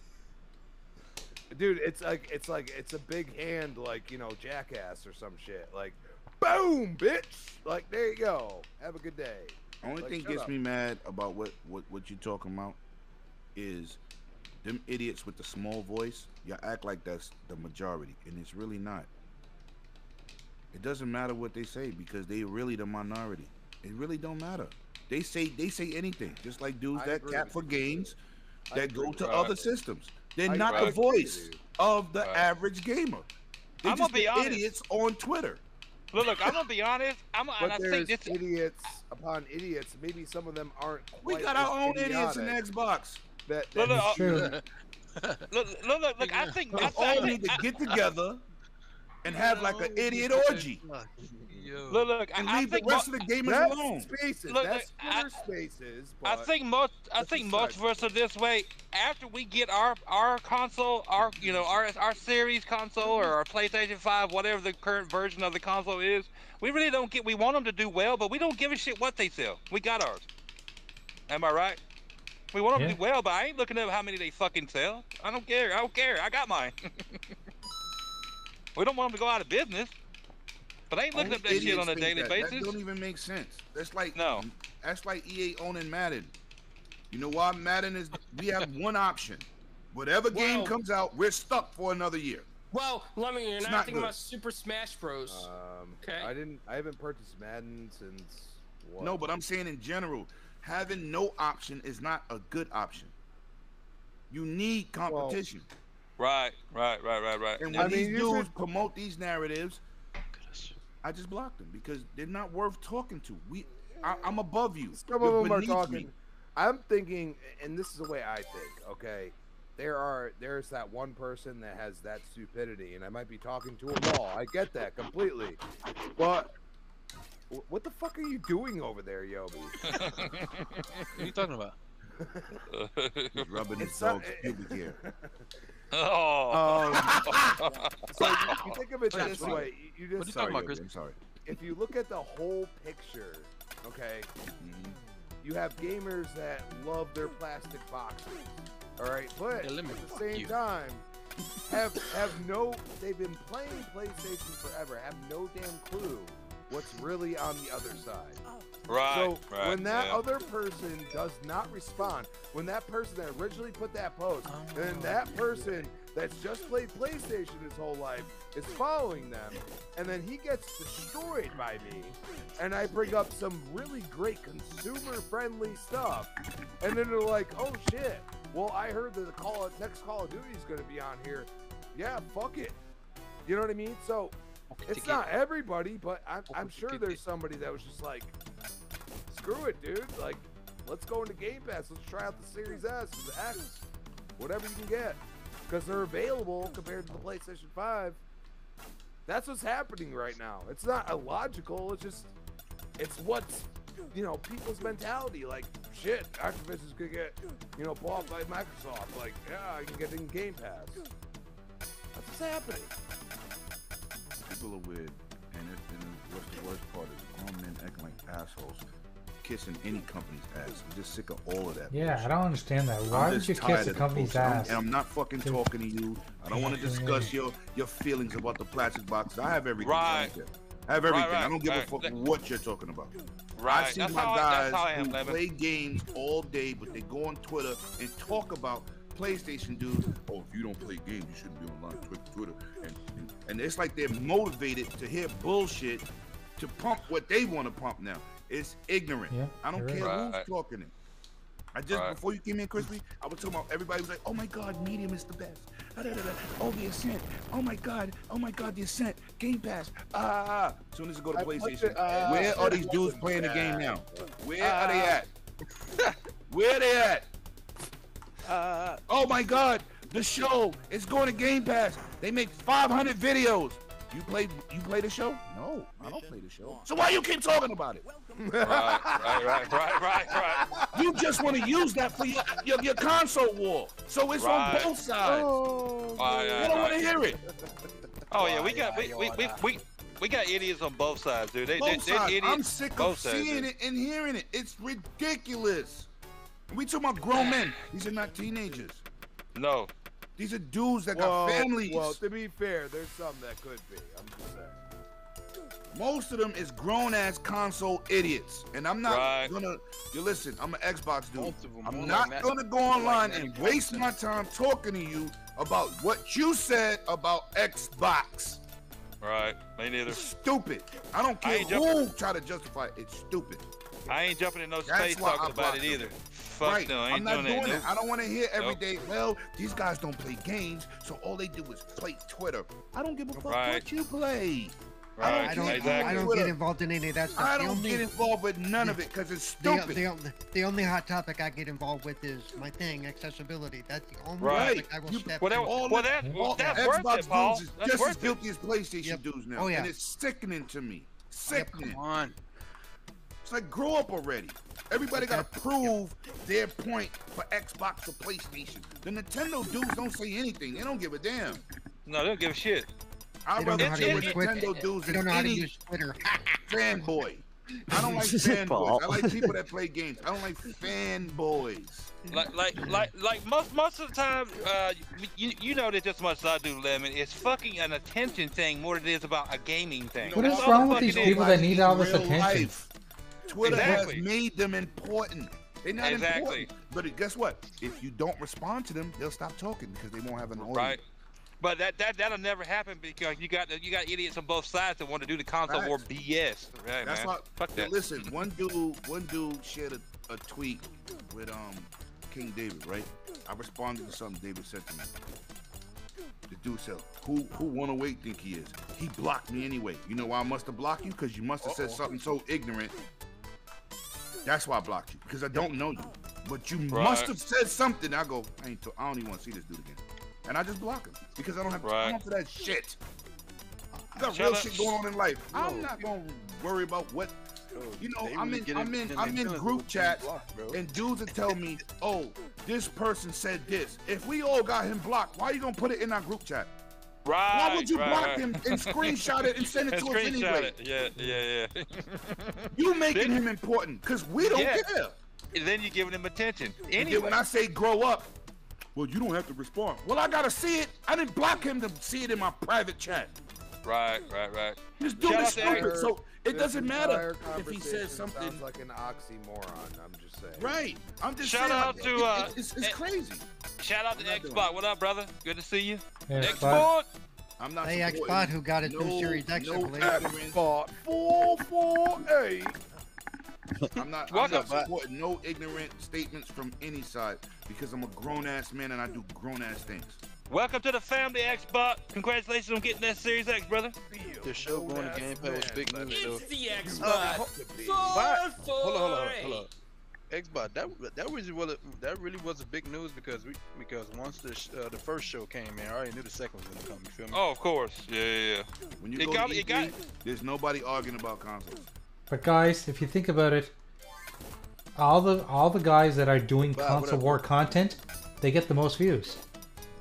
Speaker 9: Dude, it's like it's like it's a big hand like, you know, jackass or some shit. Like boom, bitch. Like there you go. Have a good day.
Speaker 2: Only
Speaker 9: Like,
Speaker 2: thing
Speaker 9: shut
Speaker 2: gets
Speaker 9: up.
Speaker 2: me mad about what what what you talking about is them idiots with the small voice. You act like that's the majority, and it's really not. It doesn't matter what they say because they really the minority. It really don't matter. They say they say anything, just like dudes
Speaker 9: I
Speaker 2: that
Speaker 9: agree
Speaker 2: cap
Speaker 9: with
Speaker 2: for
Speaker 9: you.
Speaker 2: gains
Speaker 9: I
Speaker 2: that
Speaker 9: agree
Speaker 2: go
Speaker 9: with
Speaker 2: to
Speaker 9: you.
Speaker 2: other systems. They're
Speaker 9: I
Speaker 2: not
Speaker 9: agree
Speaker 2: the
Speaker 9: with you,
Speaker 2: voice
Speaker 9: dude.
Speaker 2: of the
Speaker 1: Right.
Speaker 2: average gamer. They
Speaker 1: I'ma
Speaker 2: just
Speaker 1: be
Speaker 2: the
Speaker 1: honest.
Speaker 2: idiots on Twitter.
Speaker 1: Look, look, I'm gonna be honest. I'm gonna, and I
Speaker 9: But
Speaker 1: think
Speaker 9: there's
Speaker 1: this.
Speaker 9: idiots upon idiots. Maybe some of them aren't.
Speaker 2: We
Speaker 9: quite
Speaker 2: got
Speaker 9: as
Speaker 2: our own idiots in
Speaker 9: idiotic.
Speaker 2: Xbox.
Speaker 9: That,
Speaker 1: Well,
Speaker 9: that's
Speaker 1: no,
Speaker 3: True.
Speaker 1: Look, look, look, look I think. I,
Speaker 2: We
Speaker 1: think- I
Speaker 2: all
Speaker 1: think-
Speaker 2: need to get together and have like an idiot orgy
Speaker 7: Yo.
Speaker 1: look, look, I,
Speaker 2: and
Speaker 1: I
Speaker 2: leave the
Speaker 1: think.
Speaker 2: rest
Speaker 1: mo-
Speaker 2: of the gamers
Speaker 9: that's
Speaker 2: alone.
Speaker 9: spaces.
Speaker 1: Look,
Speaker 9: that's
Speaker 1: look, I-
Speaker 9: Twitter spaces.
Speaker 1: I
Speaker 9: But
Speaker 1: think most. I
Speaker 9: That's
Speaker 1: think most
Speaker 9: just
Speaker 1: of us are this way. After we get our our console, our you know our our series console or our PlayStation Five, whatever the current version of the console is, we really don't get. We want them to do well, but we don't give a shit what they sell. We got ours. Am I right? We want them
Speaker 3: Yeah.
Speaker 1: to do well, but I ain't looking up how many they fucking sell. I don't care. I don't care. I got mine. we don't want them to go out of business, but I ain't looking
Speaker 2: Only
Speaker 1: up that shit
Speaker 2: idiots
Speaker 1: on a
Speaker 2: think
Speaker 1: daily
Speaker 2: that. That
Speaker 1: basis.
Speaker 2: don't even make sense. That's like
Speaker 1: No.
Speaker 2: That's like EA owning Madden. You know why Madden is? We have one option. Whatever game
Speaker 6: Well-
Speaker 2: comes out, we're stuck for another year.
Speaker 6: Well, let me. You're
Speaker 2: It's
Speaker 6: not,
Speaker 2: not
Speaker 6: thinking
Speaker 2: good.
Speaker 6: about Super Smash Bros.
Speaker 9: Um,
Speaker 6: Okay.
Speaker 9: I didn't. I haven't purchased Madden since. What?
Speaker 2: No, but I'm saying in general, having no option is not a good option. You need competition.
Speaker 1: right, right, right, right, right.
Speaker 2: And
Speaker 9: I
Speaker 2: when
Speaker 9: mean,
Speaker 2: these
Speaker 9: you
Speaker 2: dudes
Speaker 9: should-
Speaker 2: promote these narratives, I just block them because they're not worth talking to. We, I, I'm above you.
Speaker 9: Some
Speaker 2: You're
Speaker 9: of them are
Speaker 2: beneath me.
Speaker 9: talking. I'm thinking, and this is the way I think. Okay, there are there's that one person that has that stupidity, and I might be talking to a wall. I get that completely, but wh- what the fuck are you doing over there, Yobi?
Speaker 7: What are you talking about?
Speaker 2: He's rubbing his
Speaker 9: It's not-
Speaker 2: dog's pubic hair.
Speaker 1: oh.
Speaker 9: Um, so you, you think of it
Speaker 2: That's
Speaker 9: this
Speaker 2: right.
Speaker 9: way. You, you
Speaker 7: What are
Speaker 9: just
Speaker 7: you talking about,
Speaker 2: Yogi,
Speaker 7: Chris?
Speaker 2: I'm sorry.
Speaker 9: if you look at the whole picture, okay,
Speaker 2: Mhm.
Speaker 9: you have gamers that love their plastic boxes. All right, but
Speaker 7: Yeah, let me
Speaker 9: at the
Speaker 7: fuck
Speaker 9: same
Speaker 7: you.
Speaker 9: time, have have no. They've been playing PlayStation forever. Have no damn clue what's really on the other side.
Speaker 1: Right.
Speaker 9: so
Speaker 1: right,
Speaker 9: when that
Speaker 1: yeah.
Speaker 9: other person does not respond, when that person that originally put that post, and then that person that's just played PlayStation his whole life is following them, and then he gets destroyed by me, and I bring up some really great consumer-friendly stuff, and then they're like, "Oh shit! Well, I heard that the call next Call of Duty is going to be on here. Yeah, fuck it. You know what I mean? So it's not everybody, but I'm, I'm sure there's somebody that was just like, screw it, dude. Like, let's go into Game Pass. Let's try out the Series S, the X, whatever you can get, because they're available compared to the PlayStation 5. That's what's happening right now. It's not illogical. It's just, it's what's, you know, people's mentality. Like, shit, Activision's gonna get, you know, bought by Microsoft. Like, yeah, I can get it in Game Pass. That's what's happening.
Speaker 2: People are weird, and, it, and what's the worst part is grown men acting like assholes, kissing any company's ass. I'm just sick of all of that.
Speaker 3: Yeah, I
Speaker 2: bullshit.
Speaker 3: don't understand that. Why
Speaker 2: I'm
Speaker 3: would
Speaker 2: just
Speaker 3: you
Speaker 2: tired
Speaker 3: kiss a
Speaker 2: of the
Speaker 3: company's
Speaker 2: bullshit. I'm-
Speaker 3: ass?
Speaker 2: And I'm not fucking
Speaker 3: Dude.
Speaker 2: talking to you. I don't want to discuss your your feelings about the plastic boxes. I have everything.
Speaker 1: Right.
Speaker 2: Right. I have everything. I
Speaker 1: right,
Speaker 2: don't give a
Speaker 1: right.
Speaker 2: fuck
Speaker 1: That-
Speaker 2: what you're talking about.
Speaker 1: Right.
Speaker 2: I see
Speaker 1: that's
Speaker 2: my
Speaker 1: how I,
Speaker 2: guys
Speaker 1: that's how I am,
Speaker 2: who
Speaker 1: Lemon.
Speaker 2: play games all day, but they go on Twitter and talk about PlayStation dudes. Oh, if you don't play games, you shouldn't be online Twitter. Twitter. And, and, and it's like they're motivated to hear bullshit to pump what they want to pump now. It's ignorant.
Speaker 3: Yeah,
Speaker 2: I don't
Speaker 3: you're
Speaker 2: care
Speaker 1: right.
Speaker 2: who's
Speaker 1: Right.
Speaker 2: talking it. I just
Speaker 1: Right.
Speaker 2: before you came in, Crispy, I was talking about everybody was like, "Oh my God, Medium is the best." Da-da-da-da. Oh, the Ascent. Oh my God. Oh my God, the Ascent. Game Pass. Ah. As soon as you go to
Speaker 9: I played
Speaker 2: PlayStation,
Speaker 9: it, uh,
Speaker 2: where are
Speaker 9: it
Speaker 2: these dudes
Speaker 9: wasn't
Speaker 2: playing the game
Speaker 9: bad.
Speaker 2: now? Where are they at?
Speaker 9: Ah.
Speaker 2: Where they at?
Speaker 4: Uh,
Speaker 2: Oh my God, the show is going to Game Pass. They make 500 videos. You play? You play the show? No, I don't play the show. So why you keep talking about it?
Speaker 1: right, right, right, right, right, right.
Speaker 2: You just want to use that for your, your your console war. So it's
Speaker 1: Right.
Speaker 2: on both sides.
Speaker 9: Oh.
Speaker 1: Right,
Speaker 2: I don't
Speaker 1: Oh, right,
Speaker 2: Oh, want to
Speaker 1: right.
Speaker 2: hear it.
Speaker 1: Oh yeah, we got we we we, we we got idiots on both sides, dude. They, they,
Speaker 2: Both
Speaker 1: they
Speaker 2: sides.
Speaker 1: idiots.
Speaker 2: I'm sick of
Speaker 1: both sides,
Speaker 2: seeing
Speaker 1: dude.
Speaker 2: it and hearing it. It's ridiculous. We talking about grown men. These are not teenagers.
Speaker 1: No,
Speaker 2: These are dudes that
Speaker 9: well,
Speaker 2: got families.
Speaker 9: Well, to be fair, there's some that could be. I'm just saying.
Speaker 2: Most of them is grown ass console idiots, and I'm not
Speaker 1: Right.
Speaker 2: gonna. You listen, I'm an Xbox dude.
Speaker 7: Most of 'em
Speaker 2: I'm
Speaker 7: more
Speaker 2: not
Speaker 7: like
Speaker 2: gonna
Speaker 7: that-
Speaker 2: go
Speaker 7: more like
Speaker 2: online and
Speaker 7: 95%.
Speaker 2: waste my time talking to you about what you said about Xbox.
Speaker 1: right. Me neither.
Speaker 2: It's stupid. I don't
Speaker 1: I
Speaker 2: care
Speaker 1: ain't
Speaker 2: who try to justify it. It's stupid.
Speaker 1: I ain't jumping in no
Speaker 2: That's
Speaker 1: space
Speaker 2: why I
Speaker 1: talking about
Speaker 2: blocked
Speaker 1: it
Speaker 2: them.
Speaker 1: either. Fuck
Speaker 2: right.
Speaker 1: no, I
Speaker 2: I'm
Speaker 1: ain't
Speaker 2: not doing
Speaker 1: doing that.
Speaker 2: it. I don't want to hear every
Speaker 1: Nope.
Speaker 2: day. Well, these guys don't play games, so all they do is play Twitter. I don't give a fuck
Speaker 1: Right.
Speaker 2: what you play.
Speaker 1: Right,
Speaker 2: I
Speaker 5: I don't.
Speaker 1: exactly.
Speaker 5: I don't get involved in any of that stuff.
Speaker 2: I
Speaker 5: The
Speaker 2: don't
Speaker 5: only-
Speaker 2: get involved with none of it because it's
Speaker 5: The,
Speaker 2: stupid.
Speaker 5: the, the, the only hot topic I get involved with is my thing, accessibility. That's the only
Speaker 1: Right.
Speaker 5: topic I will
Speaker 2: You-
Speaker 5: step
Speaker 1: Well, that,
Speaker 5: in.
Speaker 2: All
Speaker 1: well,
Speaker 2: the-
Speaker 1: that, well,
Speaker 2: All
Speaker 1: that's
Speaker 2: Xbox
Speaker 1: worth it, Paul.
Speaker 2: dudes is
Speaker 1: That's
Speaker 2: just as
Speaker 1: worth it.
Speaker 2: guilty as PlayStation
Speaker 5: Yep.
Speaker 2: dudes now,
Speaker 5: Oh, yeah.
Speaker 2: and it's sickening to me. Sickening.
Speaker 7: Come on.
Speaker 2: It's like grow up already. Everybody gotta prove their point for Xbox or PlayStation. The Nintendo dudes don't say anything. They don't give a damn.
Speaker 1: No, they don't give a shit.
Speaker 2: I'd
Speaker 5: They don't know
Speaker 2: rather
Speaker 5: how
Speaker 2: deal
Speaker 5: to
Speaker 2: with
Speaker 5: use Twitter.
Speaker 2: Nintendo dudes
Speaker 5: I don't
Speaker 2: than
Speaker 5: know how to
Speaker 2: any
Speaker 5: use Twitter.
Speaker 2: fanboy. I don't like
Speaker 4: Paul.
Speaker 2: fanboys. I like people that play games. I don't like fanboys.
Speaker 1: Like, like, like, like most most of the time, uh, you you know this just as much as I do, Lemon. It's fucking an attention thing more than it is about a gaming thing.
Speaker 3: What
Speaker 1: That's
Speaker 3: is
Speaker 1: all
Speaker 3: wrong
Speaker 1: it
Speaker 3: with
Speaker 1: fucking
Speaker 3: these
Speaker 1: is.
Speaker 3: people that need all this
Speaker 2: Real
Speaker 3: attention.
Speaker 2: life. Twitter
Speaker 1: Exactly.
Speaker 2: has made them important. They're not
Speaker 1: Exactly.
Speaker 2: important. But guess what? If you don't respond to them, they'll stop talking because they won't have an audience.
Speaker 1: Right. But that that that'll never happen because you got you got idiots on both sides that want to do the console
Speaker 2: Facts.
Speaker 1: war BS. Right,
Speaker 2: That's
Speaker 1: man.
Speaker 2: why.
Speaker 1: Fuck that. Mm-hmm.
Speaker 2: Listen, one dude, one dude shared a, a tweet with um King David, right? I responded to something David said to me. The dude said, "Who who 108 think he is? He blocked me anyway. You know why I must have blocked you? Because you must have said something so ignorant. That's why I blocked you because I don't know you. But you must
Speaker 1: Right.
Speaker 2: have said something. I go, I ain't. T- I don't even want to see this dude again. And I just block him because I don't have
Speaker 1: Right.
Speaker 2: time for that shit. I got
Speaker 1: Shut
Speaker 2: real
Speaker 1: up.
Speaker 2: shit going on in life. I'm
Speaker 7: Yo.
Speaker 2: not gonna worry about what You know,
Speaker 7: They
Speaker 2: I'm
Speaker 7: really
Speaker 2: in-
Speaker 7: get
Speaker 2: I'm in-
Speaker 7: their
Speaker 2: I'm in
Speaker 7: feelings
Speaker 2: group
Speaker 7: with being
Speaker 2: chats
Speaker 7: blocked, bro.
Speaker 2: and dudes that tell me, oh, this person said this. If we all got him blocked, why you gonna put it in our group chat?
Speaker 1: Right.
Speaker 2: Why would you
Speaker 1: right,
Speaker 2: block
Speaker 1: right.
Speaker 2: him and screenshot it and send it
Speaker 1: And
Speaker 2: to us
Speaker 1: screenshot
Speaker 2: anyway?
Speaker 1: it. Yeah, yeah, yeah.
Speaker 2: You making
Speaker 1: Then-
Speaker 2: him important because we don't
Speaker 1: Yeah.
Speaker 2: care.
Speaker 1: And then you're giving him attention.
Speaker 2: And then
Speaker 1: Anyway,
Speaker 2: when I say grow up, well, you don't have to respond. Well, I gotta see it. I didn't block him to see it in my private chat.
Speaker 1: right, right, right.
Speaker 2: This dude
Speaker 1: Shout
Speaker 2: is
Speaker 1: out to Eric.
Speaker 2: stupid, so it
Speaker 9: This
Speaker 2: doesn't matter
Speaker 9: entire
Speaker 2: if he
Speaker 9: conversation
Speaker 2: says something.
Speaker 9: Sounds like an oxymoron. I'm just saying.
Speaker 2: Right. I'm just
Speaker 1: Shout
Speaker 2: saying,
Speaker 1: out
Speaker 2: like,
Speaker 1: to,
Speaker 2: it- it-
Speaker 1: uh,
Speaker 2: it's, it's
Speaker 1: eh,
Speaker 2: crazy.
Speaker 1: Shout out to
Speaker 2: How you doing?
Speaker 1: Xbox. What up, brother? Good to see you.
Speaker 3: Yeah,
Speaker 1: Xbox.
Speaker 3: but-
Speaker 2: I'm not
Speaker 5: Hey,
Speaker 2: supporting
Speaker 5: Xbox, who got it
Speaker 2: No,
Speaker 5: through Series X, I
Speaker 2: no
Speaker 5: believe.
Speaker 2: ignorance.
Speaker 9: But four four eight.
Speaker 2: I'm not, I'm
Speaker 1: Welcome
Speaker 2: not
Speaker 1: back.
Speaker 2: supporting no ignorant statements from any side because I'm a grown ass man and I do grown ass things.
Speaker 1: Welcome to the family, Xbox. Congratulations on getting that Series X, brother.
Speaker 7: The show going to Game Pass was big news though.
Speaker 6: It's the
Speaker 7: Uh,
Speaker 6: Xbox.
Speaker 7: ho-
Speaker 6: Four,
Speaker 7: Hold on, hold on,
Speaker 6: four,
Speaker 7: hold on.
Speaker 6: eight.
Speaker 7: Xbox, that that really was that really was a big news because we because once the sh- uh, the first show came in, I already knew the second was gonna come. You feel me?
Speaker 1: Oh, of course. Yeah, yeah, yeah.
Speaker 2: When you
Speaker 1: It
Speaker 2: go
Speaker 1: got-
Speaker 2: to
Speaker 1: it
Speaker 2: E3,
Speaker 1: got-
Speaker 2: there's nobody arguing about consoles.
Speaker 3: But guys, if you think about it, all the all the guys that are doing
Speaker 2: Wow,
Speaker 3: console
Speaker 2: whatever.
Speaker 3: war content, they get the most views.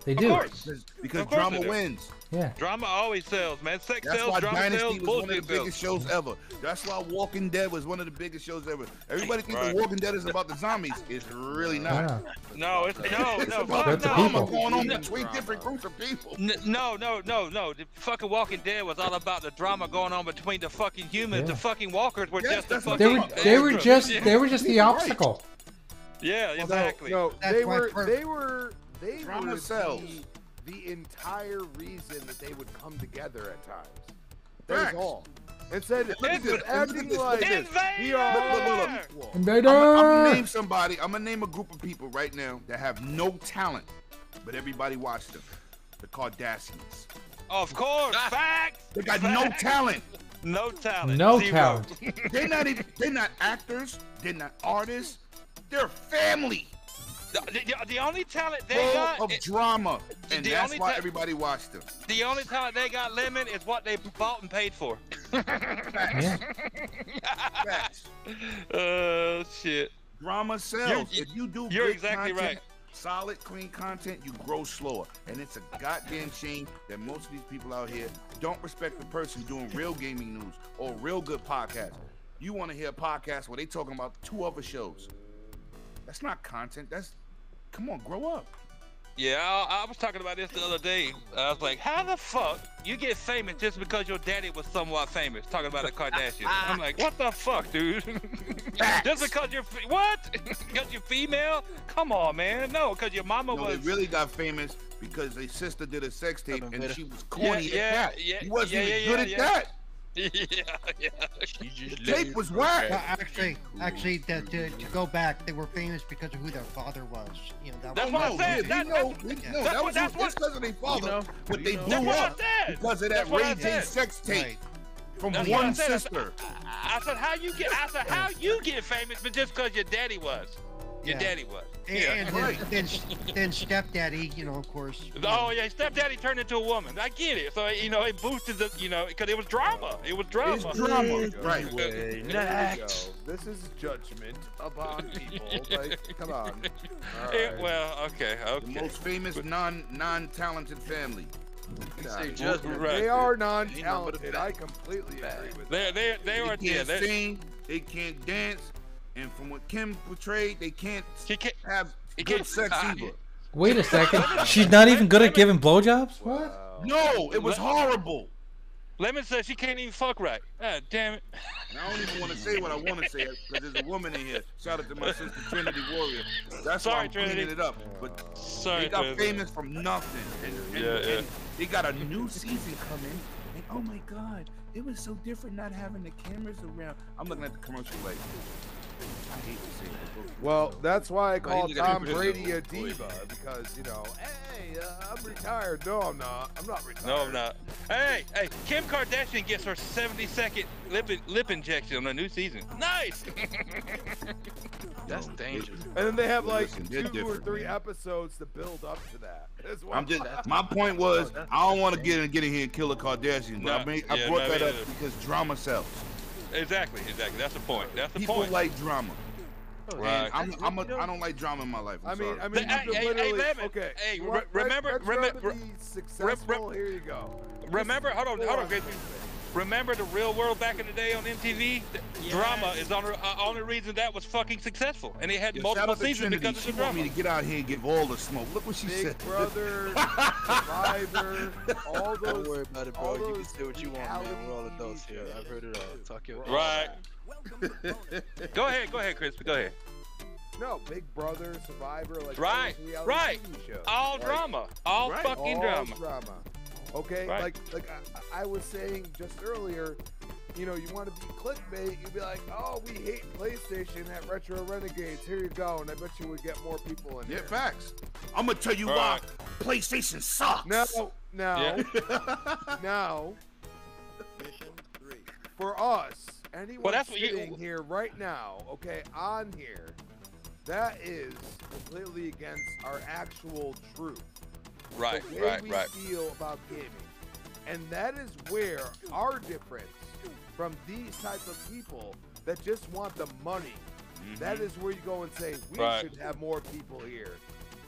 Speaker 3: They
Speaker 1: Of
Speaker 3: do.
Speaker 1: course.
Speaker 2: Because, because
Speaker 1: Of course
Speaker 2: drama
Speaker 1: they do.
Speaker 2: wins.
Speaker 3: Yeah.
Speaker 1: Drama always sells, man. Sex
Speaker 2: That's
Speaker 1: sells,
Speaker 2: why
Speaker 1: drama
Speaker 2: Dynasty
Speaker 1: sells,
Speaker 2: was one of the
Speaker 1: bullshit
Speaker 2: biggest
Speaker 1: sells.
Speaker 2: shows ever. That's why Walking Dead was one of the biggest shows ever. Everybody thinks
Speaker 1: Right.
Speaker 2: The Walking Dead is about the zombies. It's really not.
Speaker 3: Yeah.
Speaker 1: No, it's no,
Speaker 2: it's
Speaker 1: Oh, no,
Speaker 2: about
Speaker 1: fuck
Speaker 3: the
Speaker 2: the
Speaker 1: no.
Speaker 2: drama
Speaker 3: people.
Speaker 2: going on
Speaker 1: No.
Speaker 2: between different groups of people.
Speaker 1: N- No, no, no, no. The fucking Walking Dead was all about the drama going on between the fucking humans.
Speaker 3: Yeah.
Speaker 1: The fucking walkers were
Speaker 2: Yes,
Speaker 1: just the
Speaker 2: that's what
Speaker 3: They
Speaker 1: fucking.
Speaker 3: were they were
Speaker 1: extras.
Speaker 3: just
Speaker 1: Yeah,
Speaker 3: they were just the
Speaker 2: Right.
Speaker 3: obstacle.
Speaker 1: yeah,
Speaker 9: Well,
Speaker 1: exactly.
Speaker 9: No, no,
Speaker 5: That's
Speaker 9: they
Speaker 5: why
Speaker 9: were,
Speaker 5: per-
Speaker 9: they were they
Speaker 2: Drama
Speaker 9: were
Speaker 2: sells.
Speaker 9: The, the entire reason that they would come together at times.
Speaker 2: Facts.
Speaker 9: That's all. Instead,
Speaker 2: Look at
Speaker 9: instead
Speaker 2: this,
Speaker 9: of
Speaker 2: look at
Speaker 9: acting
Speaker 2: this, look
Speaker 9: like
Speaker 2: at this.
Speaker 9: we are
Speaker 2: Look, look,
Speaker 1: Invader!
Speaker 9: all equal.
Speaker 3: Invader!
Speaker 2: I'm, I'm gonna name somebody. I'm gonna name a group of people right now that have no talent, but everybody watched them. The Kardashians.
Speaker 1: Of course, facts.
Speaker 2: Ah. They got no
Speaker 1: Facts.
Speaker 2: talent.
Speaker 1: No talent.
Speaker 3: No
Speaker 1: Zero.
Speaker 3: talent.
Speaker 2: They're not even. They're not actors. They're not artists. They're family
Speaker 1: The, the- the only talent they
Speaker 2: full
Speaker 1: got,
Speaker 2: of drama,
Speaker 1: the-
Speaker 2: and
Speaker 1: the
Speaker 2: that's
Speaker 1: only
Speaker 2: why
Speaker 1: ta-
Speaker 2: everybody watched them.
Speaker 1: the only talent they got, Lemon, is what they bought and paid for.
Speaker 3: Yeah.
Speaker 2: Facts.
Speaker 1: Uh, shit.
Speaker 2: Drama sells.
Speaker 1: You're-
Speaker 2: if you do
Speaker 1: You're
Speaker 2: good
Speaker 1: exactly
Speaker 2: content, solid, clean content, you grow slower. And it's a goddamn shame that most of these people out here don't respect the person doing real gaming news or real good podcasts. You want to hear a podcast where they talking about two other shows. That's not content. That's come on, grow up.
Speaker 1: Yeah, I, I was talking about this the other day. I was like, how the fuck you get famous just because your daddy was somewhat famous? Talking about the Kardashians. I'm like, what the fuck, dude? just because you're fe- what? Because you're female? Come on, man. No, because your mama
Speaker 2: No,
Speaker 1: was.
Speaker 2: they really got famous because their sister did a sex tape
Speaker 7: Seven
Speaker 2: and
Speaker 7: better.
Speaker 2: she was corny
Speaker 1: Yeah, yeah,
Speaker 2: at that.
Speaker 1: yeah,
Speaker 2: he wasn't
Speaker 1: yeah,
Speaker 2: even
Speaker 1: yeah,
Speaker 2: good
Speaker 1: yeah,
Speaker 2: at
Speaker 1: yeah.
Speaker 2: that.
Speaker 1: yeah, yeah.
Speaker 7: You just
Speaker 2: The
Speaker 7: let
Speaker 2: tape
Speaker 7: it
Speaker 2: was
Speaker 7: go
Speaker 2: whack.
Speaker 5: Well,
Speaker 7: back.
Speaker 5: actually, actually, that to, to go back, they were famous because of who their father was. You know, that
Speaker 1: That's
Speaker 5: was
Speaker 1: what I
Speaker 2: No,
Speaker 1: said.
Speaker 2: we
Speaker 1: That-
Speaker 2: know-
Speaker 1: that's-
Speaker 2: we-
Speaker 5: yeah.
Speaker 2: no,
Speaker 1: that's
Speaker 2: that
Speaker 1: what-
Speaker 2: was
Speaker 1: that's what-
Speaker 2: that's because of their father.
Speaker 7: know,
Speaker 2: but
Speaker 7: you
Speaker 2: they
Speaker 7: know.
Speaker 1: That's
Speaker 2: blew
Speaker 1: what I
Speaker 2: up
Speaker 1: said.
Speaker 2: because of that
Speaker 1: That's what I
Speaker 2: Ray J
Speaker 1: said.
Speaker 2: sex tape
Speaker 5: Right.
Speaker 2: from
Speaker 1: That's what I
Speaker 2: one
Speaker 1: said. I said-
Speaker 2: sister.
Speaker 1: I said how you get. I said how you get famous, but just because your daddy was. Your
Speaker 5: Yeah.
Speaker 1: daddy was.
Speaker 5: And,
Speaker 1: Yeah.
Speaker 5: and then, then, then stepdaddy, you know, of course. you know,
Speaker 1: Oh yeah, stepdaddy turned into a woman. I get it. So you know, it boosted the, you know, because it was drama. It was drama.
Speaker 2: It's drama, right?
Speaker 7: Anyway,
Speaker 9: There we go.
Speaker 7: next.
Speaker 9: This is judgment upon people. Like, come on. All
Speaker 1: Yeah,
Speaker 9: right.
Speaker 1: well, okay,
Speaker 2: The
Speaker 1: okay.
Speaker 2: most famous non non talented family.
Speaker 7: You
Speaker 2: Nah,
Speaker 7: say
Speaker 2: you
Speaker 7: judgment.
Speaker 1: Right.
Speaker 9: They are
Speaker 7: You know, but
Speaker 9: non-talented.
Speaker 7: that-
Speaker 9: I completely agree with that.
Speaker 1: They, they, they were,
Speaker 2: They
Speaker 1: yeah,
Speaker 2: can't
Speaker 1: they,
Speaker 2: sing. They can't dance. And from what Kim portrayed, they can't
Speaker 1: she can't,
Speaker 2: have
Speaker 1: They
Speaker 2: good
Speaker 1: can't-
Speaker 2: sex
Speaker 1: Ah.
Speaker 2: either.
Speaker 3: Wait a second. She's not even good at giving blowjobs? What?
Speaker 2: Oh.
Speaker 9: Wow.
Speaker 2: No, it was horrible.
Speaker 1: Lemon says she can't even fuck right. Ah, damn it.
Speaker 2: And I don't even want to say what I want to say because there's a woman in here. Shout out to my sister Trinity Warrior. That's why
Speaker 1: Sorry,
Speaker 2: I'm
Speaker 1: Trinity.
Speaker 2: cleaning it up. But
Speaker 1: Sorry.
Speaker 2: they got
Speaker 1: Thursday.
Speaker 2: famous from nothing, and, and,
Speaker 1: Yeah, yeah.
Speaker 2: and they got a new season coming. And oh my God, it was so different not having the cameras around. I'm looking at the commercial like, I hate to say it, but
Speaker 9: Well, that's why I
Speaker 7: Well, he's
Speaker 9: call
Speaker 7: a good
Speaker 9: Tom
Speaker 7: person.
Speaker 9: Brady a diva because you know, hey, uh, I'm retired. No, I'm not. I'm not retired.
Speaker 1: No, I'm not. Hey, hey, Kim Kardashian gets her 70 second lip, lip injection on her new season. Nice.
Speaker 7: That's
Speaker 2: No, it-
Speaker 7: dangerous.
Speaker 9: And then they have
Speaker 2: Well,
Speaker 9: like
Speaker 2: listen, they're
Speaker 9: two or
Speaker 2: different,
Speaker 9: three
Speaker 2: man.
Speaker 9: episodes to build up to that. That's why
Speaker 2: I'm just. My point was, I don't want to get in, get in here and kill a Kardashian. But I,
Speaker 1: No,
Speaker 2: made, I
Speaker 1: yeah,
Speaker 2: brought
Speaker 1: no,
Speaker 2: that
Speaker 1: me
Speaker 2: up
Speaker 1: neither.
Speaker 2: because drama sells.
Speaker 1: exactly, exactly. That's the point. That's the
Speaker 2: People
Speaker 1: point.
Speaker 2: like drama.
Speaker 1: Right.
Speaker 2: And I'm, I'm a, I don't like drama in my life. I'm
Speaker 9: I mean,
Speaker 2: sorry.
Speaker 9: I mean,
Speaker 1: Oh, Hey,
Speaker 9: you
Speaker 1: hey,
Speaker 9: can
Speaker 1: hey,
Speaker 9: literally.
Speaker 1: Lemon,
Speaker 9: okay.
Speaker 1: hey,
Speaker 9: you
Speaker 1: re-
Speaker 9: want- let's-
Speaker 1: remember-
Speaker 9: let's
Speaker 1: remember-
Speaker 9: try to be successful. Here you go.
Speaker 1: Remember, hold on,
Speaker 9: Go
Speaker 1: hold on,
Speaker 9: on.
Speaker 1: Gracie. Remember the real world back in the day on MTV? The Drama is on, uh, only reason that was fucking successful, and it had
Speaker 2: Yo, shout
Speaker 1: multiple
Speaker 2: out to
Speaker 1: seasons
Speaker 2: Trinity.
Speaker 1: because
Speaker 2: She
Speaker 1: of the
Speaker 2: want me
Speaker 1: drama.
Speaker 2: to get out here and give all the smoke. Look what she
Speaker 9: Big
Speaker 2: said.
Speaker 9: Brother, Survivor, all
Speaker 7: Don't worry
Speaker 9: those.
Speaker 7: about it,
Speaker 9: all
Speaker 7: bro. You can
Speaker 9: those
Speaker 7: say what you want, man.
Speaker 9: reality
Speaker 7: We're all
Speaker 9: TV
Speaker 7: adults here. I've heard it all. Talk your
Speaker 1: Right. go ahead, go ahead, Chris. Go ahead.
Speaker 9: No, Big Brother, Survivor, like all those
Speaker 1: Right,
Speaker 9: reality
Speaker 1: right.
Speaker 9: TV shows.
Speaker 1: All
Speaker 9: Like,
Speaker 1: drama, all
Speaker 2: Right.
Speaker 1: fucking
Speaker 9: all
Speaker 1: drama.
Speaker 9: drama. Okay,
Speaker 1: Right.
Speaker 9: like like I, I was saying just earlier, you know, you want to be clickbait, you'd be like, oh, we hate PlayStation at Retro Renegades. Here you go, and I bet you would get more people in
Speaker 2: Yeah,
Speaker 9: here.
Speaker 2: facts. I'm gonna tell you
Speaker 1: All
Speaker 2: why PlayStation sucks.
Speaker 9: No, no,
Speaker 1: Yeah.
Speaker 9: no. For us, anyone
Speaker 1: that's what you-
Speaker 9: sitting here right now, okay, on here, that is completely against our actual truth.
Speaker 1: Right,
Speaker 9: the way
Speaker 1: right,
Speaker 9: we
Speaker 1: right.
Speaker 9: feel about gaming. And that is where our difference from these types of people that just want the money, that is where you go and say, we
Speaker 1: Mm-hmm. Right.
Speaker 9: should have more people here.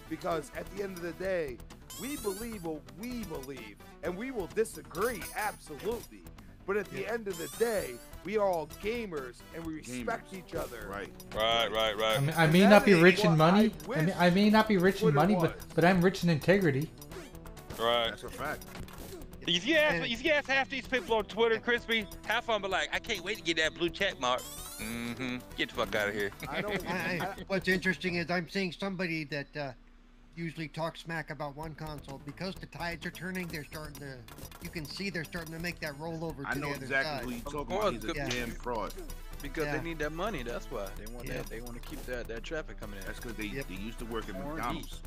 Speaker 9: Because at the end of the day, we believe what we believe, and we will disagree, absolutely. But at the end of the day, we are all gamers and we respect each other.
Speaker 2: Right.
Speaker 1: Right, right,
Speaker 3: I,
Speaker 1: right.
Speaker 3: mean, I may not be rich in money. I, mean, I may not be rich in
Speaker 9: What it
Speaker 3: money, but,
Speaker 9: was.
Speaker 3: but I'm rich in integrity.
Speaker 1: Right.
Speaker 2: That's a fact.
Speaker 1: If you ask if you ask half these people on Twitter, Crispy, half of them be like, I can't wait to get that blue check mark. Mm-hmm. Get the fuck out of here.
Speaker 9: I don't.
Speaker 5: I,
Speaker 9: I,
Speaker 5: I, what's interesting is I'm seeing somebody that uh, usually talks smack about one console because the tides are turning. They're starting to, you can see they're starting to make that rollover. To
Speaker 2: I know
Speaker 5: the other
Speaker 2: exactly who
Speaker 5: Side.
Speaker 2: you're
Speaker 7: Of
Speaker 2: talking
Speaker 7: course,
Speaker 2: about. He's a
Speaker 7: good
Speaker 5: Yeah.
Speaker 2: damn fraud.
Speaker 7: Because
Speaker 5: Yeah.
Speaker 7: they need that money. That's why they want
Speaker 5: Yeah.
Speaker 7: that. They want to keep that that traffic coming in.
Speaker 2: That's because they,
Speaker 5: Yep.
Speaker 2: they used to work at
Speaker 7: Or
Speaker 2: McDonald's.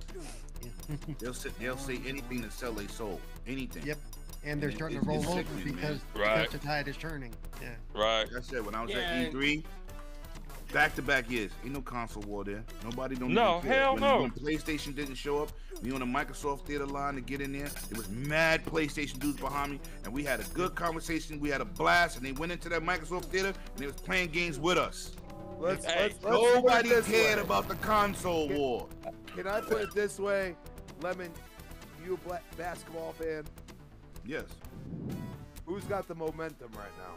Speaker 2: they'll sit, they'll say anything to sell their soul. Anything.
Speaker 5: Yep. And they're
Speaker 2: It-
Speaker 5: starting
Speaker 2: it-
Speaker 5: to roll
Speaker 2: it's
Speaker 5: over
Speaker 2: sickening, man.
Speaker 5: because,
Speaker 1: Right.
Speaker 5: because the tide is turning. Yeah.
Speaker 1: Right.
Speaker 2: Like I said, when I was
Speaker 6: Yeah,
Speaker 2: at
Speaker 6: and-
Speaker 2: E3, back to back years, ain't no console war there. Nobody don't.
Speaker 1: No,
Speaker 2: even care.
Speaker 1: hell
Speaker 2: when,
Speaker 1: no.
Speaker 2: When PlayStation didn't show up, we on the Microsoft theater line to get in there. There was mad PlayStation dudes behind me, and we had a good conversation. We had a blast, and they went into that Microsoft theater and they was playing games with us.
Speaker 9: let's,
Speaker 1: Hey,
Speaker 9: let's, let's put it
Speaker 2: Nobody
Speaker 9: this
Speaker 2: cared
Speaker 9: way.
Speaker 2: about the console war.
Speaker 9: Can I put it this way, Lemon? You a black basketball fan?
Speaker 2: Yes.
Speaker 9: Who's got the momentum right now?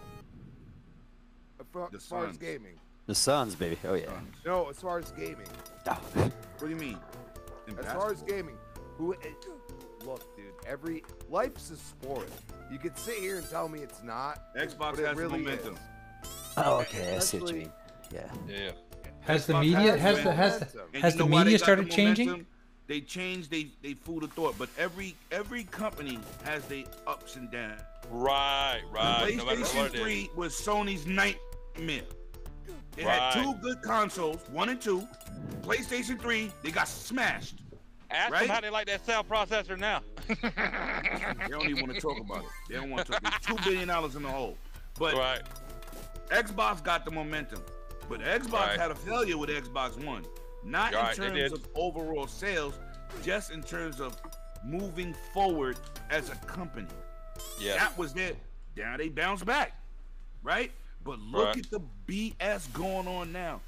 Speaker 9: As far,
Speaker 2: The
Speaker 9: as, far as
Speaker 2: Suns.
Speaker 9: gaming.
Speaker 4: The Suns, baby. Oh yeah.
Speaker 9: No, as far as gaming.
Speaker 4: Oh.
Speaker 2: What do you mean? In
Speaker 9: As far as
Speaker 2: basketball?
Speaker 9: gaming, who? It, look, dude. Every life's a sport. You can sit here and tell me it's not.
Speaker 2: Xbox
Speaker 9: but it
Speaker 2: has the
Speaker 9: really
Speaker 2: momentum.
Speaker 9: is.
Speaker 4: Oh, okay. I see what you
Speaker 9: Especially-
Speaker 4: mean. Yeah.
Speaker 1: Yeah.
Speaker 3: Has the
Speaker 9: Xbox
Speaker 3: media
Speaker 2: has
Speaker 3: has
Speaker 2: the
Speaker 3: the has the,
Speaker 9: momentum.
Speaker 2: And
Speaker 3: Has
Speaker 2: you
Speaker 3: the
Speaker 2: know why they
Speaker 3: media
Speaker 2: got
Speaker 3: started
Speaker 2: the
Speaker 3: changing?
Speaker 2: momentum? They changed they they food of thought, but every every company has their ups and downs.
Speaker 1: Right, right. No matter
Speaker 2: PlayStation
Speaker 1: what it is.
Speaker 2: 3 was Sony's nightmare. They had
Speaker 1: Right.
Speaker 2: two good consoles, one and two. PlayStation 3, they got smashed.
Speaker 1: Ask
Speaker 2: Right?
Speaker 1: them how they like that sound processor now.
Speaker 2: They don't even want to talk about it. They don't want to talk. It's two billion dollars in the hole. But
Speaker 1: right.
Speaker 2: Xbox got the momentum. But Xbox
Speaker 1: Right.
Speaker 2: had a failure with Xbox One. Not
Speaker 1: Right,
Speaker 2: in
Speaker 1: they did.
Speaker 2: terms of overall sales, just in terms of moving forward as a company.
Speaker 1: Yeah.
Speaker 2: That was it. Now they bounce back, right? But look
Speaker 1: Right.
Speaker 2: at the BS going on now.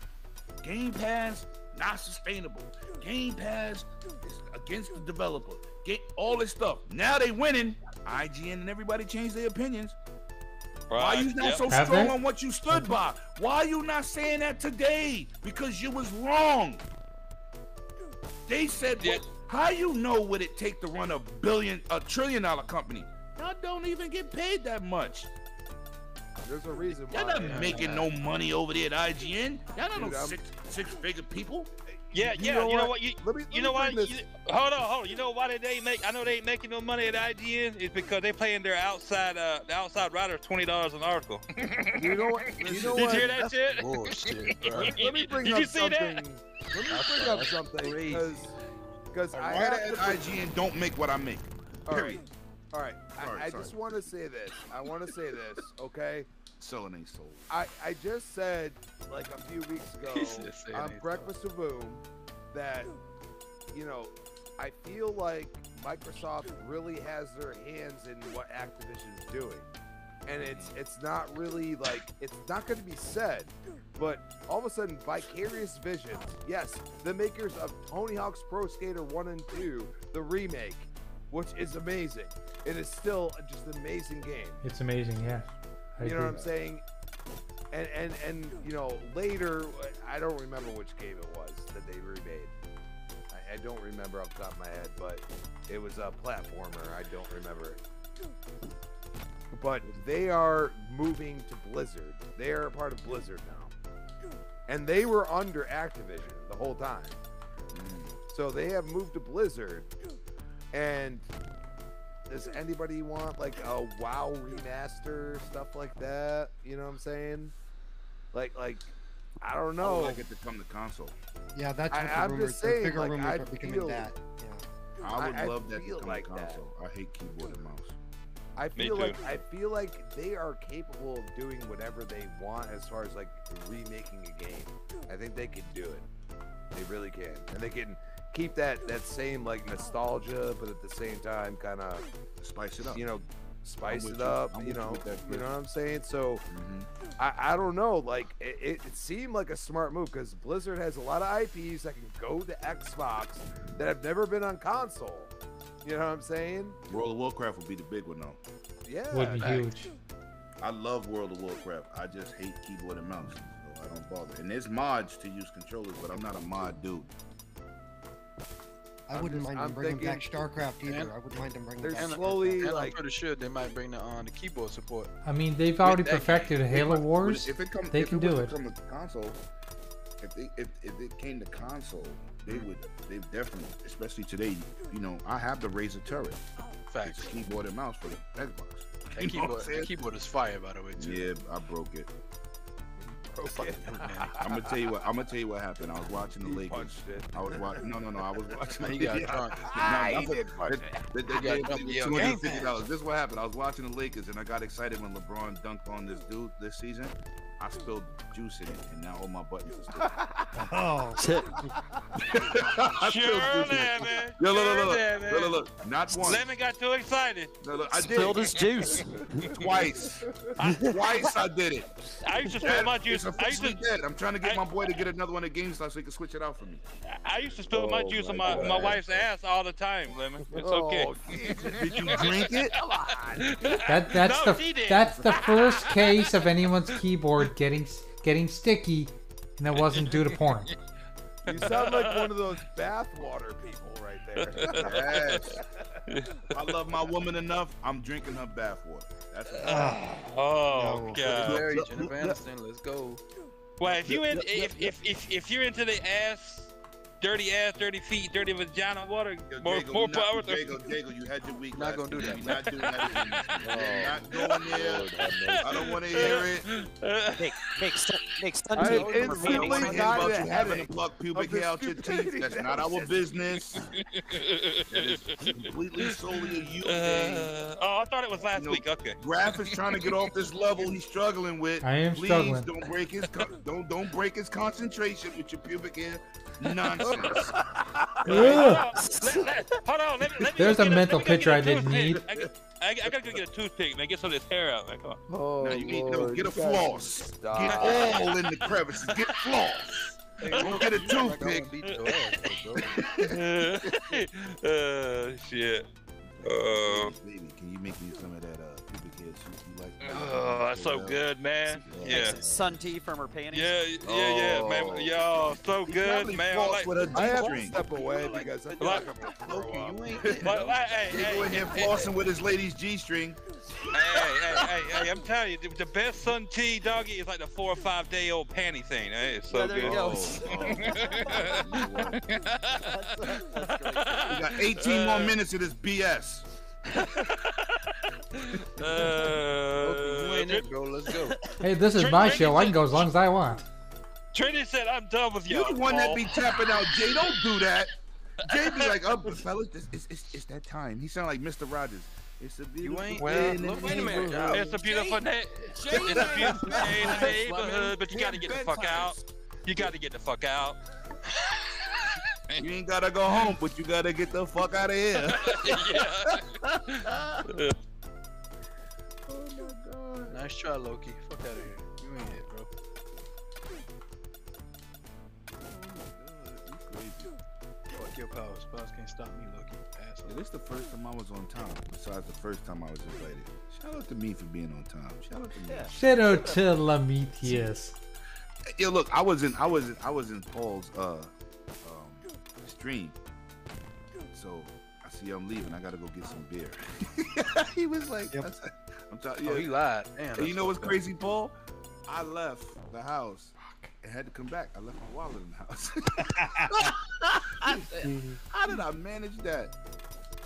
Speaker 2: Game Pass not sustainable. Game Pass is against the developer. Get all this stuff. Now they winning. IGN and everybody changed their opinions. Why
Speaker 1: Right.
Speaker 2: you not
Speaker 1: Yep.
Speaker 2: so
Speaker 3: Have
Speaker 2: strong
Speaker 3: they?
Speaker 2: on what you stood by? Why you not saying that today? Because you was wrong. They said,
Speaker 1: Yeah.
Speaker 2: what, how you know what it take to run a billion, a trillion dollar company? Y'all don't even get paid that much.
Speaker 9: There's a reason why.
Speaker 2: Y'all not
Speaker 9: man.
Speaker 2: making no money over there at IGN. Y'all not
Speaker 9: Dude,
Speaker 2: no
Speaker 9: I'm-
Speaker 2: six six figure people.
Speaker 1: yeah,
Speaker 9: You
Speaker 1: yeah.
Speaker 9: know
Speaker 1: You know
Speaker 9: what?
Speaker 1: what? You,
Speaker 9: Let me.
Speaker 1: you
Speaker 9: let
Speaker 1: know
Speaker 9: me
Speaker 1: why?
Speaker 9: bring this-
Speaker 1: you- hold on, hold on. You know why did they make? I know they ain't making no money at IGN. It's because they paying their outside, uh, the outside writer twenty dollars an article.
Speaker 9: You know what? You know
Speaker 1: Did you
Speaker 9: what?
Speaker 1: hear that shit?
Speaker 7: Bullshit, bro.
Speaker 9: Let me bring
Speaker 1: Did
Speaker 9: up
Speaker 1: you see
Speaker 9: something.
Speaker 1: that?
Speaker 9: Let me bring up something
Speaker 7: crazy.
Speaker 9: because because I
Speaker 2: Why
Speaker 9: have
Speaker 2: that
Speaker 9: to bring-
Speaker 2: IGN don't make what I make?
Speaker 9: All right.
Speaker 2: Period.
Speaker 9: All right. I-
Speaker 2: Sorry,
Speaker 9: I,
Speaker 2: sorry.
Speaker 9: just want to say this. I want to say this. Okay.
Speaker 2: Selling ain't sold.
Speaker 9: I I just said like a few weeks ago
Speaker 7: He said say it
Speaker 9: on
Speaker 7: ain't
Speaker 9: Breakfast with Boom that you know I feel like Microsoft really has their hands in what Activision's doing, and
Speaker 7: Mm-hmm.
Speaker 9: it's it's not really like it's not going to be said, but all of a sudden Vicarious Visions, yes, the makers of Tony Hawk's Pro Skater One and Two, the remake, which is amazing. It is still just an amazing game
Speaker 3: it's amazing. Yeah. I
Speaker 9: you know what I'm
Speaker 3: agree.
Speaker 9: saying? And and and you know later, I don't remember which game it was that they remade. I, I don't remember off the top of my head, but it was a platformer. I don't remember. But they are moving to Blizzard. They are a part of Blizzard now, and they were under Activision the whole time. So they have moved to Blizzard, and does anybody want like a WoW remaster stuff like that? You know what I'm saying? Like like I don't
Speaker 2: I would
Speaker 9: know.
Speaker 2: like it to come to console.
Speaker 5: Yeah, that's
Speaker 9: I-
Speaker 5: what
Speaker 9: I'm
Speaker 5: the
Speaker 9: just
Speaker 5: rumors.
Speaker 9: saying,
Speaker 5: the bigger
Speaker 9: like,
Speaker 5: rumors
Speaker 9: I
Speaker 5: are becoming
Speaker 9: feel-
Speaker 5: that. Yeah.
Speaker 2: I would
Speaker 9: I- I
Speaker 2: love that to
Speaker 9: feel
Speaker 2: come
Speaker 9: like
Speaker 2: to
Speaker 9: that.
Speaker 2: console. I hate keyboard and mouse.
Speaker 9: I
Speaker 1: Me
Speaker 9: feel like
Speaker 1: too.
Speaker 9: I feel like they are capable of doing whatever they want as far as like remaking a game. I think they can do it. They really can, and they can keep that that same like nostalgia, but at the same time, kind of
Speaker 2: Spice it up.
Speaker 9: you know spice
Speaker 2: with
Speaker 9: it
Speaker 2: you.
Speaker 9: up.
Speaker 2: I'm
Speaker 9: You
Speaker 2: with you
Speaker 9: know,
Speaker 2: with that,
Speaker 9: you
Speaker 2: Chris.
Speaker 9: know what I'm saying? So.
Speaker 2: Mhm.
Speaker 9: I, I don't know. Like it, it, it seemed like a smart move because Blizzard has a lot of IPs that can go to Xbox that have never been on console. You know what I'm saying?
Speaker 2: World of Warcraft would be the big one though.
Speaker 9: Yeah.
Speaker 3: Would be
Speaker 9: that-
Speaker 3: huge.
Speaker 2: I love World of Warcraft. I just hate keyboard and mouse. So I don't bother. And there's mods to use controllers, but I'm not a mod dude.
Speaker 5: I
Speaker 9: I'm
Speaker 5: wouldn't
Speaker 9: just-
Speaker 5: mind
Speaker 9: I'm
Speaker 5: them bringing back
Speaker 9: thinking-
Speaker 5: StarCraft either.
Speaker 7: And-
Speaker 5: I wouldn't mind them bringing
Speaker 9: They're
Speaker 5: back. StarCraft.
Speaker 9: slowly
Speaker 7: And I'm
Speaker 9: like
Speaker 7: pretty sure they might bring the on the keyboard support.
Speaker 3: I mean, they've already
Speaker 7: that game,
Speaker 3: perfected Halo
Speaker 2: But
Speaker 3: Wars.
Speaker 2: If it comes,
Speaker 3: they
Speaker 2: if
Speaker 3: can
Speaker 2: it
Speaker 3: do
Speaker 2: was to
Speaker 3: it.
Speaker 2: Come to console. If, they, if, if it came to console, they
Speaker 3: Mm.
Speaker 2: would. They definitely, especially today. You know, I have the Razer Turret. It's
Speaker 7: Facts.
Speaker 2: a keyboard and mouse for the Xbox.
Speaker 7: That
Speaker 2: You know what I'm
Speaker 7: keyboard,
Speaker 2: saying?
Speaker 7: that keyboard is fire, by the way. Too.
Speaker 2: Yeah, I broke it.
Speaker 7: Fucking brute, man.
Speaker 2: I'm gonna tell you what. I'm gonna tell you what happened. I was watching
Speaker 9: He
Speaker 2: the Lakers.
Speaker 9: punched it.
Speaker 2: I was watching. No, no, no. I was watching.
Speaker 7: He got
Speaker 2: Yeah.
Speaker 7: drunk.
Speaker 2: Nah,
Speaker 9: he
Speaker 2: that's what-
Speaker 9: did punch
Speaker 2: that- that- that
Speaker 7: He got
Speaker 2: game
Speaker 7: dumped.
Speaker 2: was
Speaker 7: Yeah,
Speaker 2: $250. This is what happened. I was watching the Lakers and I got excited when LeBron dunked on this dude this season. I spilled juice in it, and now all my buttons are still.
Speaker 5: Oh,
Speaker 2: I
Speaker 1: Sure,
Speaker 2: spilled juice in it.
Speaker 1: lemon.
Speaker 2: Yo, look,
Speaker 1: Sure,
Speaker 2: look, look, look,
Speaker 1: lemon.
Speaker 2: look, look, look. Not once.
Speaker 1: Lemon got too excited.
Speaker 2: No, look, I did
Speaker 4: Spilled
Speaker 2: it
Speaker 4: his juice.
Speaker 2: twice. twice I did it.
Speaker 1: I used to spill my
Speaker 2: It's
Speaker 1: juice. I used
Speaker 2: officially
Speaker 1: to,
Speaker 2: dead. I'm trying to get
Speaker 1: I-
Speaker 2: my boy to get another one at GameStop so he can switch it out for me.
Speaker 1: I used to spill my
Speaker 8: Oh
Speaker 1: juice on
Speaker 8: my
Speaker 1: my, my
Speaker 8: God.
Speaker 1: wife's ass all the time, Lemon. It's
Speaker 2: Oh,
Speaker 1: okay.
Speaker 2: Did you drink it?
Speaker 3: That that's
Speaker 1: No, she
Speaker 3: the
Speaker 1: didn't.
Speaker 3: that's the first case of anyone's keyboard getting getting sticky, and it wasn't due to porn.
Speaker 9: You sound like one of those bathwater people right there.
Speaker 2: Yes. I love my woman enough. I'm drinking her bathwater. That's
Speaker 1: Oh
Speaker 5: No.
Speaker 1: god.
Speaker 7: Larry
Speaker 2: look,
Speaker 7: Jennifer
Speaker 2: look.
Speaker 7: Aniston, let's go.
Speaker 1: Well, if you in,
Speaker 2: Look, look,
Speaker 1: if, if if if you're into the ass, dirty ass, dirty feet, dirty vagina water,
Speaker 2: Yo,
Speaker 1: more
Speaker 2: Jago,
Speaker 1: more
Speaker 2: you not-
Speaker 1: power to.
Speaker 2: Jago, Jago, you had your week. last
Speaker 7: Not gonna do
Speaker 2: week.
Speaker 7: that.
Speaker 2: You're Not doing that. again. You're not going there. I don't want to hear it.
Speaker 4: Make make sen- make sense.
Speaker 9: I
Speaker 4: to me.
Speaker 9: am
Speaker 2: I don't
Speaker 9: instantly
Speaker 2: want to hear
Speaker 9: got
Speaker 2: about you
Speaker 9: a
Speaker 2: having to
Speaker 9: headache.
Speaker 2: pluck pubic
Speaker 9: of the
Speaker 2: hair out your teeth.
Speaker 9: stupidity
Speaker 2: That's
Speaker 9: that
Speaker 2: not
Speaker 9: was
Speaker 2: our
Speaker 9: just-
Speaker 2: business. That is completely solely a you thing.
Speaker 1: Uh, oh, I thought it was last
Speaker 2: No.
Speaker 1: week. Okay.
Speaker 2: Graf is trying to get off this level. He's struggling with.
Speaker 3: I am
Speaker 2: Please
Speaker 3: struggling.
Speaker 2: don't break his con- don't don't break his concentration with your pubic hair nonsense.
Speaker 1: Uh. Hold on, let- let- hold on. Let, me- let me
Speaker 3: There's
Speaker 1: go
Speaker 3: a
Speaker 1: get
Speaker 3: mental
Speaker 1: let me go
Speaker 3: picture I
Speaker 1: get a
Speaker 3: didn't
Speaker 1: toothpick. I, I, I gotta go get a toothpick, man. Get some of this hair out, man. Come on.
Speaker 9: Oh,
Speaker 2: now you need no get a floss. Get
Speaker 9: Stop.
Speaker 2: all in the crevices. Get floss. Don't get a toothpick.
Speaker 1: uh, shit. Uh,
Speaker 2: Baby, can you make me some of that uh, pubic hair soup you like?
Speaker 1: oh, that's so good, man.
Speaker 4: Make
Speaker 1: Yeah.
Speaker 4: some sun tea from her panties.
Speaker 1: Yeah, yeah, yeah, man. Y'all, so good, man. Like,
Speaker 2: with a
Speaker 9: I have to
Speaker 2: G-string.
Speaker 9: step away because I feel
Speaker 1: Like-
Speaker 9: like I'm a
Speaker 7: Loki, you ain't
Speaker 1: like, like, hey,
Speaker 2: They go in
Speaker 1: hey,
Speaker 2: here flossing with his lady's G-string.
Speaker 1: hey, hey, hey, hey, I'm telling you, the- the best sun tea, doggy, is like the four or five day old panty thing. Hey, it's so
Speaker 4: Yeah, there you
Speaker 1: good. Oh,
Speaker 4: go.
Speaker 2: Oh, we got
Speaker 1: got
Speaker 2: 18
Speaker 1: Uh,
Speaker 2: more minutes of this BS.
Speaker 7: you ain't
Speaker 1: Uh,
Speaker 7: it, bro. Let's go.
Speaker 3: Hey, this is
Speaker 1: Drink-
Speaker 3: my
Speaker 1: drink
Speaker 3: show. I
Speaker 1: it.
Speaker 3: can go as long as I want.
Speaker 1: Trinity said, I'm done with
Speaker 2: You
Speaker 1: y'all.
Speaker 2: the one that
Speaker 1: Paul."
Speaker 2: be tapping out Jay. Don't do that. Jay be like, oh, but fellas, it's, it's, it's, it's that time. He sound like Mr. Rogers. It's a beautiful
Speaker 7: ain't-
Speaker 2: day
Speaker 7: well,
Speaker 2: in the
Speaker 7: look, wait a
Speaker 6: minute.
Speaker 2: neighborhood.
Speaker 1: It's a beautiful day.
Speaker 6: Jay-
Speaker 1: It's a
Speaker 6: Jay-
Speaker 1: beautiful day in the
Speaker 6: Jay-
Speaker 1: neighborhood, but you
Speaker 9: We
Speaker 1: gotta
Speaker 9: have
Speaker 1: get the fuck
Speaker 9: bedtimes.
Speaker 1: out. You gotta get the fuck out.
Speaker 2: You ain't gotta go home, but you gotta get the fuck out of here.
Speaker 1: yeah.
Speaker 7: Nice try, Loki. Fuck out of here. You ain't it, bro. Fuck your powers. Powers can't stop me, Loki.
Speaker 2: Yeah,
Speaker 7: Asshole.
Speaker 2: this the first time I was on time, besides the first time I was invited. Shout out to me for being on time. Shout out to me.
Speaker 3: Shout out to Lametius.
Speaker 2: Yo, look, I was in, I was in, I was in Paul's uh, um, stream. So I see I'm leaving. I gotta go get some beer. he was like,
Speaker 5: Yep.
Speaker 2: I said- I'm talking.
Speaker 7: Oh, he lied. Damn.
Speaker 2: and you
Speaker 7: that's
Speaker 2: know what's
Speaker 7: fucked up.
Speaker 2: crazy, Paul? I left the house and had to come back. I left my wallet in the house. I said, How did I manage that?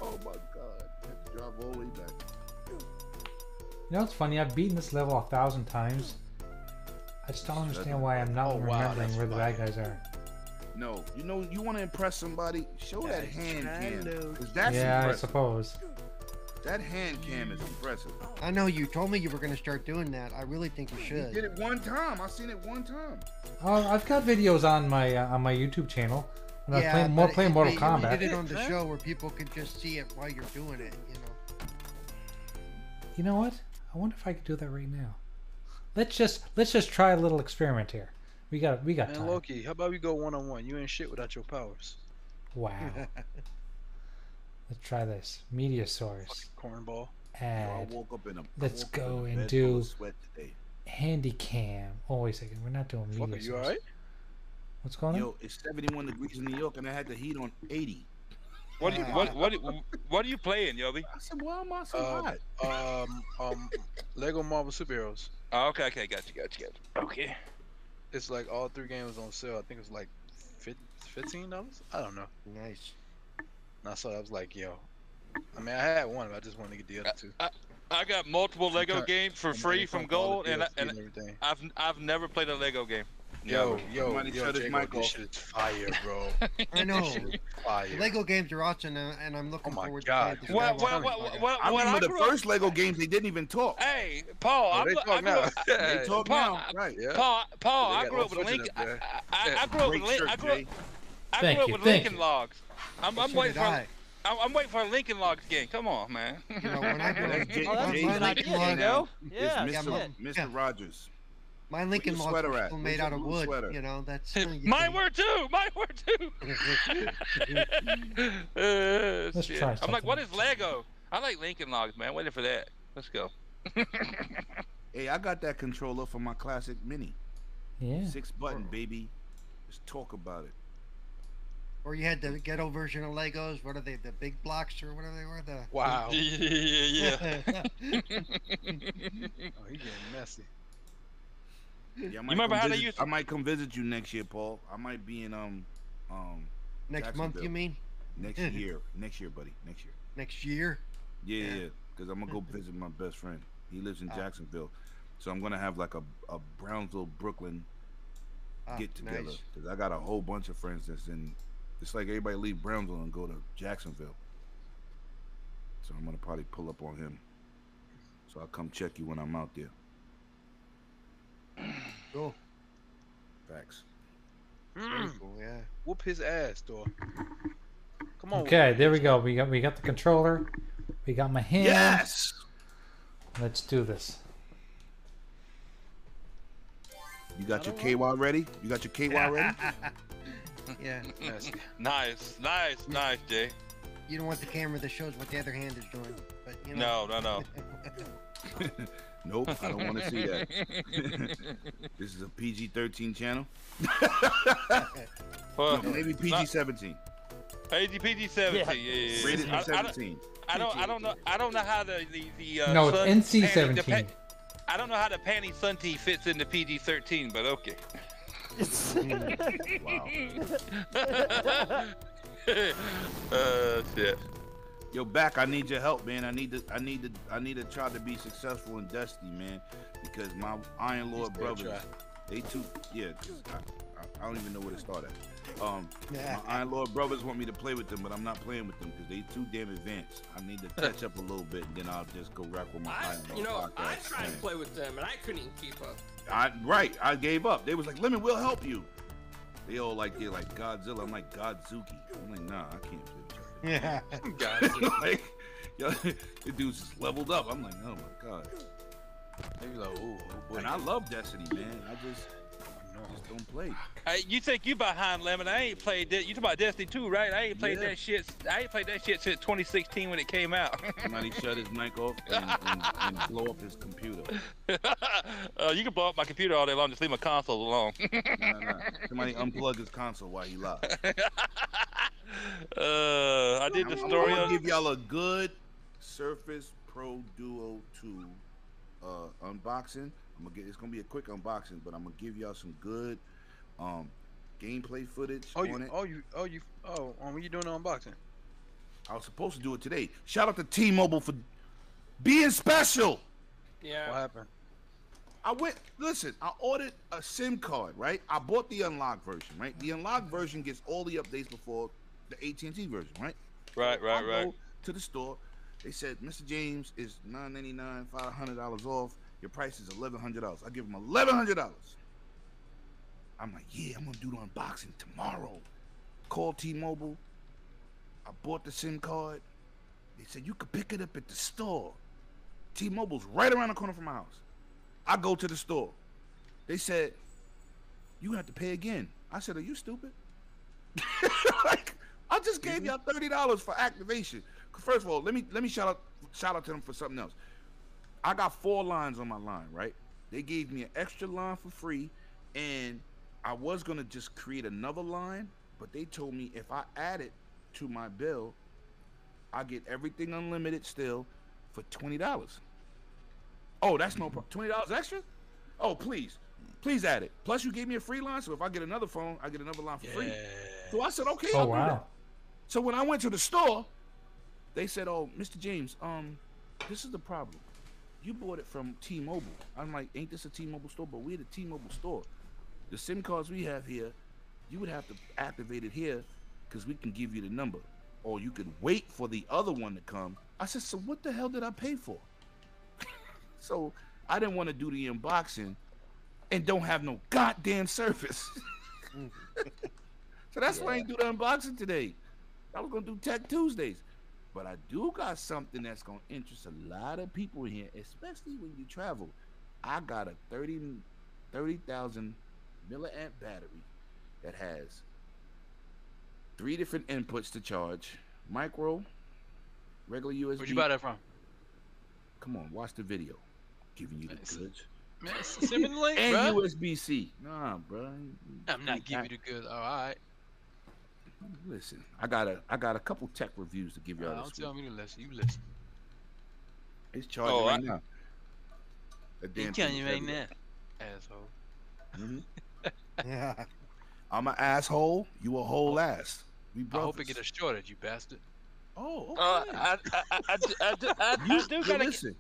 Speaker 2: Oh my god! I had to drive all the way back.
Speaker 3: You know it's funny? I've beaten this level a thousand times. I just don't understand why I'm not
Speaker 7: Oh, wow,
Speaker 3: remembering
Speaker 7: that's
Speaker 3: where the bad
Speaker 7: funny.
Speaker 3: guys are.
Speaker 2: No, you know, you want to impress somebody, show that hand cam. 'cause that's
Speaker 3: yeah, I
Speaker 2: impressive.
Speaker 3: suppose.
Speaker 2: That hand cam is impressive.
Speaker 5: I know you told me you were gonna start doing that. I really think you
Speaker 2: He did
Speaker 5: should.
Speaker 2: it one time. I seen it one time.
Speaker 3: Uh, I've got videos on my uh, on my YouTube channel. When I was playing,
Speaker 5: but
Speaker 3: more
Speaker 5: it-
Speaker 3: playing Mortal
Speaker 5: but you-
Speaker 3: Kombat.
Speaker 5: You did it on the
Speaker 7: Huh?
Speaker 5: show where people could just see it while you're doing it. You know.
Speaker 3: You know what? I wonder if I could do that right now. Let's just let's just try a little experiment here. We got we got
Speaker 7: Man,
Speaker 3: time.
Speaker 7: Loki, how about we go one on one? You ain't shit without your powers.
Speaker 3: Wow. let's try this. Mediasaurus.
Speaker 7: Fucking cornball.
Speaker 2: Yo, I
Speaker 3: Add
Speaker 2: woke up in a. I
Speaker 3: Let's
Speaker 2: woke up
Speaker 3: go
Speaker 2: in a bed
Speaker 3: and
Speaker 2: full of
Speaker 3: do-
Speaker 2: sweat today.
Speaker 3: handy cam. Oh wait a second. We're not doing
Speaker 7: Fuck,
Speaker 3: Mediasaurus.
Speaker 7: you alright?
Speaker 3: What's going on?
Speaker 2: Yo, it's 71 degrees in New York, and I had the heat on 80.
Speaker 1: What do you what what do- what are you playing, Yobi?
Speaker 2: I said, "Why am I so
Speaker 7: Uh,
Speaker 2: hot?"
Speaker 7: Um, um, Lego Marvel Superheroes.
Speaker 1: Oh, okay, okay, gotcha, gotcha, gotcha. Okay.
Speaker 7: It's like all three games on sale. I think it's like fif- fifteen dollars. I don't know.
Speaker 5: Nice.
Speaker 7: And I saw that, I was like, yo. I mean, I had one, but I just wanted to get the other two.
Speaker 1: I got multiple Lego
Speaker 7: Sometimes-
Speaker 1: games for
Speaker 7: And
Speaker 1: Uh, free
Speaker 7: it's
Speaker 1: from
Speaker 7: on all the
Speaker 1: Gold, and I,
Speaker 7: DLC
Speaker 1: and
Speaker 7: everything.
Speaker 1: I've I've never played a Lego game.
Speaker 7: Yo, yo,
Speaker 2: Somebody
Speaker 7: yo,
Speaker 2: shut his
Speaker 7: Jago,
Speaker 2: mic off.
Speaker 7: this shit's fire, bro.
Speaker 5: I know.
Speaker 7: This shit is fire.
Speaker 5: Lego games are awesome, and, and I'm looking
Speaker 7: Oh my
Speaker 5: forward
Speaker 7: God.
Speaker 5: to playing this
Speaker 1: Well, well,
Speaker 5: game.
Speaker 1: well, well, well,
Speaker 2: I
Speaker 1: when I
Speaker 2: remember the
Speaker 1: grew up-
Speaker 2: first Lego games they didn't even talk.
Speaker 1: Hey, Paul,
Speaker 7: Oh,
Speaker 1: I,
Speaker 7: they
Speaker 1: grew- I
Speaker 7: talk
Speaker 1: grew
Speaker 7: now.
Speaker 1: up,
Speaker 2: They
Speaker 7: Yeah.
Speaker 2: talk
Speaker 1: Paul,
Speaker 2: now, right?
Speaker 7: Yeah.
Speaker 1: Paul, Paul,
Speaker 7: They
Speaker 1: I
Speaker 7: got
Speaker 1: grew
Speaker 7: all
Speaker 1: up with
Speaker 7: footage
Speaker 1: Lincoln.
Speaker 7: up
Speaker 1: I,
Speaker 7: there.
Speaker 1: I,
Speaker 7: Yeah,
Speaker 1: I grew up with
Speaker 2: Great
Speaker 1: Lincoln.
Speaker 2: shirt,
Speaker 1: I grew up,
Speaker 2: Jay.
Speaker 1: I
Speaker 3: Thank
Speaker 1: grew up
Speaker 3: you,
Speaker 1: with
Speaker 3: thank
Speaker 1: Lincoln
Speaker 3: you.
Speaker 1: Logs. I'm, I'm
Speaker 5: So
Speaker 1: waiting
Speaker 5: did
Speaker 1: for
Speaker 5: I.
Speaker 1: I'm, I'm waiting for a Lincoln Logs game. Come on, man.
Speaker 5: You know, when I grew up,
Speaker 2: Jay-
Speaker 4: Oh, that's
Speaker 2: Jay
Speaker 4: a good
Speaker 2: Lincoln
Speaker 4: idea,
Speaker 2: now
Speaker 4: Jago.
Speaker 2: It's
Speaker 4: Yeah,
Speaker 5: yeah,
Speaker 2: Mr.
Speaker 4: shit.
Speaker 2: Mr.
Speaker 5: yeah.
Speaker 2: Rogers.
Speaker 5: my Lincoln
Speaker 2: your
Speaker 5: Logs
Speaker 2: sweater
Speaker 5: were
Speaker 2: at?
Speaker 5: still
Speaker 2: Where's
Speaker 5: made
Speaker 2: your
Speaker 5: out of
Speaker 2: blue
Speaker 5: wood.
Speaker 2: sweater?
Speaker 5: You know, that's
Speaker 1: Mine were too. Mine were too. Uh,
Speaker 3: Let's
Speaker 1: shit.
Speaker 3: try
Speaker 1: I'm like,
Speaker 3: something.
Speaker 1: what is Lego? I like Lincoln Logs, man. Waiting for that. Let's go.
Speaker 2: Hey, I got that controller for my classic mini.
Speaker 3: Yeah.
Speaker 2: Six button, baby. Let's talk about it.
Speaker 5: Or you had the ghetto version of Legos. What are they? The big blocks or whatever they were. The
Speaker 7: Wow.
Speaker 1: Yeah, yeah, yeah.
Speaker 7: Oh, he getting messy.
Speaker 2: Yeah, I might
Speaker 1: remember
Speaker 2: come
Speaker 1: how they
Speaker 2: visit-
Speaker 1: used to-
Speaker 2: I might come visit you next year, Paul. I might be in um um
Speaker 5: next month, you
Speaker 2: Jacksonville.
Speaker 5: mean?
Speaker 2: next year. Next year, buddy. Next year.
Speaker 5: Next year?
Speaker 2: Yeah,
Speaker 5: Yeah.
Speaker 2: yeah. Because I'm gonna go visit my best friend. He lives in
Speaker 5: Ah.
Speaker 2: Jacksonville, so I'm gonna have like a a Brownsville, Brooklyn
Speaker 5: Ah,
Speaker 2: get together.
Speaker 5: nice.
Speaker 2: Because I got a whole bunch of friends that's in. It's like everybody leave Brownsville and go to Jacksonville. So I'm gonna probably pull up on him. So I'll come check you when I'm out there.
Speaker 5: Cool.
Speaker 2: Facts.
Speaker 5: Very
Speaker 7: Mm,
Speaker 5: cool. Yeah.
Speaker 7: whoop his ass, dog. Come on.
Speaker 3: Okay, there we go. We got we got the controller. We got my hand.
Speaker 2: Yes.
Speaker 3: Let's do this.
Speaker 2: You got your KY ready? You got your KY ready?
Speaker 5: Yeah.
Speaker 7: Messy.
Speaker 1: Nice, nice, nice, Jay.
Speaker 5: You don't want the camera that shows what the other hand is doing. But you know.
Speaker 1: No, no, no.
Speaker 2: Nope, I don't want to see that. This is a PG-13 channel.
Speaker 1: Well,
Speaker 2: No, maybe PG-17.
Speaker 1: PG PG seventeen. Yeah, yeah, yeah.
Speaker 2: Rated
Speaker 1: I,
Speaker 2: for
Speaker 1: I don't-
Speaker 2: 17.
Speaker 1: I don't, I don't know, I don't know how the the, the uh,
Speaker 3: no, it's
Speaker 1: sun
Speaker 3: NC
Speaker 1: panty- the pa-
Speaker 3: seventeen.
Speaker 1: I don't know how the panty sun tee fits into PG thirteen, but okay.
Speaker 2: Wow.
Speaker 1: uh, shit.
Speaker 2: Yo, back. I need your help, man. I need to. I need to. I need to try to be successful in Destiny, man. Because my Iron Lord
Speaker 7: still
Speaker 2: brothers, they too. Yeah, 'cause I, I, I don't even know where to start at. Um,
Speaker 5: Yeah.
Speaker 2: my Iron Lord brothers want me to play with them, but I'm not playing with them because they too damn advanced. I need to catch up a little bit, and then I'll just go rock with my
Speaker 6: I,
Speaker 2: Iron Lord
Speaker 6: you know,
Speaker 2: podcast.
Speaker 6: I tried to
Speaker 2: man.
Speaker 6: play with them and I couldn't even keep up.
Speaker 2: I right, I gave up. They was like, Lemon, we'll help you. They all like they're like Godzilla. I'm like Godzuki. I'm like, nah, I can't play
Speaker 5: Yeah.
Speaker 7: God,
Speaker 2: with you. like, yo, the dude's just leveled up. I'm like, oh my god.
Speaker 7: they be like, ooh, oh boy.
Speaker 2: And I love Destiny, man. I just,
Speaker 7: No.
Speaker 2: I just don't play.
Speaker 1: Hey, you think you behind lemon? I ain't played that. You talking about Destiny 2, right? I ain't played
Speaker 2: Yeah.
Speaker 1: that shit. I ain't played that shit since 2016 when it came out.
Speaker 2: Somebody shut his mic off and, and, and blow up his computer.
Speaker 1: uh, you can blow up my computer all day long. Just leave my console alone.
Speaker 2: Nah, nah. Somebody unplug his console while he live.
Speaker 1: uh, I did the
Speaker 2: I'm-
Speaker 1: story
Speaker 2: I'm gonna
Speaker 1: of.
Speaker 2: give y'all a good Surface Pro Duo 2 uh, unboxing. I'm gonna get. It's gonna be a quick unboxing, but I'm gonna give y'all some good um, gameplay footage
Speaker 7: Oh,
Speaker 2: on
Speaker 7: you,
Speaker 2: it.
Speaker 7: oh, you, oh, you, oh, um, when you doing the unboxing?
Speaker 2: I was supposed to do it today. Shout out to T-Mobile for being special.
Speaker 6: Yeah.
Speaker 7: What happened?
Speaker 2: I went. Listen, I ordered a SIM card. Right. I bought the unlocked version. Right. The unlocked version gets all the updates before the AT&T version. Right.
Speaker 1: Right,
Speaker 2: I
Speaker 1: right, right.
Speaker 2: go to the store. They said, Mr. James is nine ninety nine, five hundred dollars off. Your price is eleven hundred dollars. I give him eleven hundred dollars. I'm like, yeah, I'm gonna do the unboxing tomorrow. Call T-Mobile. I bought the SIM card. They said you could pick it up at the store. T-Mobile's right around the corner from my house. I go to the store. They said, you gonna have to pay again. I said, are you stupid? like, I just gave y'all thirty dollars for activation. First of all, let me let me shout out shout out to them for something else. I got four lines on my line, right? They gave me an extra line for free, and I was gonna just create another line, but they told me if I add it to my bill, I get everything unlimited still for twenty dollars. Oh, that's no problem. Twenty dollars extra? Oh, please, please add it. Plus, you gave me a free line, so if I get another phone, I get another line for free. So I said, okay.
Speaker 3: Oh
Speaker 2: I'll do that.
Speaker 3: wow.
Speaker 2: So when I went to the store, they said, "Oh, Mr. James, um, this is the problem. You bought it from T-Mobile." I'm like, "Ain't this a T-Mobile store?" But we're the T-Mobile store. The SIM cards we have here, you would have to activate it here because we can give you the number. Or you could wait for the other one to come. I said, so what the hell did I pay for? so I didn't want to do the unboxing and don't have no goddamn service. so that's why I ain't do the unboxing today. I was gonna do Tech Tuesdays. But I do got something that's gonna interest a lot of people in here, especially when you travel. I got a 30 30,000 milliamp battery that has three different inputs to charge micro, regular USB.
Speaker 7: Where'd you buy that from?
Speaker 2: Come on, watch the video. Giving you the
Speaker 7: Nice.
Speaker 2: goods.
Speaker 7: Man, send me the link,
Speaker 2: And
Speaker 7: bruh.
Speaker 2: USB C. Nah, bro.
Speaker 7: I'm not giving you the good. All right.
Speaker 2: Listen, I got a I got a couple tech reviews to give y'all
Speaker 7: Uh, don't
Speaker 2: this week.
Speaker 7: tell me to listen. You listen.
Speaker 2: It's charging
Speaker 1: Oh,
Speaker 2: right
Speaker 1: I-
Speaker 2: now. That
Speaker 7: You
Speaker 2: damn
Speaker 7: can't
Speaker 2: thing is
Speaker 7: even
Speaker 2: everywhere.
Speaker 7: that. Asshole.
Speaker 2: Mhm.
Speaker 5: Yeah.
Speaker 2: I'm an asshole. You a whole ass. We
Speaker 7: Oh. I
Speaker 2: brothers.
Speaker 7: hope it get a shortage, you bastard.
Speaker 2: Oh, okay.
Speaker 1: Uh, I, I, I, I, do- I, do- I,
Speaker 2: You-
Speaker 1: I do
Speaker 2: but
Speaker 1: gotta. get-
Speaker 2: listen.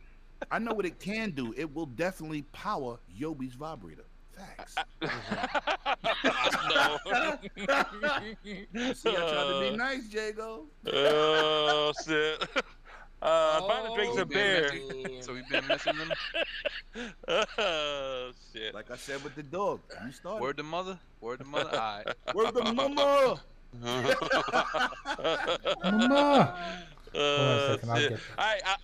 Speaker 2: I know what it can do. It will definitely power Yobi's vibrator. Facts.
Speaker 1: no.
Speaker 2: See, I tried to be nice, Jago.
Speaker 1: Oh shit. Uh, I'm about to drink
Speaker 6: Oh,
Speaker 1: some
Speaker 7: we've been
Speaker 1: beer.
Speaker 6: damn.
Speaker 7: messing- So we've been missing them.
Speaker 1: oh shit.
Speaker 2: Like I said with the dog, you started.
Speaker 7: Word to mother. Word to mother. All right.
Speaker 2: Word the mama.
Speaker 3: Mama! Hold on a
Speaker 1: Uh,
Speaker 3: second, I'll
Speaker 1: shit.
Speaker 3: get
Speaker 1: I, I,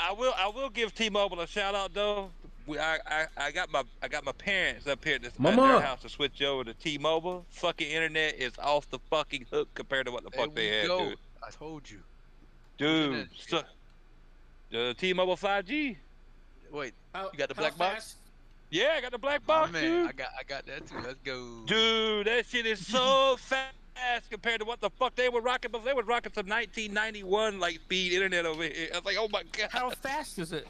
Speaker 1: I will, I will give T-Mobile a shout out though. We, I, I, I got my, I got my parents up here at, this, at
Speaker 10: Mama.
Speaker 1: their house to switch over to T-Mobile. Fucking internet is off the fucking hook compared to what the
Speaker 7: There
Speaker 1: fuck
Speaker 7: we
Speaker 1: they had,
Speaker 7: go.
Speaker 1: dude.
Speaker 7: I told you.
Speaker 1: Dude,
Speaker 7: Internet.
Speaker 1: so, the T-Mobile 5G.
Speaker 7: Wait,
Speaker 6: How,
Speaker 1: You got the
Speaker 6: how
Speaker 1: black box?
Speaker 6: fast-
Speaker 1: Yeah, I got the black
Speaker 7: my
Speaker 1: box,
Speaker 7: man.
Speaker 1: dude.
Speaker 7: I got, I got that too. Let's go.
Speaker 1: Dude, that shit is so fast compared to what the fuck they were rocking. But they were rocking some 1991 like speed internet over here. I was like, oh my god.
Speaker 6: How fast is it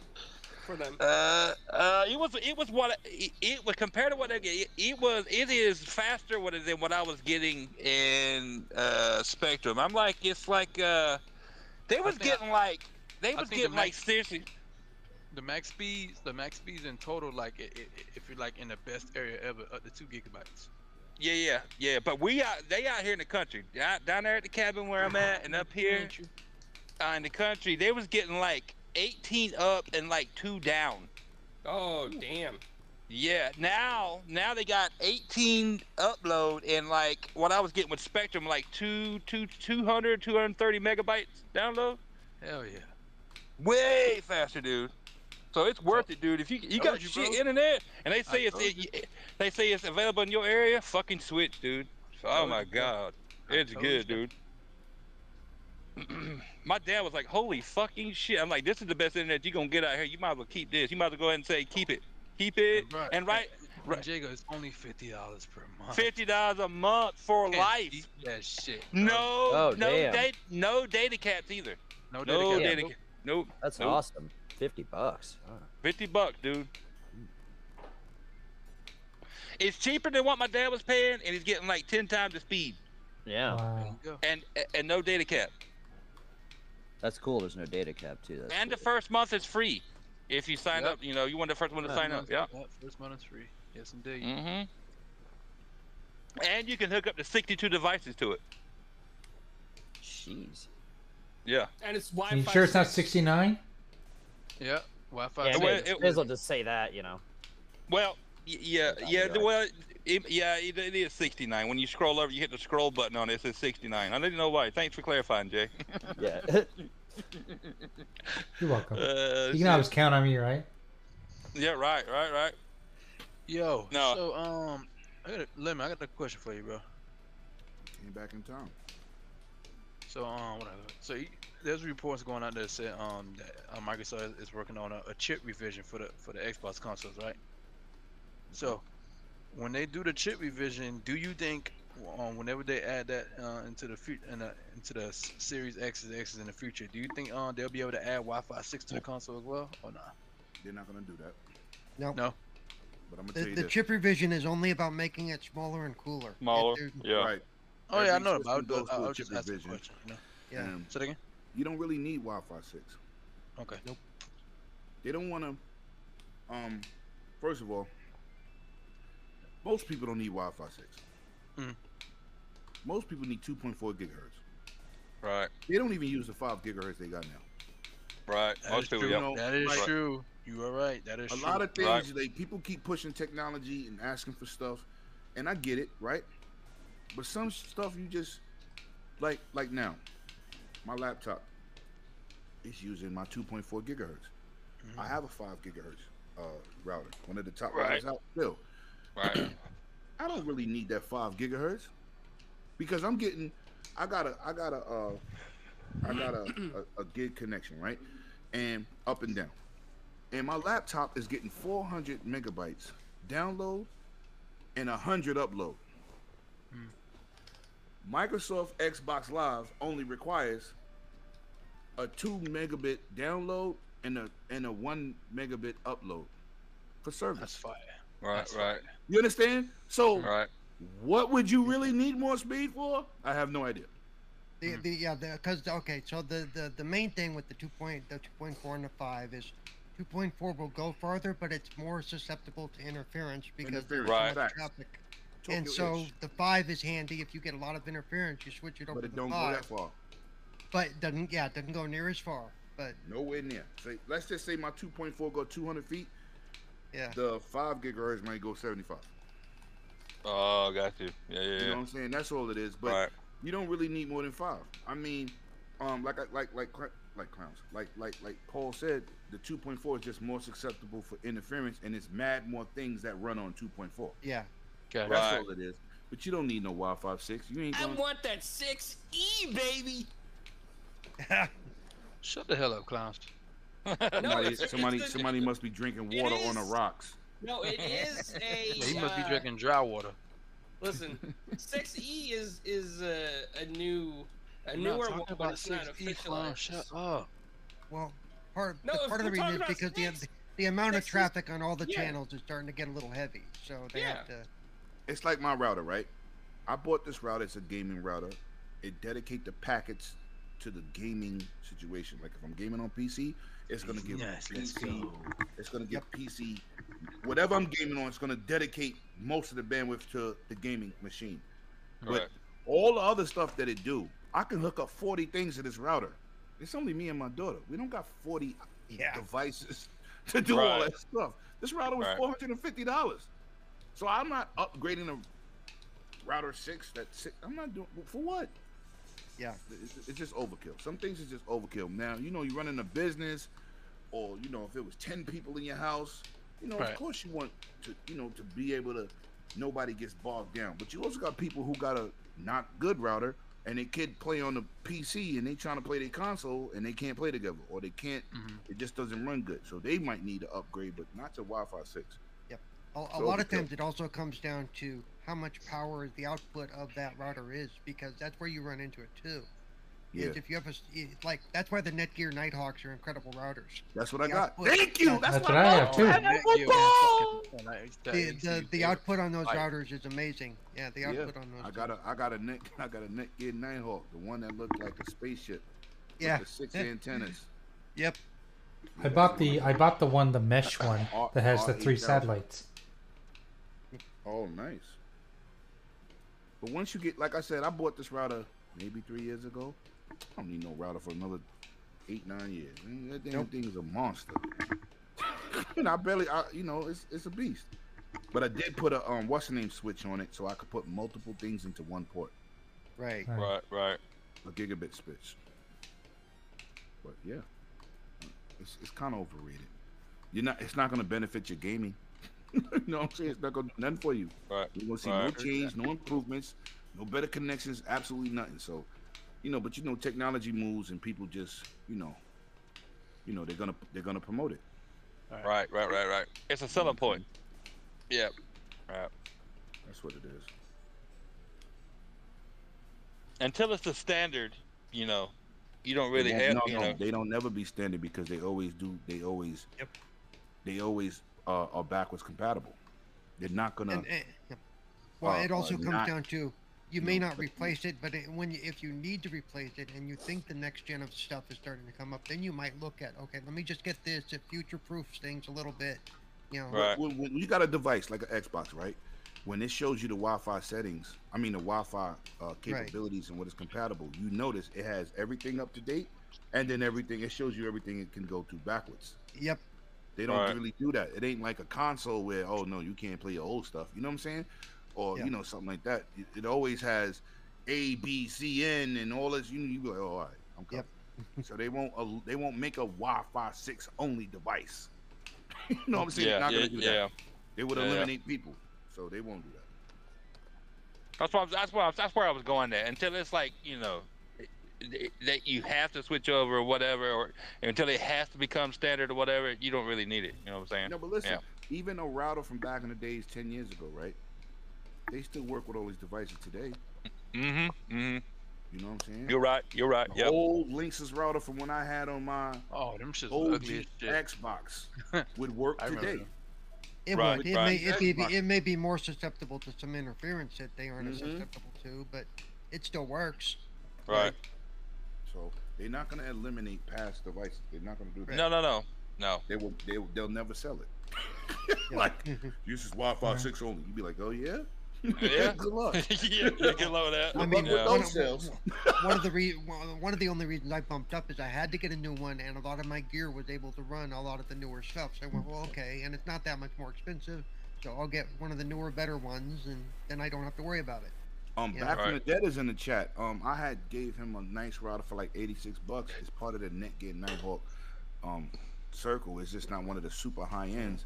Speaker 6: for them?
Speaker 1: Uh, uh, it was it was what it, it was compared to what I get. It, it was it is faster what than what I was getting in uh Spectrum. I'm like it's like uh they was
Speaker 7: think I-
Speaker 1: getting like they
Speaker 7: I
Speaker 1: was
Speaker 7: think the
Speaker 1: getting like
Speaker 7: max-
Speaker 1: seriously.
Speaker 7: The max speeds, the max speeds in total, like i- i- if you're like in the best area ever, up to two gigabytes.
Speaker 1: Yeah, yeah, yeah. But we out they out here in the country out, down there at the cabin where I'm at and up here
Speaker 7: Ain't you?
Speaker 1: uh, in the country they was getting like 18 up and like two down.
Speaker 6: Oh damn!
Speaker 1: Yeah, now now they got 18 upload and like what I was getting with Spectrum, like two, two, 200, 230 megabytes download.
Speaker 7: Hell yeah.
Speaker 1: Way faster, dude. So it's worth it, dude. If you you
Speaker 7: Told
Speaker 1: got
Speaker 7: you,
Speaker 1: shit
Speaker 7: bro.
Speaker 1: internet and they say it's
Speaker 7: told you.
Speaker 1: it, they say it's available in your area, fucking switch, dude. Oh
Speaker 7: told
Speaker 1: my
Speaker 7: you, bro.
Speaker 1: god,
Speaker 7: I
Speaker 1: it's
Speaker 7: told
Speaker 1: good,
Speaker 7: you.
Speaker 1: dude. my dad was like, "Holy fucking shit!" I'm like, "This is the best internet you gonna get out here. You might as well keep this. You might as well go ahead and say keep it, keep it."
Speaker 7: Bruh,
Speaker 1: And right,
Speaker 7: Right. Jago, it's only fifty dollars per month.
Speaker 1: fifty dollars a month for
Speaker 7: Can't
Speaker 1: life.
Speaker 7: beat That shit. bro.
Speaker 1: No,
Speaker 4: Oh,
Speaker 1: no
Speaker 4: damn.
Speaker 1: date, no data caps either.
Speaker 7: No,
Speaker 1: No
Speaker 7: dedication.
Speaker 1: data cap. Nope.
Speaker 10: That's
Speaker 1: Nope.
Speaker 10: awesome. Fifty bucks. Huh.
Speaker 1: Fifty bucks, dude. It's cheaper than what my dad was paying, and he's getting like ten times the speed,
Speaker 4: Oh.
Speaker 10: Yeah,
Speaker 7: There
Speaker 3: Wow.
Speaker 7: you go.
Speaker 1: and and no data cap.
Speaker 10: that's cool. There's no data cap too. That's
Speaker 1: and the
Speaker 10: cool.
Speaker 1: first month is free, if you sign
Speaker 7: Yep.
Speaker 1: up. You know, you want the first one to
Speaker 7: First
Speaker 1: sign up.
Speaker 7: month-
Speaker 1: Yeah.
Speaker 7: First month is free. Yes, indeed.
Speaker 1: Mm-hmm. And you can hook up to sixty-two devices to it.
Speaker 10: Jeez.
Speaker 1: Yeah.
Speaker 6: And it's Wi-Fi.
Speaker 3: You sure it's not
Speaker 6: six.
Speaker 3: 69?
Speaker 7: Yeah. Wi-Fi.
Speaker 4: Yeah,
Speaker 1: it
Speaker 7: too.
Speaker 4: may
Speaker 1: was-
Speaker 4: as-
Speaker 1: it
Speaker 4: may as well just say that, you know.
Speaker 1: Well, y- yeah,
Speaker 10: That'd
Speaker 1: yeah,
Speaker 10: be
Speaker 1: the-
Speaker 10: all
Speaker 1: well, it, yeah, it, it is 69. When you scroll over, you hit the scroll button on it, it says 69. I didn't know why. Thanks for clarifying, Jay.
Speaker 10: Yeah.
Speaker 3: You're welcome.
Speaker 1: Uh,
Speaker 3: you can always count on me, right?
Speaker 1: yeah, right, right, right.
Speaker 7: Yo.
Speaker 1: No.
Speaker 7: So um, I got a, Lemon, I got a question for you, bro.
Speaker 2: Came back in town.
Speaker 7: So um, whatever. So you, there's reports going out that say um that uh, Microsoft is, is working on a, a chip revision for the for the Xbox consoles, right? So
Speaker 2: Mm-hmm.
Speaker 7: when they do the chip revision, do you think um, whenever they add that uh, into the future in the- into the S- Series X's X's in the future, do you think um they'll be able to add Wi-Fi six to the console as well or not?
Speaker 2: They're not gonna do that.
Speaker 5: No.
Speaker 7: No.
Speaker 2: But I'm gonna
Speaker 5: The,
Speaker 2: tell you
Speaker 5: the
Speaker 2: this.
Speaker 5: chip revision is only about making it smaller and cooler. It-
Speaker 1: Smaller.
Speaker 5: there's-
Speaker 1: Yeah.
Speaker 2: Right.
Speaker 7: Oh yeah, I
Speaker 2: Every
Speaker 7: know
Speaker 2: system
Speaker 7: about.
Speaker 2: goes
Speaker 7: I, I
Speaker 2: through a
Speaker 7: was
Speaker 2: chip
Speaker 7: just asking a
Speaker 2: revision.
Speaker 7: question. You know?
Speaker 5: Yeah.
Speaker 2: Um,
Speaker 7: Say it again.
Speaker 2: you don't really need Wi-Fi six.
Speaker 7: Okay.
Speaker 2: They don't want to. Um, first of all, Most people don't need Wi-Fi six.
Speaker 7: Mm.
Speaker 2: Most people need 2.4 gigahertz.
Speaker 1: Right,
Speaker 2: They don't even use the five gigahertz they got now.
Speaker 1: right.
Speaker 7: That
Speaker 1: Most
Speaker 7: is
Speaker 1: people,
Speaker 7: true.
Speaker 1: yeah.
Speaker 2: No,
Speaker 7: That is
Speaker 2: like-
Speaker 7: true. You are right. That is
Speaker 2: a
Speaker 7: true.
Speaker 2: lot of things
Speaker 1: Right.
Speaker 2: like people keep pushing technology and asking for stuff and i get it right but some stuff you just like like now my laptop is using my 2.4 gigahertz i have a 5 gigahertz uh, router one of the top
Speaker 1: Right.
Speaker 2: routers out still
Speaker 1: Right.
Speaker 2: i don't really need that 5 gigahertz because i'm getting i got a i got a uh, i got a, a, a gig connection right and up and down and my laptop is getting 400 megabytes download and 100 upload. Microsoft Xbox Live only requires a 2 megabit download and a and a 1 megabit upload for
Speaker 7: That's
Speaker 2: service.
Speaker 7: fire.
Speaker 1: Right,
Speaker 7: That's
Speaker 1: right,
Speaker 2: You understand? So
Speaker 1: right.
Speaker 2: what would you really need more speed for? I have no idea.
Speaker 5: The, the
Speaker 2: Mm-hmm.
Speaker 5: yeah, the because okay, so the, the the main thing with the two point the two point four and the five is two point four will go farther, but it's more susceptible to interference because there's so
Speaker 1: Right.
Speaker 5: much
Speaker 2: Facts.
Speaker 5: traffic. And
Speaker 2: Tokyo
Speaker 5: so
Speaker 2: itch,
Speaker 5: the five is handy if you get a lot of interference, you switch it
Speaker 2: but
Speaker 5: over to
Speaker 2: it
Speaker 5: the
Speaker 2: don't go
Speaker 5: five.
Speaker 2: that far.
Speaker 5: But it doesn't yeah, it doesn't go near as far. But
Speaker 2: Nowhere near. Say, let's just say my 2.4 go 200 feet.
Speaker 5: yeah,
Speaker 2: The 5 gigahertz might go 75.
Speaker 1: Oh, got you. Yeah, yeah,
Speaker 2: You know
Speaker 1: yeah.
Speaker 2: what I'm saying? That's all it is. But
Speaker 1: right.
Speaker 2: you don't really need more than five. I mean, um, like I like like cl- like clowns, like like like Paul said, the 2.4 is just more susceptible for interference, and it's mad more things that run on 2.4.
Speaker 5: yeah.
Speaker 7: Okay.
Speaker 2: That's
Speaker 1: Right.
Speaker 2: all it is. But you don't need no Wi-Fi six. You ain't
Speaker 6: I
Speaker 2: going.
Speaker 6: want that six E, baby.
Speaker 7: Shut the hell up, clowns.
Speaker 6: No,
Speaker 2: Somebody,
Speaker 6: it's- it's
Speaker 2: somebody,
Speaker 6: the-
Speaker 2: somebody must be drinking
Speaker 6: It
Speaker 2: water on the
Speaker 6: is.
Speaker 2: rocks.
Speaker 6: No, it is a.
Speaker 7: He must be
Speaker 6: uh,
Speaker 7: drinking dry water.
Speaker 6: Listen, six E is is a, a new a
Speaker 7: I'm not
Speaker 6: newer one,
Speaker 7: talking
Speaker 6: but it's not
Speaker 3: E,
Speaker 6: official.
Speaker 7: clowns. Shut up.
Speaker 5: Well, part
Speaker 6: No,
Speaker 5: the
Speaker 6: if
Speaker 5: part of the
Speaker 6: we're talking
Speaker 5: reason is
Speaker 6: about
Speaker 5: because the,
Speaker 6: snakes,
Speaker 5: the amount of
Speaker 6: snakes is-
Speaker 5: traffic on all the
Speaker 6: yeah.
Speaker 5: channels is starting to get a little heavy, so they have to.
Speaker 2: It's like my router, right? I bought this router. It's a gaming router. It dedicate the packets to the gaming situation. Like if I'm gaming on PC, it's gonna give
Speaker 7: Yes, let's
Speaker 2: PC It's gonna get PC. Whatever I'm gaming on, it's gonna dedicate most of the bandwidth to the gaming machine. But
Speaker 1: Right.
Speaker 2: all the other stuff that it do, I can hook up 40 things to this router. It's only me and my daughter. We don't got 40
Speaker 5: Yeah.
Speaker 2: devices to do all
Speaker 1: Right.
Speaker 2: that stuff. This router was
Speaker 1: Right.
Speaker 2: $450. So I'm not upgrading a router six. That six, I'm not doing for what?
Speaker 5: Yeah.
Speaker 2: it's, it's just overkill. Some things is just overkill. Now you know you're running a business, or you know if it was ten people in your house, you know
Speaker 7: Right.
Speaker 2: of course you want to you know to be able to nobody gets bogged down. But you also got people who got a not good router and they kid play on the PC and they trying to play their console and they can't play together or they can't.
Speaker 7: Mhm.
Speaker 2: It just doesn't run good. So they might need to upgrade, but not to Wi-Fi six.
Speaker 5: A, a
Speaker 2: So
Speaker 5: lot of
Speaker 2: overkill.
Speaker 5: times, it also comes down to how much power the output of that router is, because that's where you run into it too.
Speaker 2: Yeah,
Speaker 5: Is if you have a s- it's like that's why the Netgear Nighthawks are incredible routers.
Speaker 2: that's what I
Speaker 5: the
Speaker 2: got.
Speaker 5: output-
Speaker 2: Thank you.
Speaker 5: yeah.
Speaker 2: That's,
Speaker 3: That's
Speaker 2: what,
Speaker 3: what I
Speaker 2: I
Speaker 3: have,
Speaker 2: got.
Speaker 3: too.
Speaker 2: And that's what Paul-
Speaker 5: The the, the output on those
Speaker 2: I-
Speaker 5: routers is amazing. Yeah, the
Speaker 2: Yeah,
Speaker 5: output on those.
Speaker 2: I got a I got a neck I got a Netgear Nighthawk, the one that looked like a spaceship.
Speaker 5: yeah,
Speaker 2: With the six antennas.
Speaker 5: yep.
Speaker 3: I bought the I bought the one, the mesh one
Speaker 2: R- E
Speaker 3: that has the three
Speaker 2: R8000.
Speaker 3: satellites.
Speaker 2: Oh, nice. But once you get, like I said, I bought this router maybe three years ago. I don't need no router for another eight nine years. Man, that damn thing's a monster. and I barely, I, you know, it's it's a beast. But I did put a um what's the name switch on it so I could put multiple things into one port,
Speaker 5: Right.
Speaker 3: Right.
Speaker 1: Right, right.
Speaker 2: a gigabit switch. But yeah, it's it's kind of overrated. You're not. It's not going to benefit your gaming. you know what I'm saying? It's not going to do nothing for you.
Speaker 1: Right.
Speaker 2: You're gonna see no
Speaker 1: Right.
Speaker 2: change, no improvements, no better connections, absolutely nothing. So, you know, but you know, technology moves and people just, you know, you know, they're gonna they're gonna promote it.
Speaker 1: Right, right, right, right. It's a selling point. Yeah. Right.
Speaker 2: That's what it is.
Speaker 1: Until it's the standard, you know, you don't
Speaker 2: They
Speaker 1: really
Speaker 2: won't-
Speaker 1: have,
Speaker 2: no,
Speaker 1: you
Speaker 2: no,
Speaker 1: know.
Speaker 2: they don't never be standard because they always do. They always,
Speaker 5: Yep.
Speaker 2: they always uh, are backwards compatible. They're not gonna.
Speaker 5: And, and- yeah. well,
Speaker 2: Uh,
Speaker 5: it also
Speaker 2: uh,
Speaker 5: comes
Speaker 2: not-
Speaker 5: down to you may
Speaker 2: no,
Speaker 5: not
Speaker 2: but-
Speaker 5: replace it, but it, when you, if you need to replace it and you think the next gen of stuff is starting to come up, then you might look at okay, let me just get this. It future proofs things a little bit, you know.
Speaker 1: Right.
Speaker 2: when, when you got a device like an Xbox, right? when it shows you the Wi-Fi settings, I mean the Wi-Fi uh, capabilities and what is compatible, you notice it has everything up to date, and then everything it shows you everything it can go to backwards.
Speaker 5: Yep.
Speaker 2: They don't
Speaker 1: Right.
Speaker 2: really do that. It ain't like a console where oh no, you can't play your old stuff. You know what I'm saying? Or
Speaker 5: Yeah.
Speaker 2: you know something like that. It, it always has A B C N and all this. You you be like oh, all right, I'm covered.
Speaker 5: Yep.
Speaker 2: so they won't uh, they won't make a Wi-Fi six only device. you know what I'm saying? They're
Speaker 1: yeah,
Speaker 2: not
Speaker 1: yeah,
Speaker 2: gonna do that.
Speaker 1: yeah.
Speaker 2: They would
Speaker 1: Yeah.
Speaker 2: eliminate people, so they won't do that.
Speaker 1: That's why. I was- That's why. I was- That's where I was going there. Until it's like you know it- it- that you have to switch over or whatever, or until it has to become standard or whatever, you don't really need it. You know what I'm saying?
Speaker 2: No, but listen, even a router from back in the days, ten years ago, right? They still work with all these devices today.
Speaker 1: Mm-hmm. Mm-hmm.
Speaker 2: You know what I'm saying?
Speaker 1: You're right. You're right.
Speaker 2: The
Speaker 1: Yep.
Speaker 2: old Linksys router from when I had on my
Speaker 7: Oh, them shits
Speaker 2: old
Speaker 7: ugly as shit.
Speaker 2: Xbox would work
Speaker 7: I remember
Speaker 2: today.
Speaker 7: them.
Speaker 5: It
Speaker 1: Right,
Speaker 5: would. It,
Speaker 1: right.
Speaker 5: may, it, may be,
Speaker 2: Xbox.
Speaker 5: it may be more susceptible to some interference that they aren't as
Speaker 2: Mhm.
Speaker 5: susceptible to, but it still works.
Speaker 1: Right.
Speaker 2: So they're not gonna eliminate past devices. They're not gonna do that.
Speaker 1: No. No. No. No.
Speaker 2: They will. They will, they'll never sell it. like this is Wi-Fi
Speaker 3: Right.
Speaker 2: six only. You'd be like, oh yeah.
Speaker 1: Yeah.
Speaker 2: Good luck.
Speaker 1: yeah. You can lower that.
Speaker 5: I mean,
Speaker 1: yeah.
Speaker 5: one,
Speaker 2: those sales.
Speaker 5: one of the re- one one of the only reasons I bumped up is I had to get a new one, and a lot of my gear was able to run a lot of the newer stuff. So I went, well, okay, and it's not that much more expensive, so I'll get one of the newer, better ones, and then I don't have to worry about it.
Speaker 2: Um,
Speaker 5: Yeah.
Speaker 2: back from the
Speaker 1: Right.
Speaker 2: dead is in the chat. Um, I had gave him a nice router for like eighty six bucks. It's part of the Netgear Nighthawk, um, circle. It's just not one of the super high ends.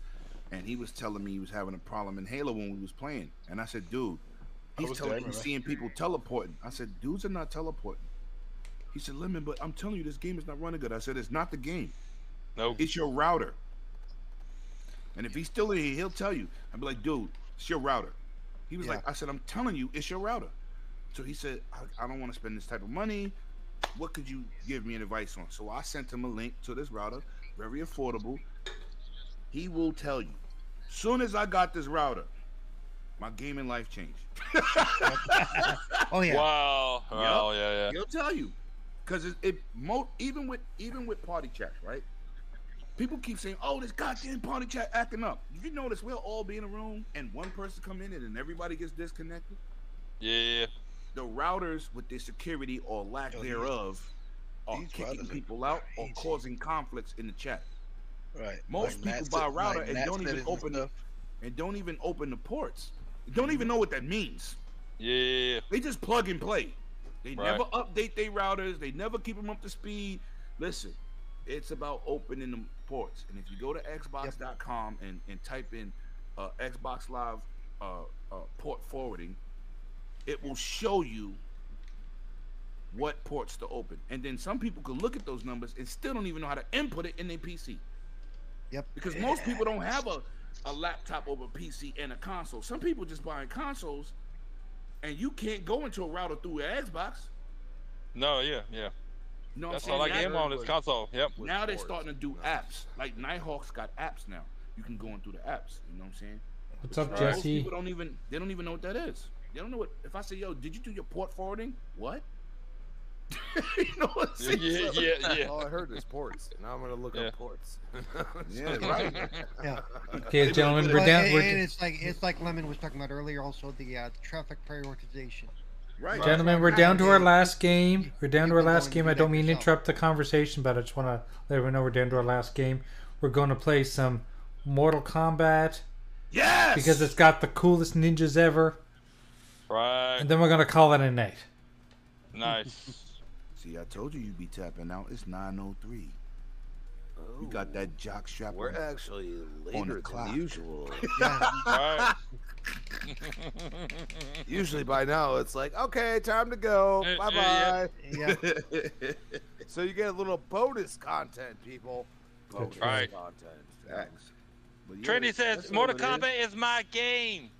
Speaker 2: And he was telling me he was having a problem in Halo when we was playing. And I said, dude, he's
Speaker 7: was
Speaker 2: telling
Speaker 7: there,
Speaker 2: me
Speaker 7: remember.
Speaker 2: seeing people teleporting. I said, dudes are not teleporting. He said, Lemon, but I'm telling you, this game is not running good. I said, it's not the game.
Speaker 1: No.
Speaker 2: It's your router. And if he's still in here, he'll tell you. I'd be like, dude, it's your router. He was
Speaker 5: Yeah.
Speaker 2: like, I said, I'm telling you, it's your router. So he said, I, I don't want to spend this type of money. What could you give me an advice on? So I sent him a link to this router, very affordable. He will tell you. Soon as I got this router, my gaming life changed.
Speaker 5: Oh yeah,
Speaker 1: Wow. Wow. Yeah. Yeah.
Speaker 2: He'll tell you, because it, it mo- even with even with party chats, right? People keep saying, "Oh, this goddamn party chat acting up." If you notice, we'll all be in a room and one person come in and then everybody gets disconnected.
Speaker 1: Yeah.
Speaker 2: The routers, with their security or lack
Speaker 7: Yo, these-
Speaker 2: thereof, are
Speaker 7: Oh, these
Speaker 2: kicking
Speaker 7: routers are
Speaker 2: people out or
Speaker 7: crazy.
Speaker 2: causing conflicts in the chat.
Speaker 7: Right.
Speaker 2: Most people
Speaker 7: Nats-
Speaker 2: buy a router and
Speaker 7: Nats
Speaker 2: don't even
Speaker 7: settings and
Speaker 2: open
Speaker 7: stuff.
Speaker 2: And don't even open the ports. They Don't even know what that means.
Speaker 1: Yeah.
Speaker 2: They just plug and play. They
Speaker 1: Right.
Speaker 2: never update their routers. They never keep them up to speed. Listen, it's about opening the ports. And if you go to Xbox.com and, and type in uh, Xbox Live uh, uh, port forwarding, it will show you what ports to open. And then some people can look at those numbers and still don't even know how to input it in their PC.
Speaker 5: Yep.
Speaker 2: Because most people don't have a, a laptop over PC and a console. Some people just buying consoles and you can't go into a router through an Xbox.
Speaker 1: No. Yeah. Yeah.
Speaker 2: You know what
Speaker 1: That's
Speaker 2: I'm
Speaker 1: all I
Speaker 2: saying?
Speaker 1: game
Speaker 2: now,
Speaker 1: on is console. Yep.
Speaker 2: now they're
Speaker 7: ports.
Speaker 2: starting to do
Speaker 7: No.
Speaker 2: apps. Like Nighthawks got apps now. You can go in through the apps. You know what I'm saying?
Speaker 3: What's up,
Speaker 1: Alright.
Speaker 2: Most
Speaker 3: Jesse?
Speaker 2: people don't even they don't even know what that is. They don't know what if I say, yo, did you do your port forwarding? What? you know what I'm
Speaker 1: Yeah.
Speaker 2: saying?
Speaker 1: Yeah. Yeah. yeah.
Speaker 9: All I heard is ports. Now I'm gonna look
Speaker 1: Yeah.
Speaker 9: up ports.
Speaker 2: Yeah, right.
Speaker 5: yeah.
Speaker 3: Okay, gentlemen, we're
Speaker 5: But-
Speaker 3: down.
Speaker 5: and, and
Speaker 3: We're,
Speaker 5: it's like it's like Lemon was talking about earlier. Also, the uh, traffic prioritization.
Speaker 2: Right.
Speaker 3: gentlemen, we're down to
Speaker 9: Oh,
Speaker 3: our last game. We're down to our
Speaker 5: People
Speaker 3: last
Speaker 5: don't
Speaker 3: game.
Speaker 5: do
Speaker 3: I
Speaker 5: that
Speaker 3: don't mean to
Speaker 5: yourself.
Speaker 3: interrupt the conversation, but I just want to let everyone know we're down to our last game. We're going to play some Mortal Kombat
Speaker 2: Yes.
Speaker 3: because it's got the coolest ninjas ever,
Speaker 1: Right.
Speaker 3: and then we're going to call it a night.
Speaker 1: Nice.
Speaker 2: See, I told you you'd be tapping out. It's 903. You got that jock strap
Speaker 8: We're
Speaker 2: on.
Speaker 8: actually
Speaker 2: the
Speaker 8: later
Speaker 2: clock.
Speaker 8: than usual.
Speaker 5: Yeah,
Speaker 1: right.
Speaker 9: Usually by now it's like, okay, time to go.
Speaker 1: Uh,
Speaker 9: Bye
Speaker 1: uh,
Speaker 9: bye.
Speaker 1: yeah.
Speaker 5: yeah.
Speaker 9: So you get a little bonus content, people.
Speaker 8: Bonus
Speaker 1: Right.
Speaker 8: content.
Speaker 2: Facts. But yeah,
Speaker 1: Trinity
Speaker 2: that's
Speaker 1: says
Speaker 2: all
Speaker 1: Mortal
Speaker 2: it is.
Speaker 1: Kombat is my game.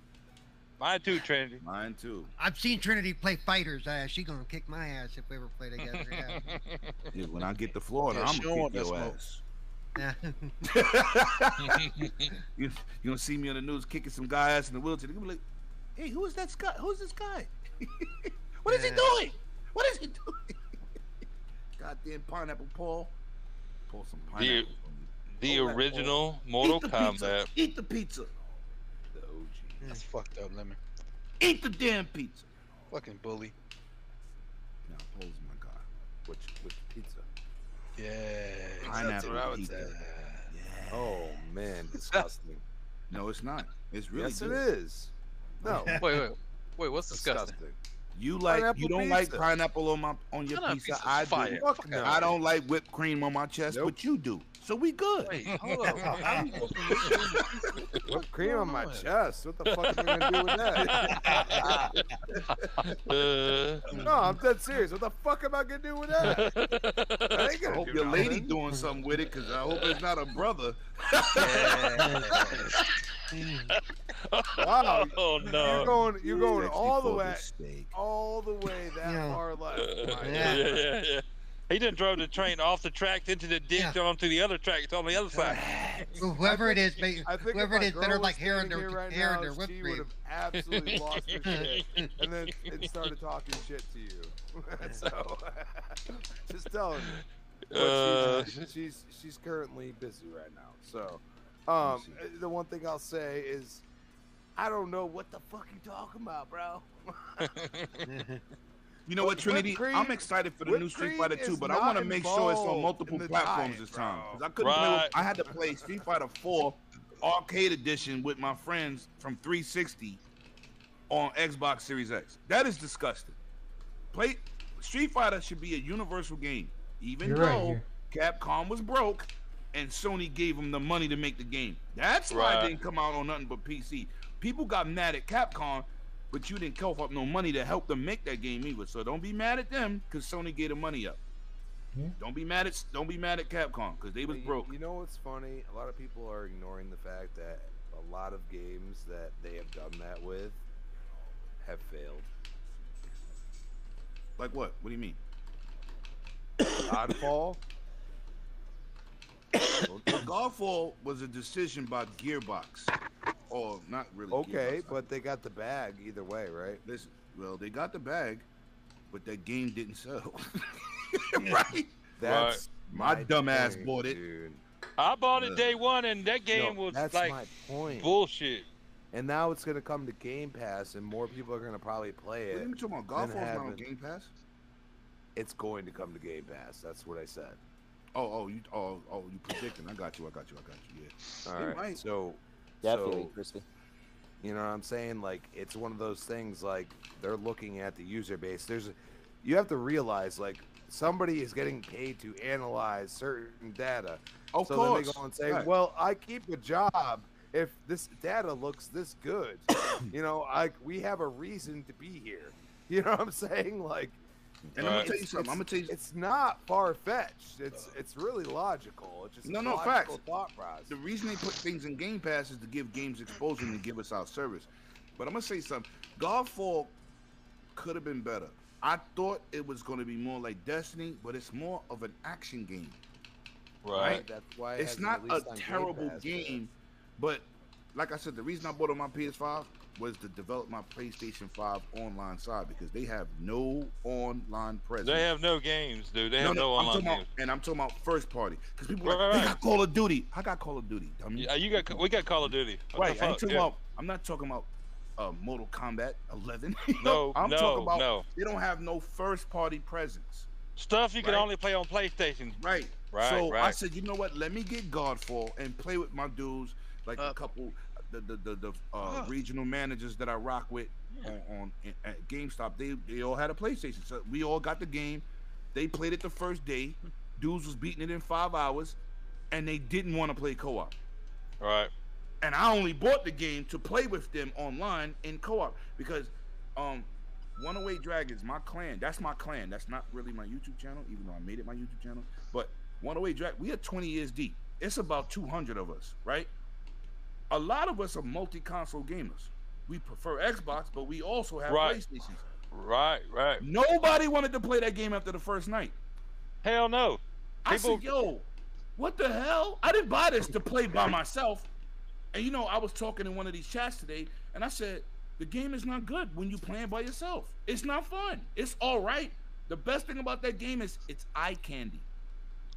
Speaker 1: Mine too, Trinity.
Speaker 2: Mine too.
Speaker 5: I've seen Trinity play fighters. Uh, she gonna kick my ass if we ever play together. Yeah.
Speaker 2: Yeah, when I get to Florida,
Speaker 7: Yeah,
Speaker 2: I'm
Speaker 7: she don't
Speaker 2: gonna
Speaker 7: want
Speaker 2: kick
Speaker 7: that
Speaker 2: your
Speaker 7: smoke.
Speaker 2: ass.
Speaker 5: Yeah.
Speaker 2: You you gonna see me on the news kicking some guy ass in the wheelchair. They're gonna be like, "Hey, who is that guy? Who's this guy? what is he
Speaker 5: Yeah.
Speaker 2: doing? What is he doing?" Goddamn pineapple, Paul. Pull some
Speaker 1: The-
Speaker 2: pineapple.
Speaker 1: The
Speaker 2: Oh, that-
Speaker 1: original
Speaker 2: from me.
Speaker 1: Mortal
Speaker 2: Eat the pizza.
Speaker 1: Kombat.
Speaker 2: Eat the pizza.
Speaker 8: The OG.
Speaker 7: That's fucked up, Lemon.
Speaker 2: Eat the damn pizza.
Speaker 7: Fucking bully.
Speaker 2: Now, Paul's my guy.
Speaker 9: Which which pizza?
Speaker 7: Yeah. That's
Speaker 2: Pineapple
Speaker 7: what I would
Speaker 2: pizza.
Speaker 7: say.
Speaker 2: Yeah.
Speaker 9: Oh man, disgusting.
Speaker 2: No, it's not. It's really
Speaker 9: yes,
Speaker 2: good.
Speaker 9: it is. No,
Speaker 7: Wait, wait, wait. What's disgusting?
Speaker 9: disgusting.
Speaker 2: You like
Speaker 9: Pineapple
Speaker 2: you don't like
Speaker 9: pizza.
Speaker 2: pineapple on my on your
Speaker 7: Pineapple
Speaker 2: pizza.
Speaker 7: pizza's
Speaker 2: I
Speaker 7: fire.
Speaker 2: do.
Speaker 9: Fuck
Speaker 7: Fuck
Speaker 9: no.
Speaker 2: I don't like whipped cream on my chest,
Speaker 9: Nope.
Speaker 2: but you do. So we good.
Speaker 7: Wait, hold up. How you supposed to
Speaker 9: Whipped cream on my
Speaker 7: on?
Speaker 9: chest. What the fuck am I gonna do with that?
Speaker 11: Uh,
Speaker 9: No, I'm dead serious. What the fuck am I gonna do with that? I ain't
Speaker 2: I
Speaker 9: gonna
Speaker 2: hope
Speaker 9: do
Speaker 2: your
Speaker 9: nothing.
Speaker 2: lady doing something with it, cause I hope it's not a brother.
Speaker 9: Wow,
Speaker 11: oh
Speaker 9: You're
Speaker 11: no.
Speaker 9: going, you're going
Speaker 2: Sexy
Speaker 9: all the
Speaker 2: for
Speaker 9: way,
Speaker 2: steak.
Speaker 9: all the way that
Speaker 5: Yeah.
Speaker 9: far left.
Speaker 11: yeah,
Speaker 9: Right.
Speaker 11: yeah, yeah, yeah. He done drove the train off the tracks into the ditch onto the other tracks on the other side.
Speaker 5: Whoever it is, ba-
Speaker 9: I think
Speaker 5: whoever it
Speaker 9: if my
Speaker 5: is, better
Speaker 9: girl
Speaker 5: like
Speaker 9: was
Speaker 5: hair
Speaker 9: standing
Speaker 5: under
Speaker 9: here right
Speaker 5: hair
Speaker 9: now,
Speaker 5: under whipped
Speaker 9: She would
Speaker 5: cream.
Speaker 9: have absolutely lost her shit, and then it started talking shit to you. so, just telling you.
Speaker 11: Uh,
Speaker 9: But she's, she's she's currently busy right now. So, um,
Speaker 2: see.
Speaker 9: the one thing I'll say is, I don't know what the fuck you talking about, bro.
Speaker 2: You know what,
Speaker 9: Whipped
Speaker 2: Trinity?
Speaker 9: cream-
Speaker 2: I'm excited for the new
Speaker 9: whipped
Speaker 2: Street
Speaker 9: cream
Speaker 2: Fighter 2,
Speaker 9: is
Speaker 2: but I want to
Speaker 9: not
Speaker 2: make sure it's
Speaker 9: involved
Speaker 2: on
Speaker 9: in
Speaker 2: multiple
Speaker 9: the
Speaker 2: platforms
Speaker 9: diet,
Speaker 2: this time.
Speaker 9: bro.
Speaker 2: 'cause I couldn't play with,
Speaker 11: Right.
Speaker 2: I had to play Street Fighter 4 Arcade Edition with my friends from 360 on Xbox Series X. That is disgusting. Play Street Fighter should be a universal game, even
Speaker 3: You're right,
Speaker 2: though
Speaker 3: you're-
Speaker 2: Capcom was broke and Sony gave them the money to make the game. That's why
Speaker 11: Right.
Speaker 2: it didn't come out on nothing but PC. People got mad at Capcom, but you didn't cough up no money to help them make that game either. So don't be mad at them because Sony gave the money up.
Speaker 3: Yeah.
Speaker 2: Don't be mad at don't be mad at Capcom because they was
Speaker 9: But you-
Speaker 2: broke.
Speaker 9: You, know what's funny? A lot of people are ignoring the fact that a lot of games that they have done that with have failed.
Speaker 2: Like what? What do you mean?
Speaker 9: Godfall.
Speaker 2: Godfall was a decision by Gearbox, or not really.
Speaker 9: Okay,
Speaker 2: Gearbox.
Speaker 9: but they got the bag either way, right?
Speaker 2: Listen, well, they got the bag, but that game didn't sell. right?
Speaker 9: That's
Speaker 2: My dumb ass
Speaker 9: point,
Speaker 2: bought it.
Speaker 9: dude.
Speaker 11: I bought it
Speaker 2: Uh,
Speaker 11: day one, and that game
Speaker 9: No,
Speaker 11: was
Speaker 9: that's
Speaker 11: like
Speaker 9: my point.
Speaker 11: bullshit.
Speaker 9: and now it's gonna come to Game Pass, and more people are gonna probably play
Speaker 2: What are
Speaker 9: it.
Speaker 2: you talking about? Godfall's not on
Speaker 9: happened.
Speaker 2: Game Pass?
Speaker 9: It's going to come to Game Pass. That's what I said.
Speaker 2: Oh, oh, you, oh, oh, you predicting? I got you. I got you. I got you. Yeah.
Speaker 9: All
Speaker 2: You're
Speaker 9: right.
Speaker 2: right.
Speaker 9: So,
Speaker 10: Definitely,
Speaker 9: so
Speaker 10: crispy.
Speaker 9: You know what I'm saying? Like it's one of those things like they're looking at the user base. There's you have to realize like somebody is getting paid to analyze certain data.
Speaker 2: Of
Speaker 9: so
Speaker 2: course.
Speaker 9: then they go and say,
Speaker 2: Right.
Speaker 9: "Well, I keep a job if this data looks this good." you know, I we have a reason to be here. You know what I'm saying? Like
Speaker 2: And I'm gonna
Speaker 11: Right.
Speaker 2: tell you something. I'm gonna tell you.
Speaker 9: it's not far fetched. It's it's really logical. It's just
Speaker 2: No,
Speaker 9: a
Speaker 2: no,
Speaker 9: logical
Speaker 2: facts.
Speaker 9: thought process.
Speaker 2: The reason they put things in Game Pass is to give games exposure and to give us our service. But I'm gonna say something. Godfall could have been better. I thought it was gonna be more like Destiny, but it's more of an action game.
Speaker 11: Right.
Speaker 9: That's why it
Speaker 2: it's
Speaker 9: hasn't
Speaker 2: not a
Speaker 9: released on Game
Speaker 2: terrible
Speaker 9: Pass yet.
Speaker 2: game, but like I said, the reason I bought on my PS5 was to develop my PlayStation 5 online side because they have no online presence.
Speaker 11: They have no games, dude. They have no,
Speaker 2: I'm
Speaker 11: online
Speaker 2: talking
Speaker 11: games.
Speaker 2: about, and I'm talking about first party because people are
Speaker 11: Right,
Speaker 2: like,
Speaker 11: right,
Speaker 2: they
Speaker 11: right.
Speaker 2: got Call of Duty. I got Call of Duty. Dummy.
Speaker 11: Yeah, you got we got Call of Duty. What
Speaker 2: right.
Speaker 11: the
Speaker 2: I ain't
Speaker 11: fuck?
Speaker 2: talking
Speaker 11: Yeah.
Speaker 2: about, I'm not talking about uh, Mortal Kombat 11.
Speaker 11: No,
Speaker 2: I'm
Speaker 11: no,
Speaker 2: talking about
Speaker 11: no.
Speaker 2: they don't have no first party presence.
Speaker 11: Stuff you can
Speaker 2: Right.
Speaker 11: only play on PlayStation.
Speaker 2: Right.
Speaker 11: Right,
Speaker 2: So I
Speaker 11: right.
Speaker 2: said, you know what? Let me get Godfall and play with my dudes, like a
Speaker 7: Uh,
Speaker 2: couple, the the the, the uh,
Speaker 7: Huh.
Speaker 2: regional managers that I rock with
Speaker 7: Yeah.
Speaker 2: on, on in- at GameStop. They they all had a PlayStation, so we all got the game. They played it the first day. Dudes was beating it in five hours, and they didn't want to play co-op.
Speaker 11: Right.
Speaker 2: And I only bought the game to play with them online in co-op because, um, One Away Dragons, my clan. That's my clan. That's not really my YouTube channel, even though I made it my YouTube channel. But one away drag. We are 20 years deep. It's about 200 of us, right? A lot of us are multi-console gamers. We prefer Xbox, but we also have
Speaker 11: Right.
Speaker 2: PlayStations.
Speaker 11: Right, right.
Speaker 2: Nobody wanted to play that game after the first night.
Speaker 11: Hell no.
Speaker 2: I
Speaker 11: People-
Speaker 2: said, "Yo, what the hell? I didn't buy this to play by myself." And you know, I was talking in one of these chats today, and I said, "The game is not good when you playing by yourself. It's not fun. It's all right. The best thing about that game is it's eye candy.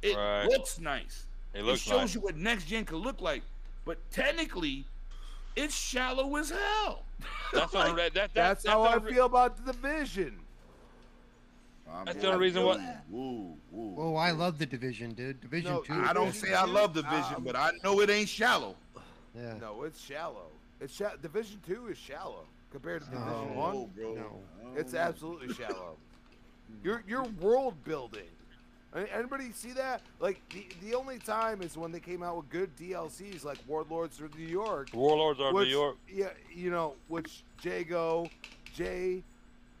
Speaker 2: It
Speaker 11: Right.
Speaker 2: looks nice."
Speaker 11: It looks
Speaker 2: it shows
Speaker 11: like
Speaker 2: you what next gen could look like. But technically,
Speaker 12: It's shallow as hell.
Speaker 11: That's what I'm- that- that-
Speaker 9: That's,
Speaker 11: that's
Speaker 9: how I
Speaker 11: the re-
Speaker 9: feel about the division.
Speaker 11: That's the only reason why.
Speaker 2: Woo, woo.
Speaker 5: Oh, I love the division, dude. Division
Speaker 9: No,
Speaker 5: two.
Speaker 2: I don't
Speaker 5: Division
Speaker 2: say I
Speaker 5: two?
Speaker 2: love Division,
Speaker 9: Um,
Speaker 2: but I know it ain't shallow.
Speaker 5: Yeah.
Speaker 9: No, it's shallow. It's sha- division two is shallow compared to
Speaker 2: No,
Speaker 11: Oh.
Speaker 9: division one.
Speaker 2: bro.
Speaker 9: It's absolutely shallow. You're you're world building. I- Anybody see that? Like the the only time is when they came out with good DLCs like Warlords of New York.
Speaker 11: Warlords of New
Speaker 9: which-
Speaker 11: York.
Speaker 9: Yeah, you know, which Jago, Jay,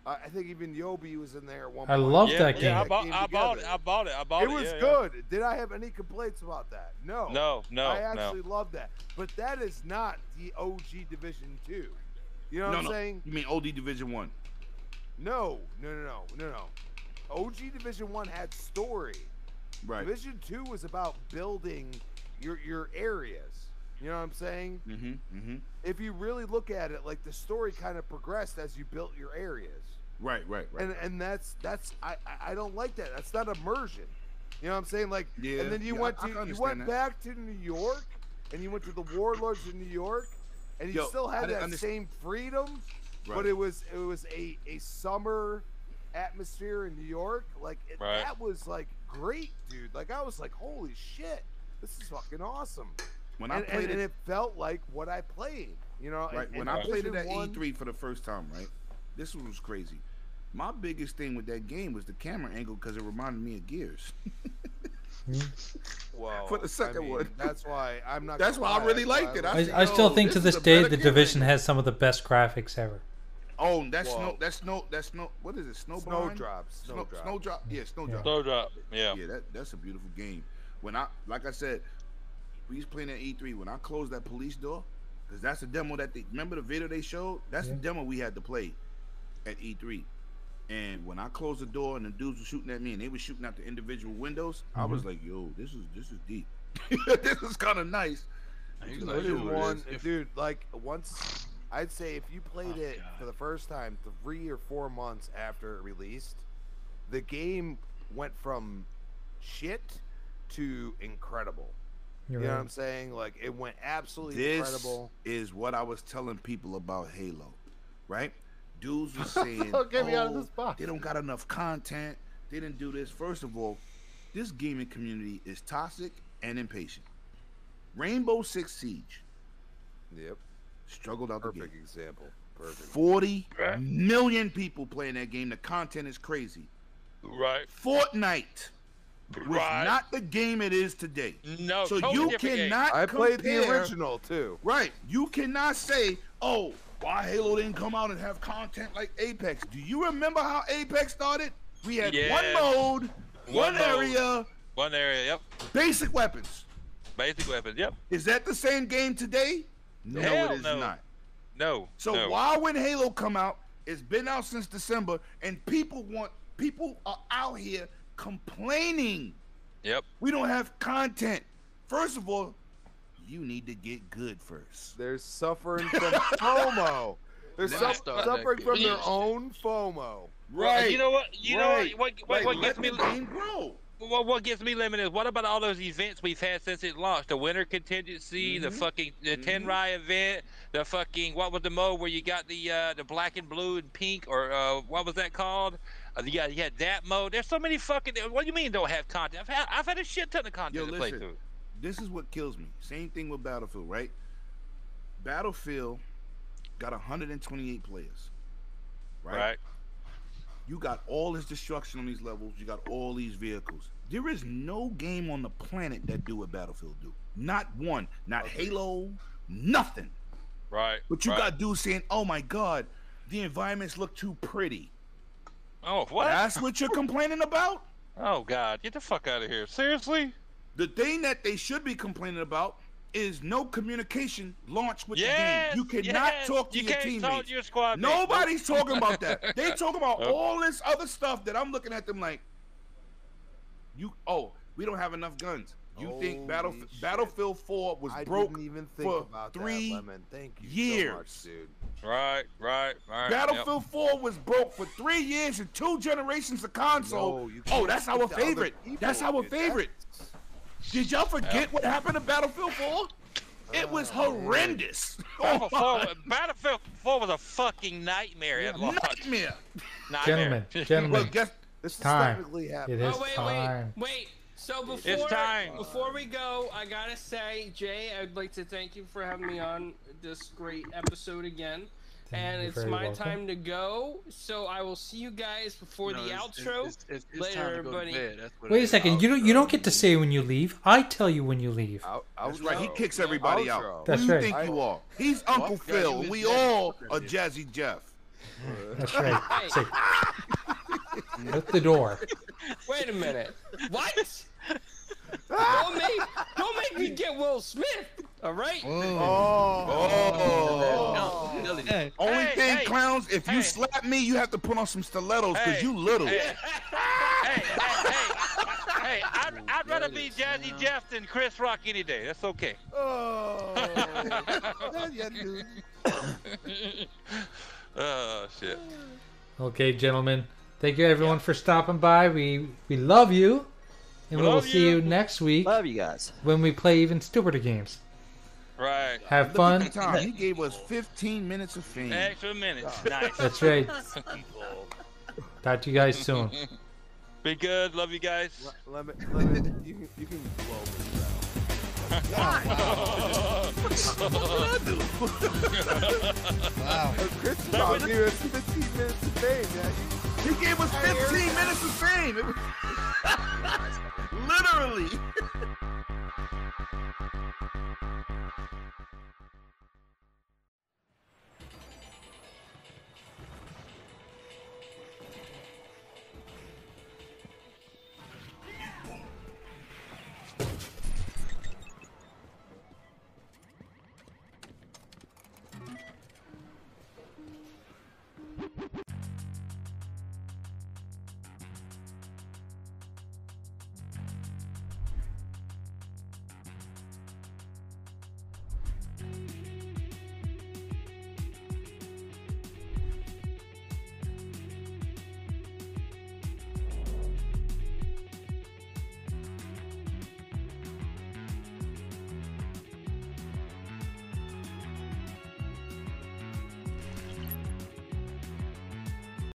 Speaker 9: uh, I think even Yobi was in there at one
Speaker 3: I
Speaker 9: point.
Speaker 3: love Yeah, that
Speaker 11: Yeah, I
Speaker 9: That
Speaker 11: bought,
Speaker 9: came
Speaker 11: I bought it.
Speaker 9: together.
Speaker 11: I bought it. I bought it.
Speaker 9: it was
Speaker 11: yeah, yeah.
Speaker 9: good. Did I have any complaints about that? No.
Speaker 11: No, no,
Speaker 9: I
Speaker 11: no.
Speaker 9: actually love that. But that is not the OG Division Two. You know what
Speaker 2: no,
Speaker 9: I'm
Speaker 2: no.
Speaker 9: saying?
Speaker 2: You mean OD Division One?
Speaker 9: No, no, no, no, no, no. OG Division One had story.
Speaker 2: Right.
Speaker 9: Division Two was about building your your areas. You know what I'm saying?
Speaker 2: Mm-hmm. Mm-hmm.
Speaker 9: If you really look at it, like the story kind of progressed as you built your areas.
Speaker 2: Right. Right. Right.
Speaker 9: And and that's that's I I- I don't like that. That's not immersion. You know what I'm saying? Like
Speaker 2: Yeah,
Speaker 9: and then you
Speaker 2: yeah,
Speaker 9: went
Speaker 2: I- I
Speaker 9: to
Speaker 2: can
Speaker 9: you
Speaker 2: understand
Speaker 9: went
Speaker 2: that.
Speaker 9: back to New York and you went to the Warlords of New York and you
Speaker 2: Yo,
Speaker 9: still
Speaker 2: I
Speaker 9: had
Speaker 2: didn't
Speaker 9: that
Speaker 2: underst-
Speaker 9: same freedom,
Speaker 2: Right.
Speaker 9: but it was it was a a summer atmosphere in New York. Like it,
Speaker 11: Right.
Speaker 9: that was like great, dude. Like I was like, holy shit, this is fucking awesome.
Speaker 2: When I
Speaker 9: and,
Speaker 2: played
Speaker 9: and, and
Speaker 2: it-
Speaker 9: it felt like what I played, you know. and-
Speaker 2: Right.
Speaker 9: and
Speaker 2: When I played it
Speaker 9: Division
Speaker 2: at E
Speaker 9: one-
Speaker 2: E3 for the first time, right? This was crazy. My biggest thing with that game was the camera angle because it reminded me of Gears.
Speaker 9: Well,
Speaker 2: For the second
Speaker 9: Oh, I mean,
Speaker 2: one.
Speaker 9: That's why I'm not.
Speaker 2: That's
Speaker 9: gonna
Speaker 2: why I
Speaker 9: lie,
Speaker 2: really
Speaker 9: that's why
Speaker 2: liked it.
Speaker 9: love
Speaker 2: I
Speaker 3: I, I still
Speaker 2: Yo,
Speaker 3: think
Speaker 2: this
Speaker 3: to
Speaker 2: is
Speaker 3: this
Speaker 2: a
Speaker 3: day
Speaker 2: better
Speaker 3: the
Speaker 2: game
Speaker 3: division
Speaker 2: right now.
Speaker 3: has some of the best graphics ever.
Speaker 2: Oh, that's no,
Speaker 9: Well-
Speaker 2: that's no, that's no. What is it? Snowblind?
Speaker 9: Snowdrop,
Speaker 2: Snow,
Speaker 9: Snowdrop.
Speaker 2: Snowdrop. Yeah, Snowdrop.
Speaker 11: Snowdrop, yeah.
Speaker 2: Yeah, that, that's a beautiful game. When I, like I said, we was playing at E3. When I closed that police door, because that's the demo that they remember the video they showed. That's the demo we had to play at E3. And when I closed the door and the dudes were shooting at me and they were shooting out the individual windows, I was
Speaker 3: Mhm.
Speaker 2: like, "Yo, this is this is deep. this is kind of nice." But you know, it is
Speaker 9: Division
Speaker 2: what it
Speaker 9: one,
Speaker 2: is.
Speaker 9: dude. Like once, I'd say if you
Speaker 2: Oh,
Speaker 9: played it for the first time three or four months after it released, the game went from shit to incredible.
Speaker 3: You're
Speaker 9: you know
Speaker 3: right.
Speaker 9: what I'm saying? Like it went absolutely
Speaker 2: this
Speaker 9: incredible.
Speaker 2: is what I was telling people about Halo, right? Dudes were saying,
Speaker 9: Get me out of
Speaker 2: "Oh,
Speaker 9: this box."
Speaker 2: They don't got enough content. They didn't do this. First of all, this gaming community is toxic and impatient. Rainbow Six Siege
Speaker 9: Yep.
Speaker 2: struggled out the
Speaker 9: Perfect
Speaker 2: gate.
Speaker 9: example. Perfect.
Speaker 2: Forty million people playing that game. The content is crazy.
Speaker 11: Right.
Speaker 2: Fortnite was
Speaker 11: Right.
Speaker 2: not the game it is today.
Speaker 11: No,
Speaker 2: so
Speaker 11: totally
Speaker 2: you
Speaker 11: different game.
Speaker 2: cannot.
Speaker 9: I played the
Speaker 2: compare-
Speaker 9: original too.
Speaker 2: Right. You cannot say, oh, why Halo didn't come out and have content like Apex. Do you remember how Apex started? We had
Speaker 11: Yes.
Speaker 2: one mode, one,
Speaker 11: One mode.
Speaker 2: area,
Speaker 11: One area. Yep.
Speaker 2: basic weapons.
Speaker 11: Basic weapons. Yep.
Speaker 2: Is that the same game today? No,
Speaker 11: Hell
Speaker 2: it is
Speaker 11: no.
Speaker 2: not.
Speaker 11: No.
Speaker 2: So
Speaker 11: no.
Speaker 2: why when Halo come out, it's been out since December, and people want people are out here complaining
Speaker 11: Yep.
Speaker 2: we don't have content. First of all, you need to get good first.
Speaker 9: They're suffering from FOMO. They're
Speaker 2: Nah,
Speaker 9: suff-
Speaker 7: stop that
Speaker 9: suffering from their
Speaker 7: game.
Speaker 9: own FOMO.
Speaker 1: Right. You know what? You
Speaker 2: Right.
Speaker 1: know what? What, what,
Speaker 2: Like,
Speaker 1: what
Speaker 2: let
Speaker 1: gets me?
Speaker 2: the game grow.
Speaker 1: What, what gets me limited is what about all those events we've had since it launched? The winter contingency, the
Speaker 2: Mhm.
Speaker 1: fucking the Ten Rai event, the fucking what was the mode where you got the uh, the black and blue and pink or uh, what was that called? Uh, yeah, you had that mode. There's so many fucking. What do you mean don't have content? I've had I've had a shit ton of content
Speaker 2: Yo,
Speaker 1: to play
Speaker 2: listen.
Speaker 1: through.
Speaker 2: This is what kills me. Same thing with Battlefield, right? Battlefield got 128 players, right?
Speaker 11: Right.
Speaker 2: You got all this destruction on these levels. You got all these vehicles. There is no game on the planet that do what Battlefield do. Not one. Not Halo. Nothing.
Speaker 11: Right.
Speaker 2: But you
Speaker 11: right.
Speaker 2: got dudes saying, "Oh my God, the environments look too pretty."
Speaker 11: Oh what?
Speaker 2: That's what you're complaining about.
Speaker 11: Oh God! Get the fuck out of here! Seriously?
Speaker 2: The thing that they should be complaining about is no communication launched with
Speaker 11: Yes,
Speaker 2: the game. You cannot
Speaker 11: yes,
Speaker 2: talk to
Speaker 11: you
Speaker 2: your
Speaker 11: can't
Speaker 2: teammates.
Speaker 11: Talk to your squad mates.
Speaker 2: Nobody's talking about that. They talking about
Speaker 11: Nope.
Speaker 2: all this other stuff that I'm looking at them like, you. Oh, we don't have enough guns. You think
Speaker 9: Holy
Speaker 2: Battlefield
Speaker 9: shit.
Speaker 2: Battlefield 4 was
Speaker 9: I
Speaker 2: broke?
Speaker 9: didn't even think
Speaker 2: for
Speaker 9: about
Speaker 2: three
Speaker 9: that, Lemon. Thank you so much,
Speaker 2: years.
Speaker 9: dude.
Speaker 11: Right. Right. Right.
Speaker 2: Battlefield 4 was broke for three years and two generations of
Speaker 9: No,
Speaker 2: console.
Speaker 9: you
Speaker 2: oh,
Speaker 9: can't
Speaker 2: that's
Speaker 9: look
Speaker 2: our
Speaker 9: at the other
Speaker 2: favorite. That's
Speaker 9: people,
Speaker 2: our
Speaker 9: dude.
Speaker 2: favorite. Did y'all forget what happened to Battlefield 4?
Speaker 11: Yep.
Speaker 12: It was horrendous.
Speaker 1: Battlefield 4, Battlefield 4 was a fucking nightmare at launch.
Speaker 12: Nightmare.
Speaker 3: Gentlemen, gentlemen.
Speaker 1: Well, guess-
Speaker 9: this
Speaker 1: is
Speaker 3: time.
Speaker 1: technically happening.
Speaker 3: It is
Speaker 6: Oh, wait,
Speaker 3: time.
Speaker 6: Wait. So before
Speaker 1: time.
Speaker 6: before we go, I gotta say, Jay, I'd like to thank you for having me on this great episode again. and
Speaker 3: you're
Speaker 6: it's
Speaker 3: very
Speaker 6: my
Speaker 3: welcome.
Speaker 6: time to go. So I will see you guys before
Speaker 7: No,
Speaker 6: the
Speaker 7: it's- it's-
Speaker 6: outro.
Speaker 7: it's- it's- it's
Speaker 6: Later,
Speaker 7: time to go to
Speaker 6: everybody.
Speaker 7: bed. That's what it
Speaker 3: Wait a
Speaker 7: is.
Speaker 3: second. You don't. You don't
Speaker 6: Oh.
Speaker 3: get to say when you leave. I tell you when you leave.
Speaker 2: That's right. He kicks everybody out.
Speaker 3: That's
Speaker 2: Who you
Speaker 3: right.
Speaker 2: think you are? He's
Speaker 3: Well,
Speaker 2: Uncle
Speaker 3: yeah,
Speaker 2: Phil.
Speaker 3: he was
Speaker 2: We
Speaker 3: Jeff.
Speaker 2: all are Jazzy Jeff.
Speaker 3: That's right. Say, At the door.
Speaker 6: Wait a minute. What? don't make don't make me get Will Smith. All right.
Speaker 2: Oh.
Speaker 6: Hey,
Speaker 2: Only
Speaker 6: hey,
Speaker 2: thing,
Speaker 6: hey.
Speaker 2: clowns, if you slap me, you have to put on some stilettos because you little.
Speaker 1: Hey, I'd, I'd rather be Jazzy Jeff than Chris Rock any day. That's okay. oh shit.
Speaker 3: Okay, gentlemen. Thank you everyone for stopping by. We we love you, and we will
Speaker 10: Love
Speaker 3: see you next week. Love
Speaker 10: you guys
Speaker 3: when we play even stupider games.
Speaker 1: Right.
Speaker 3: Have
Speaker 2: Look
Speaker 3: fun.
Speaker 2: at the time. He gave us 15 minutes of fame.
Speaker 1: Extra minutes. Nice.
Speaker 3: That's right. Talk to you guys soon.
Speaker 1: Be good. Love you guys.
Speaker 9: Lemon, lemon, you can, you can blow me
Speaker 5: Wow.
Speaker 9: Chris Bob gave us 15 minutes of fame, man.
Speaker 2: He gave us 15 minutes of fame. It was- Literally.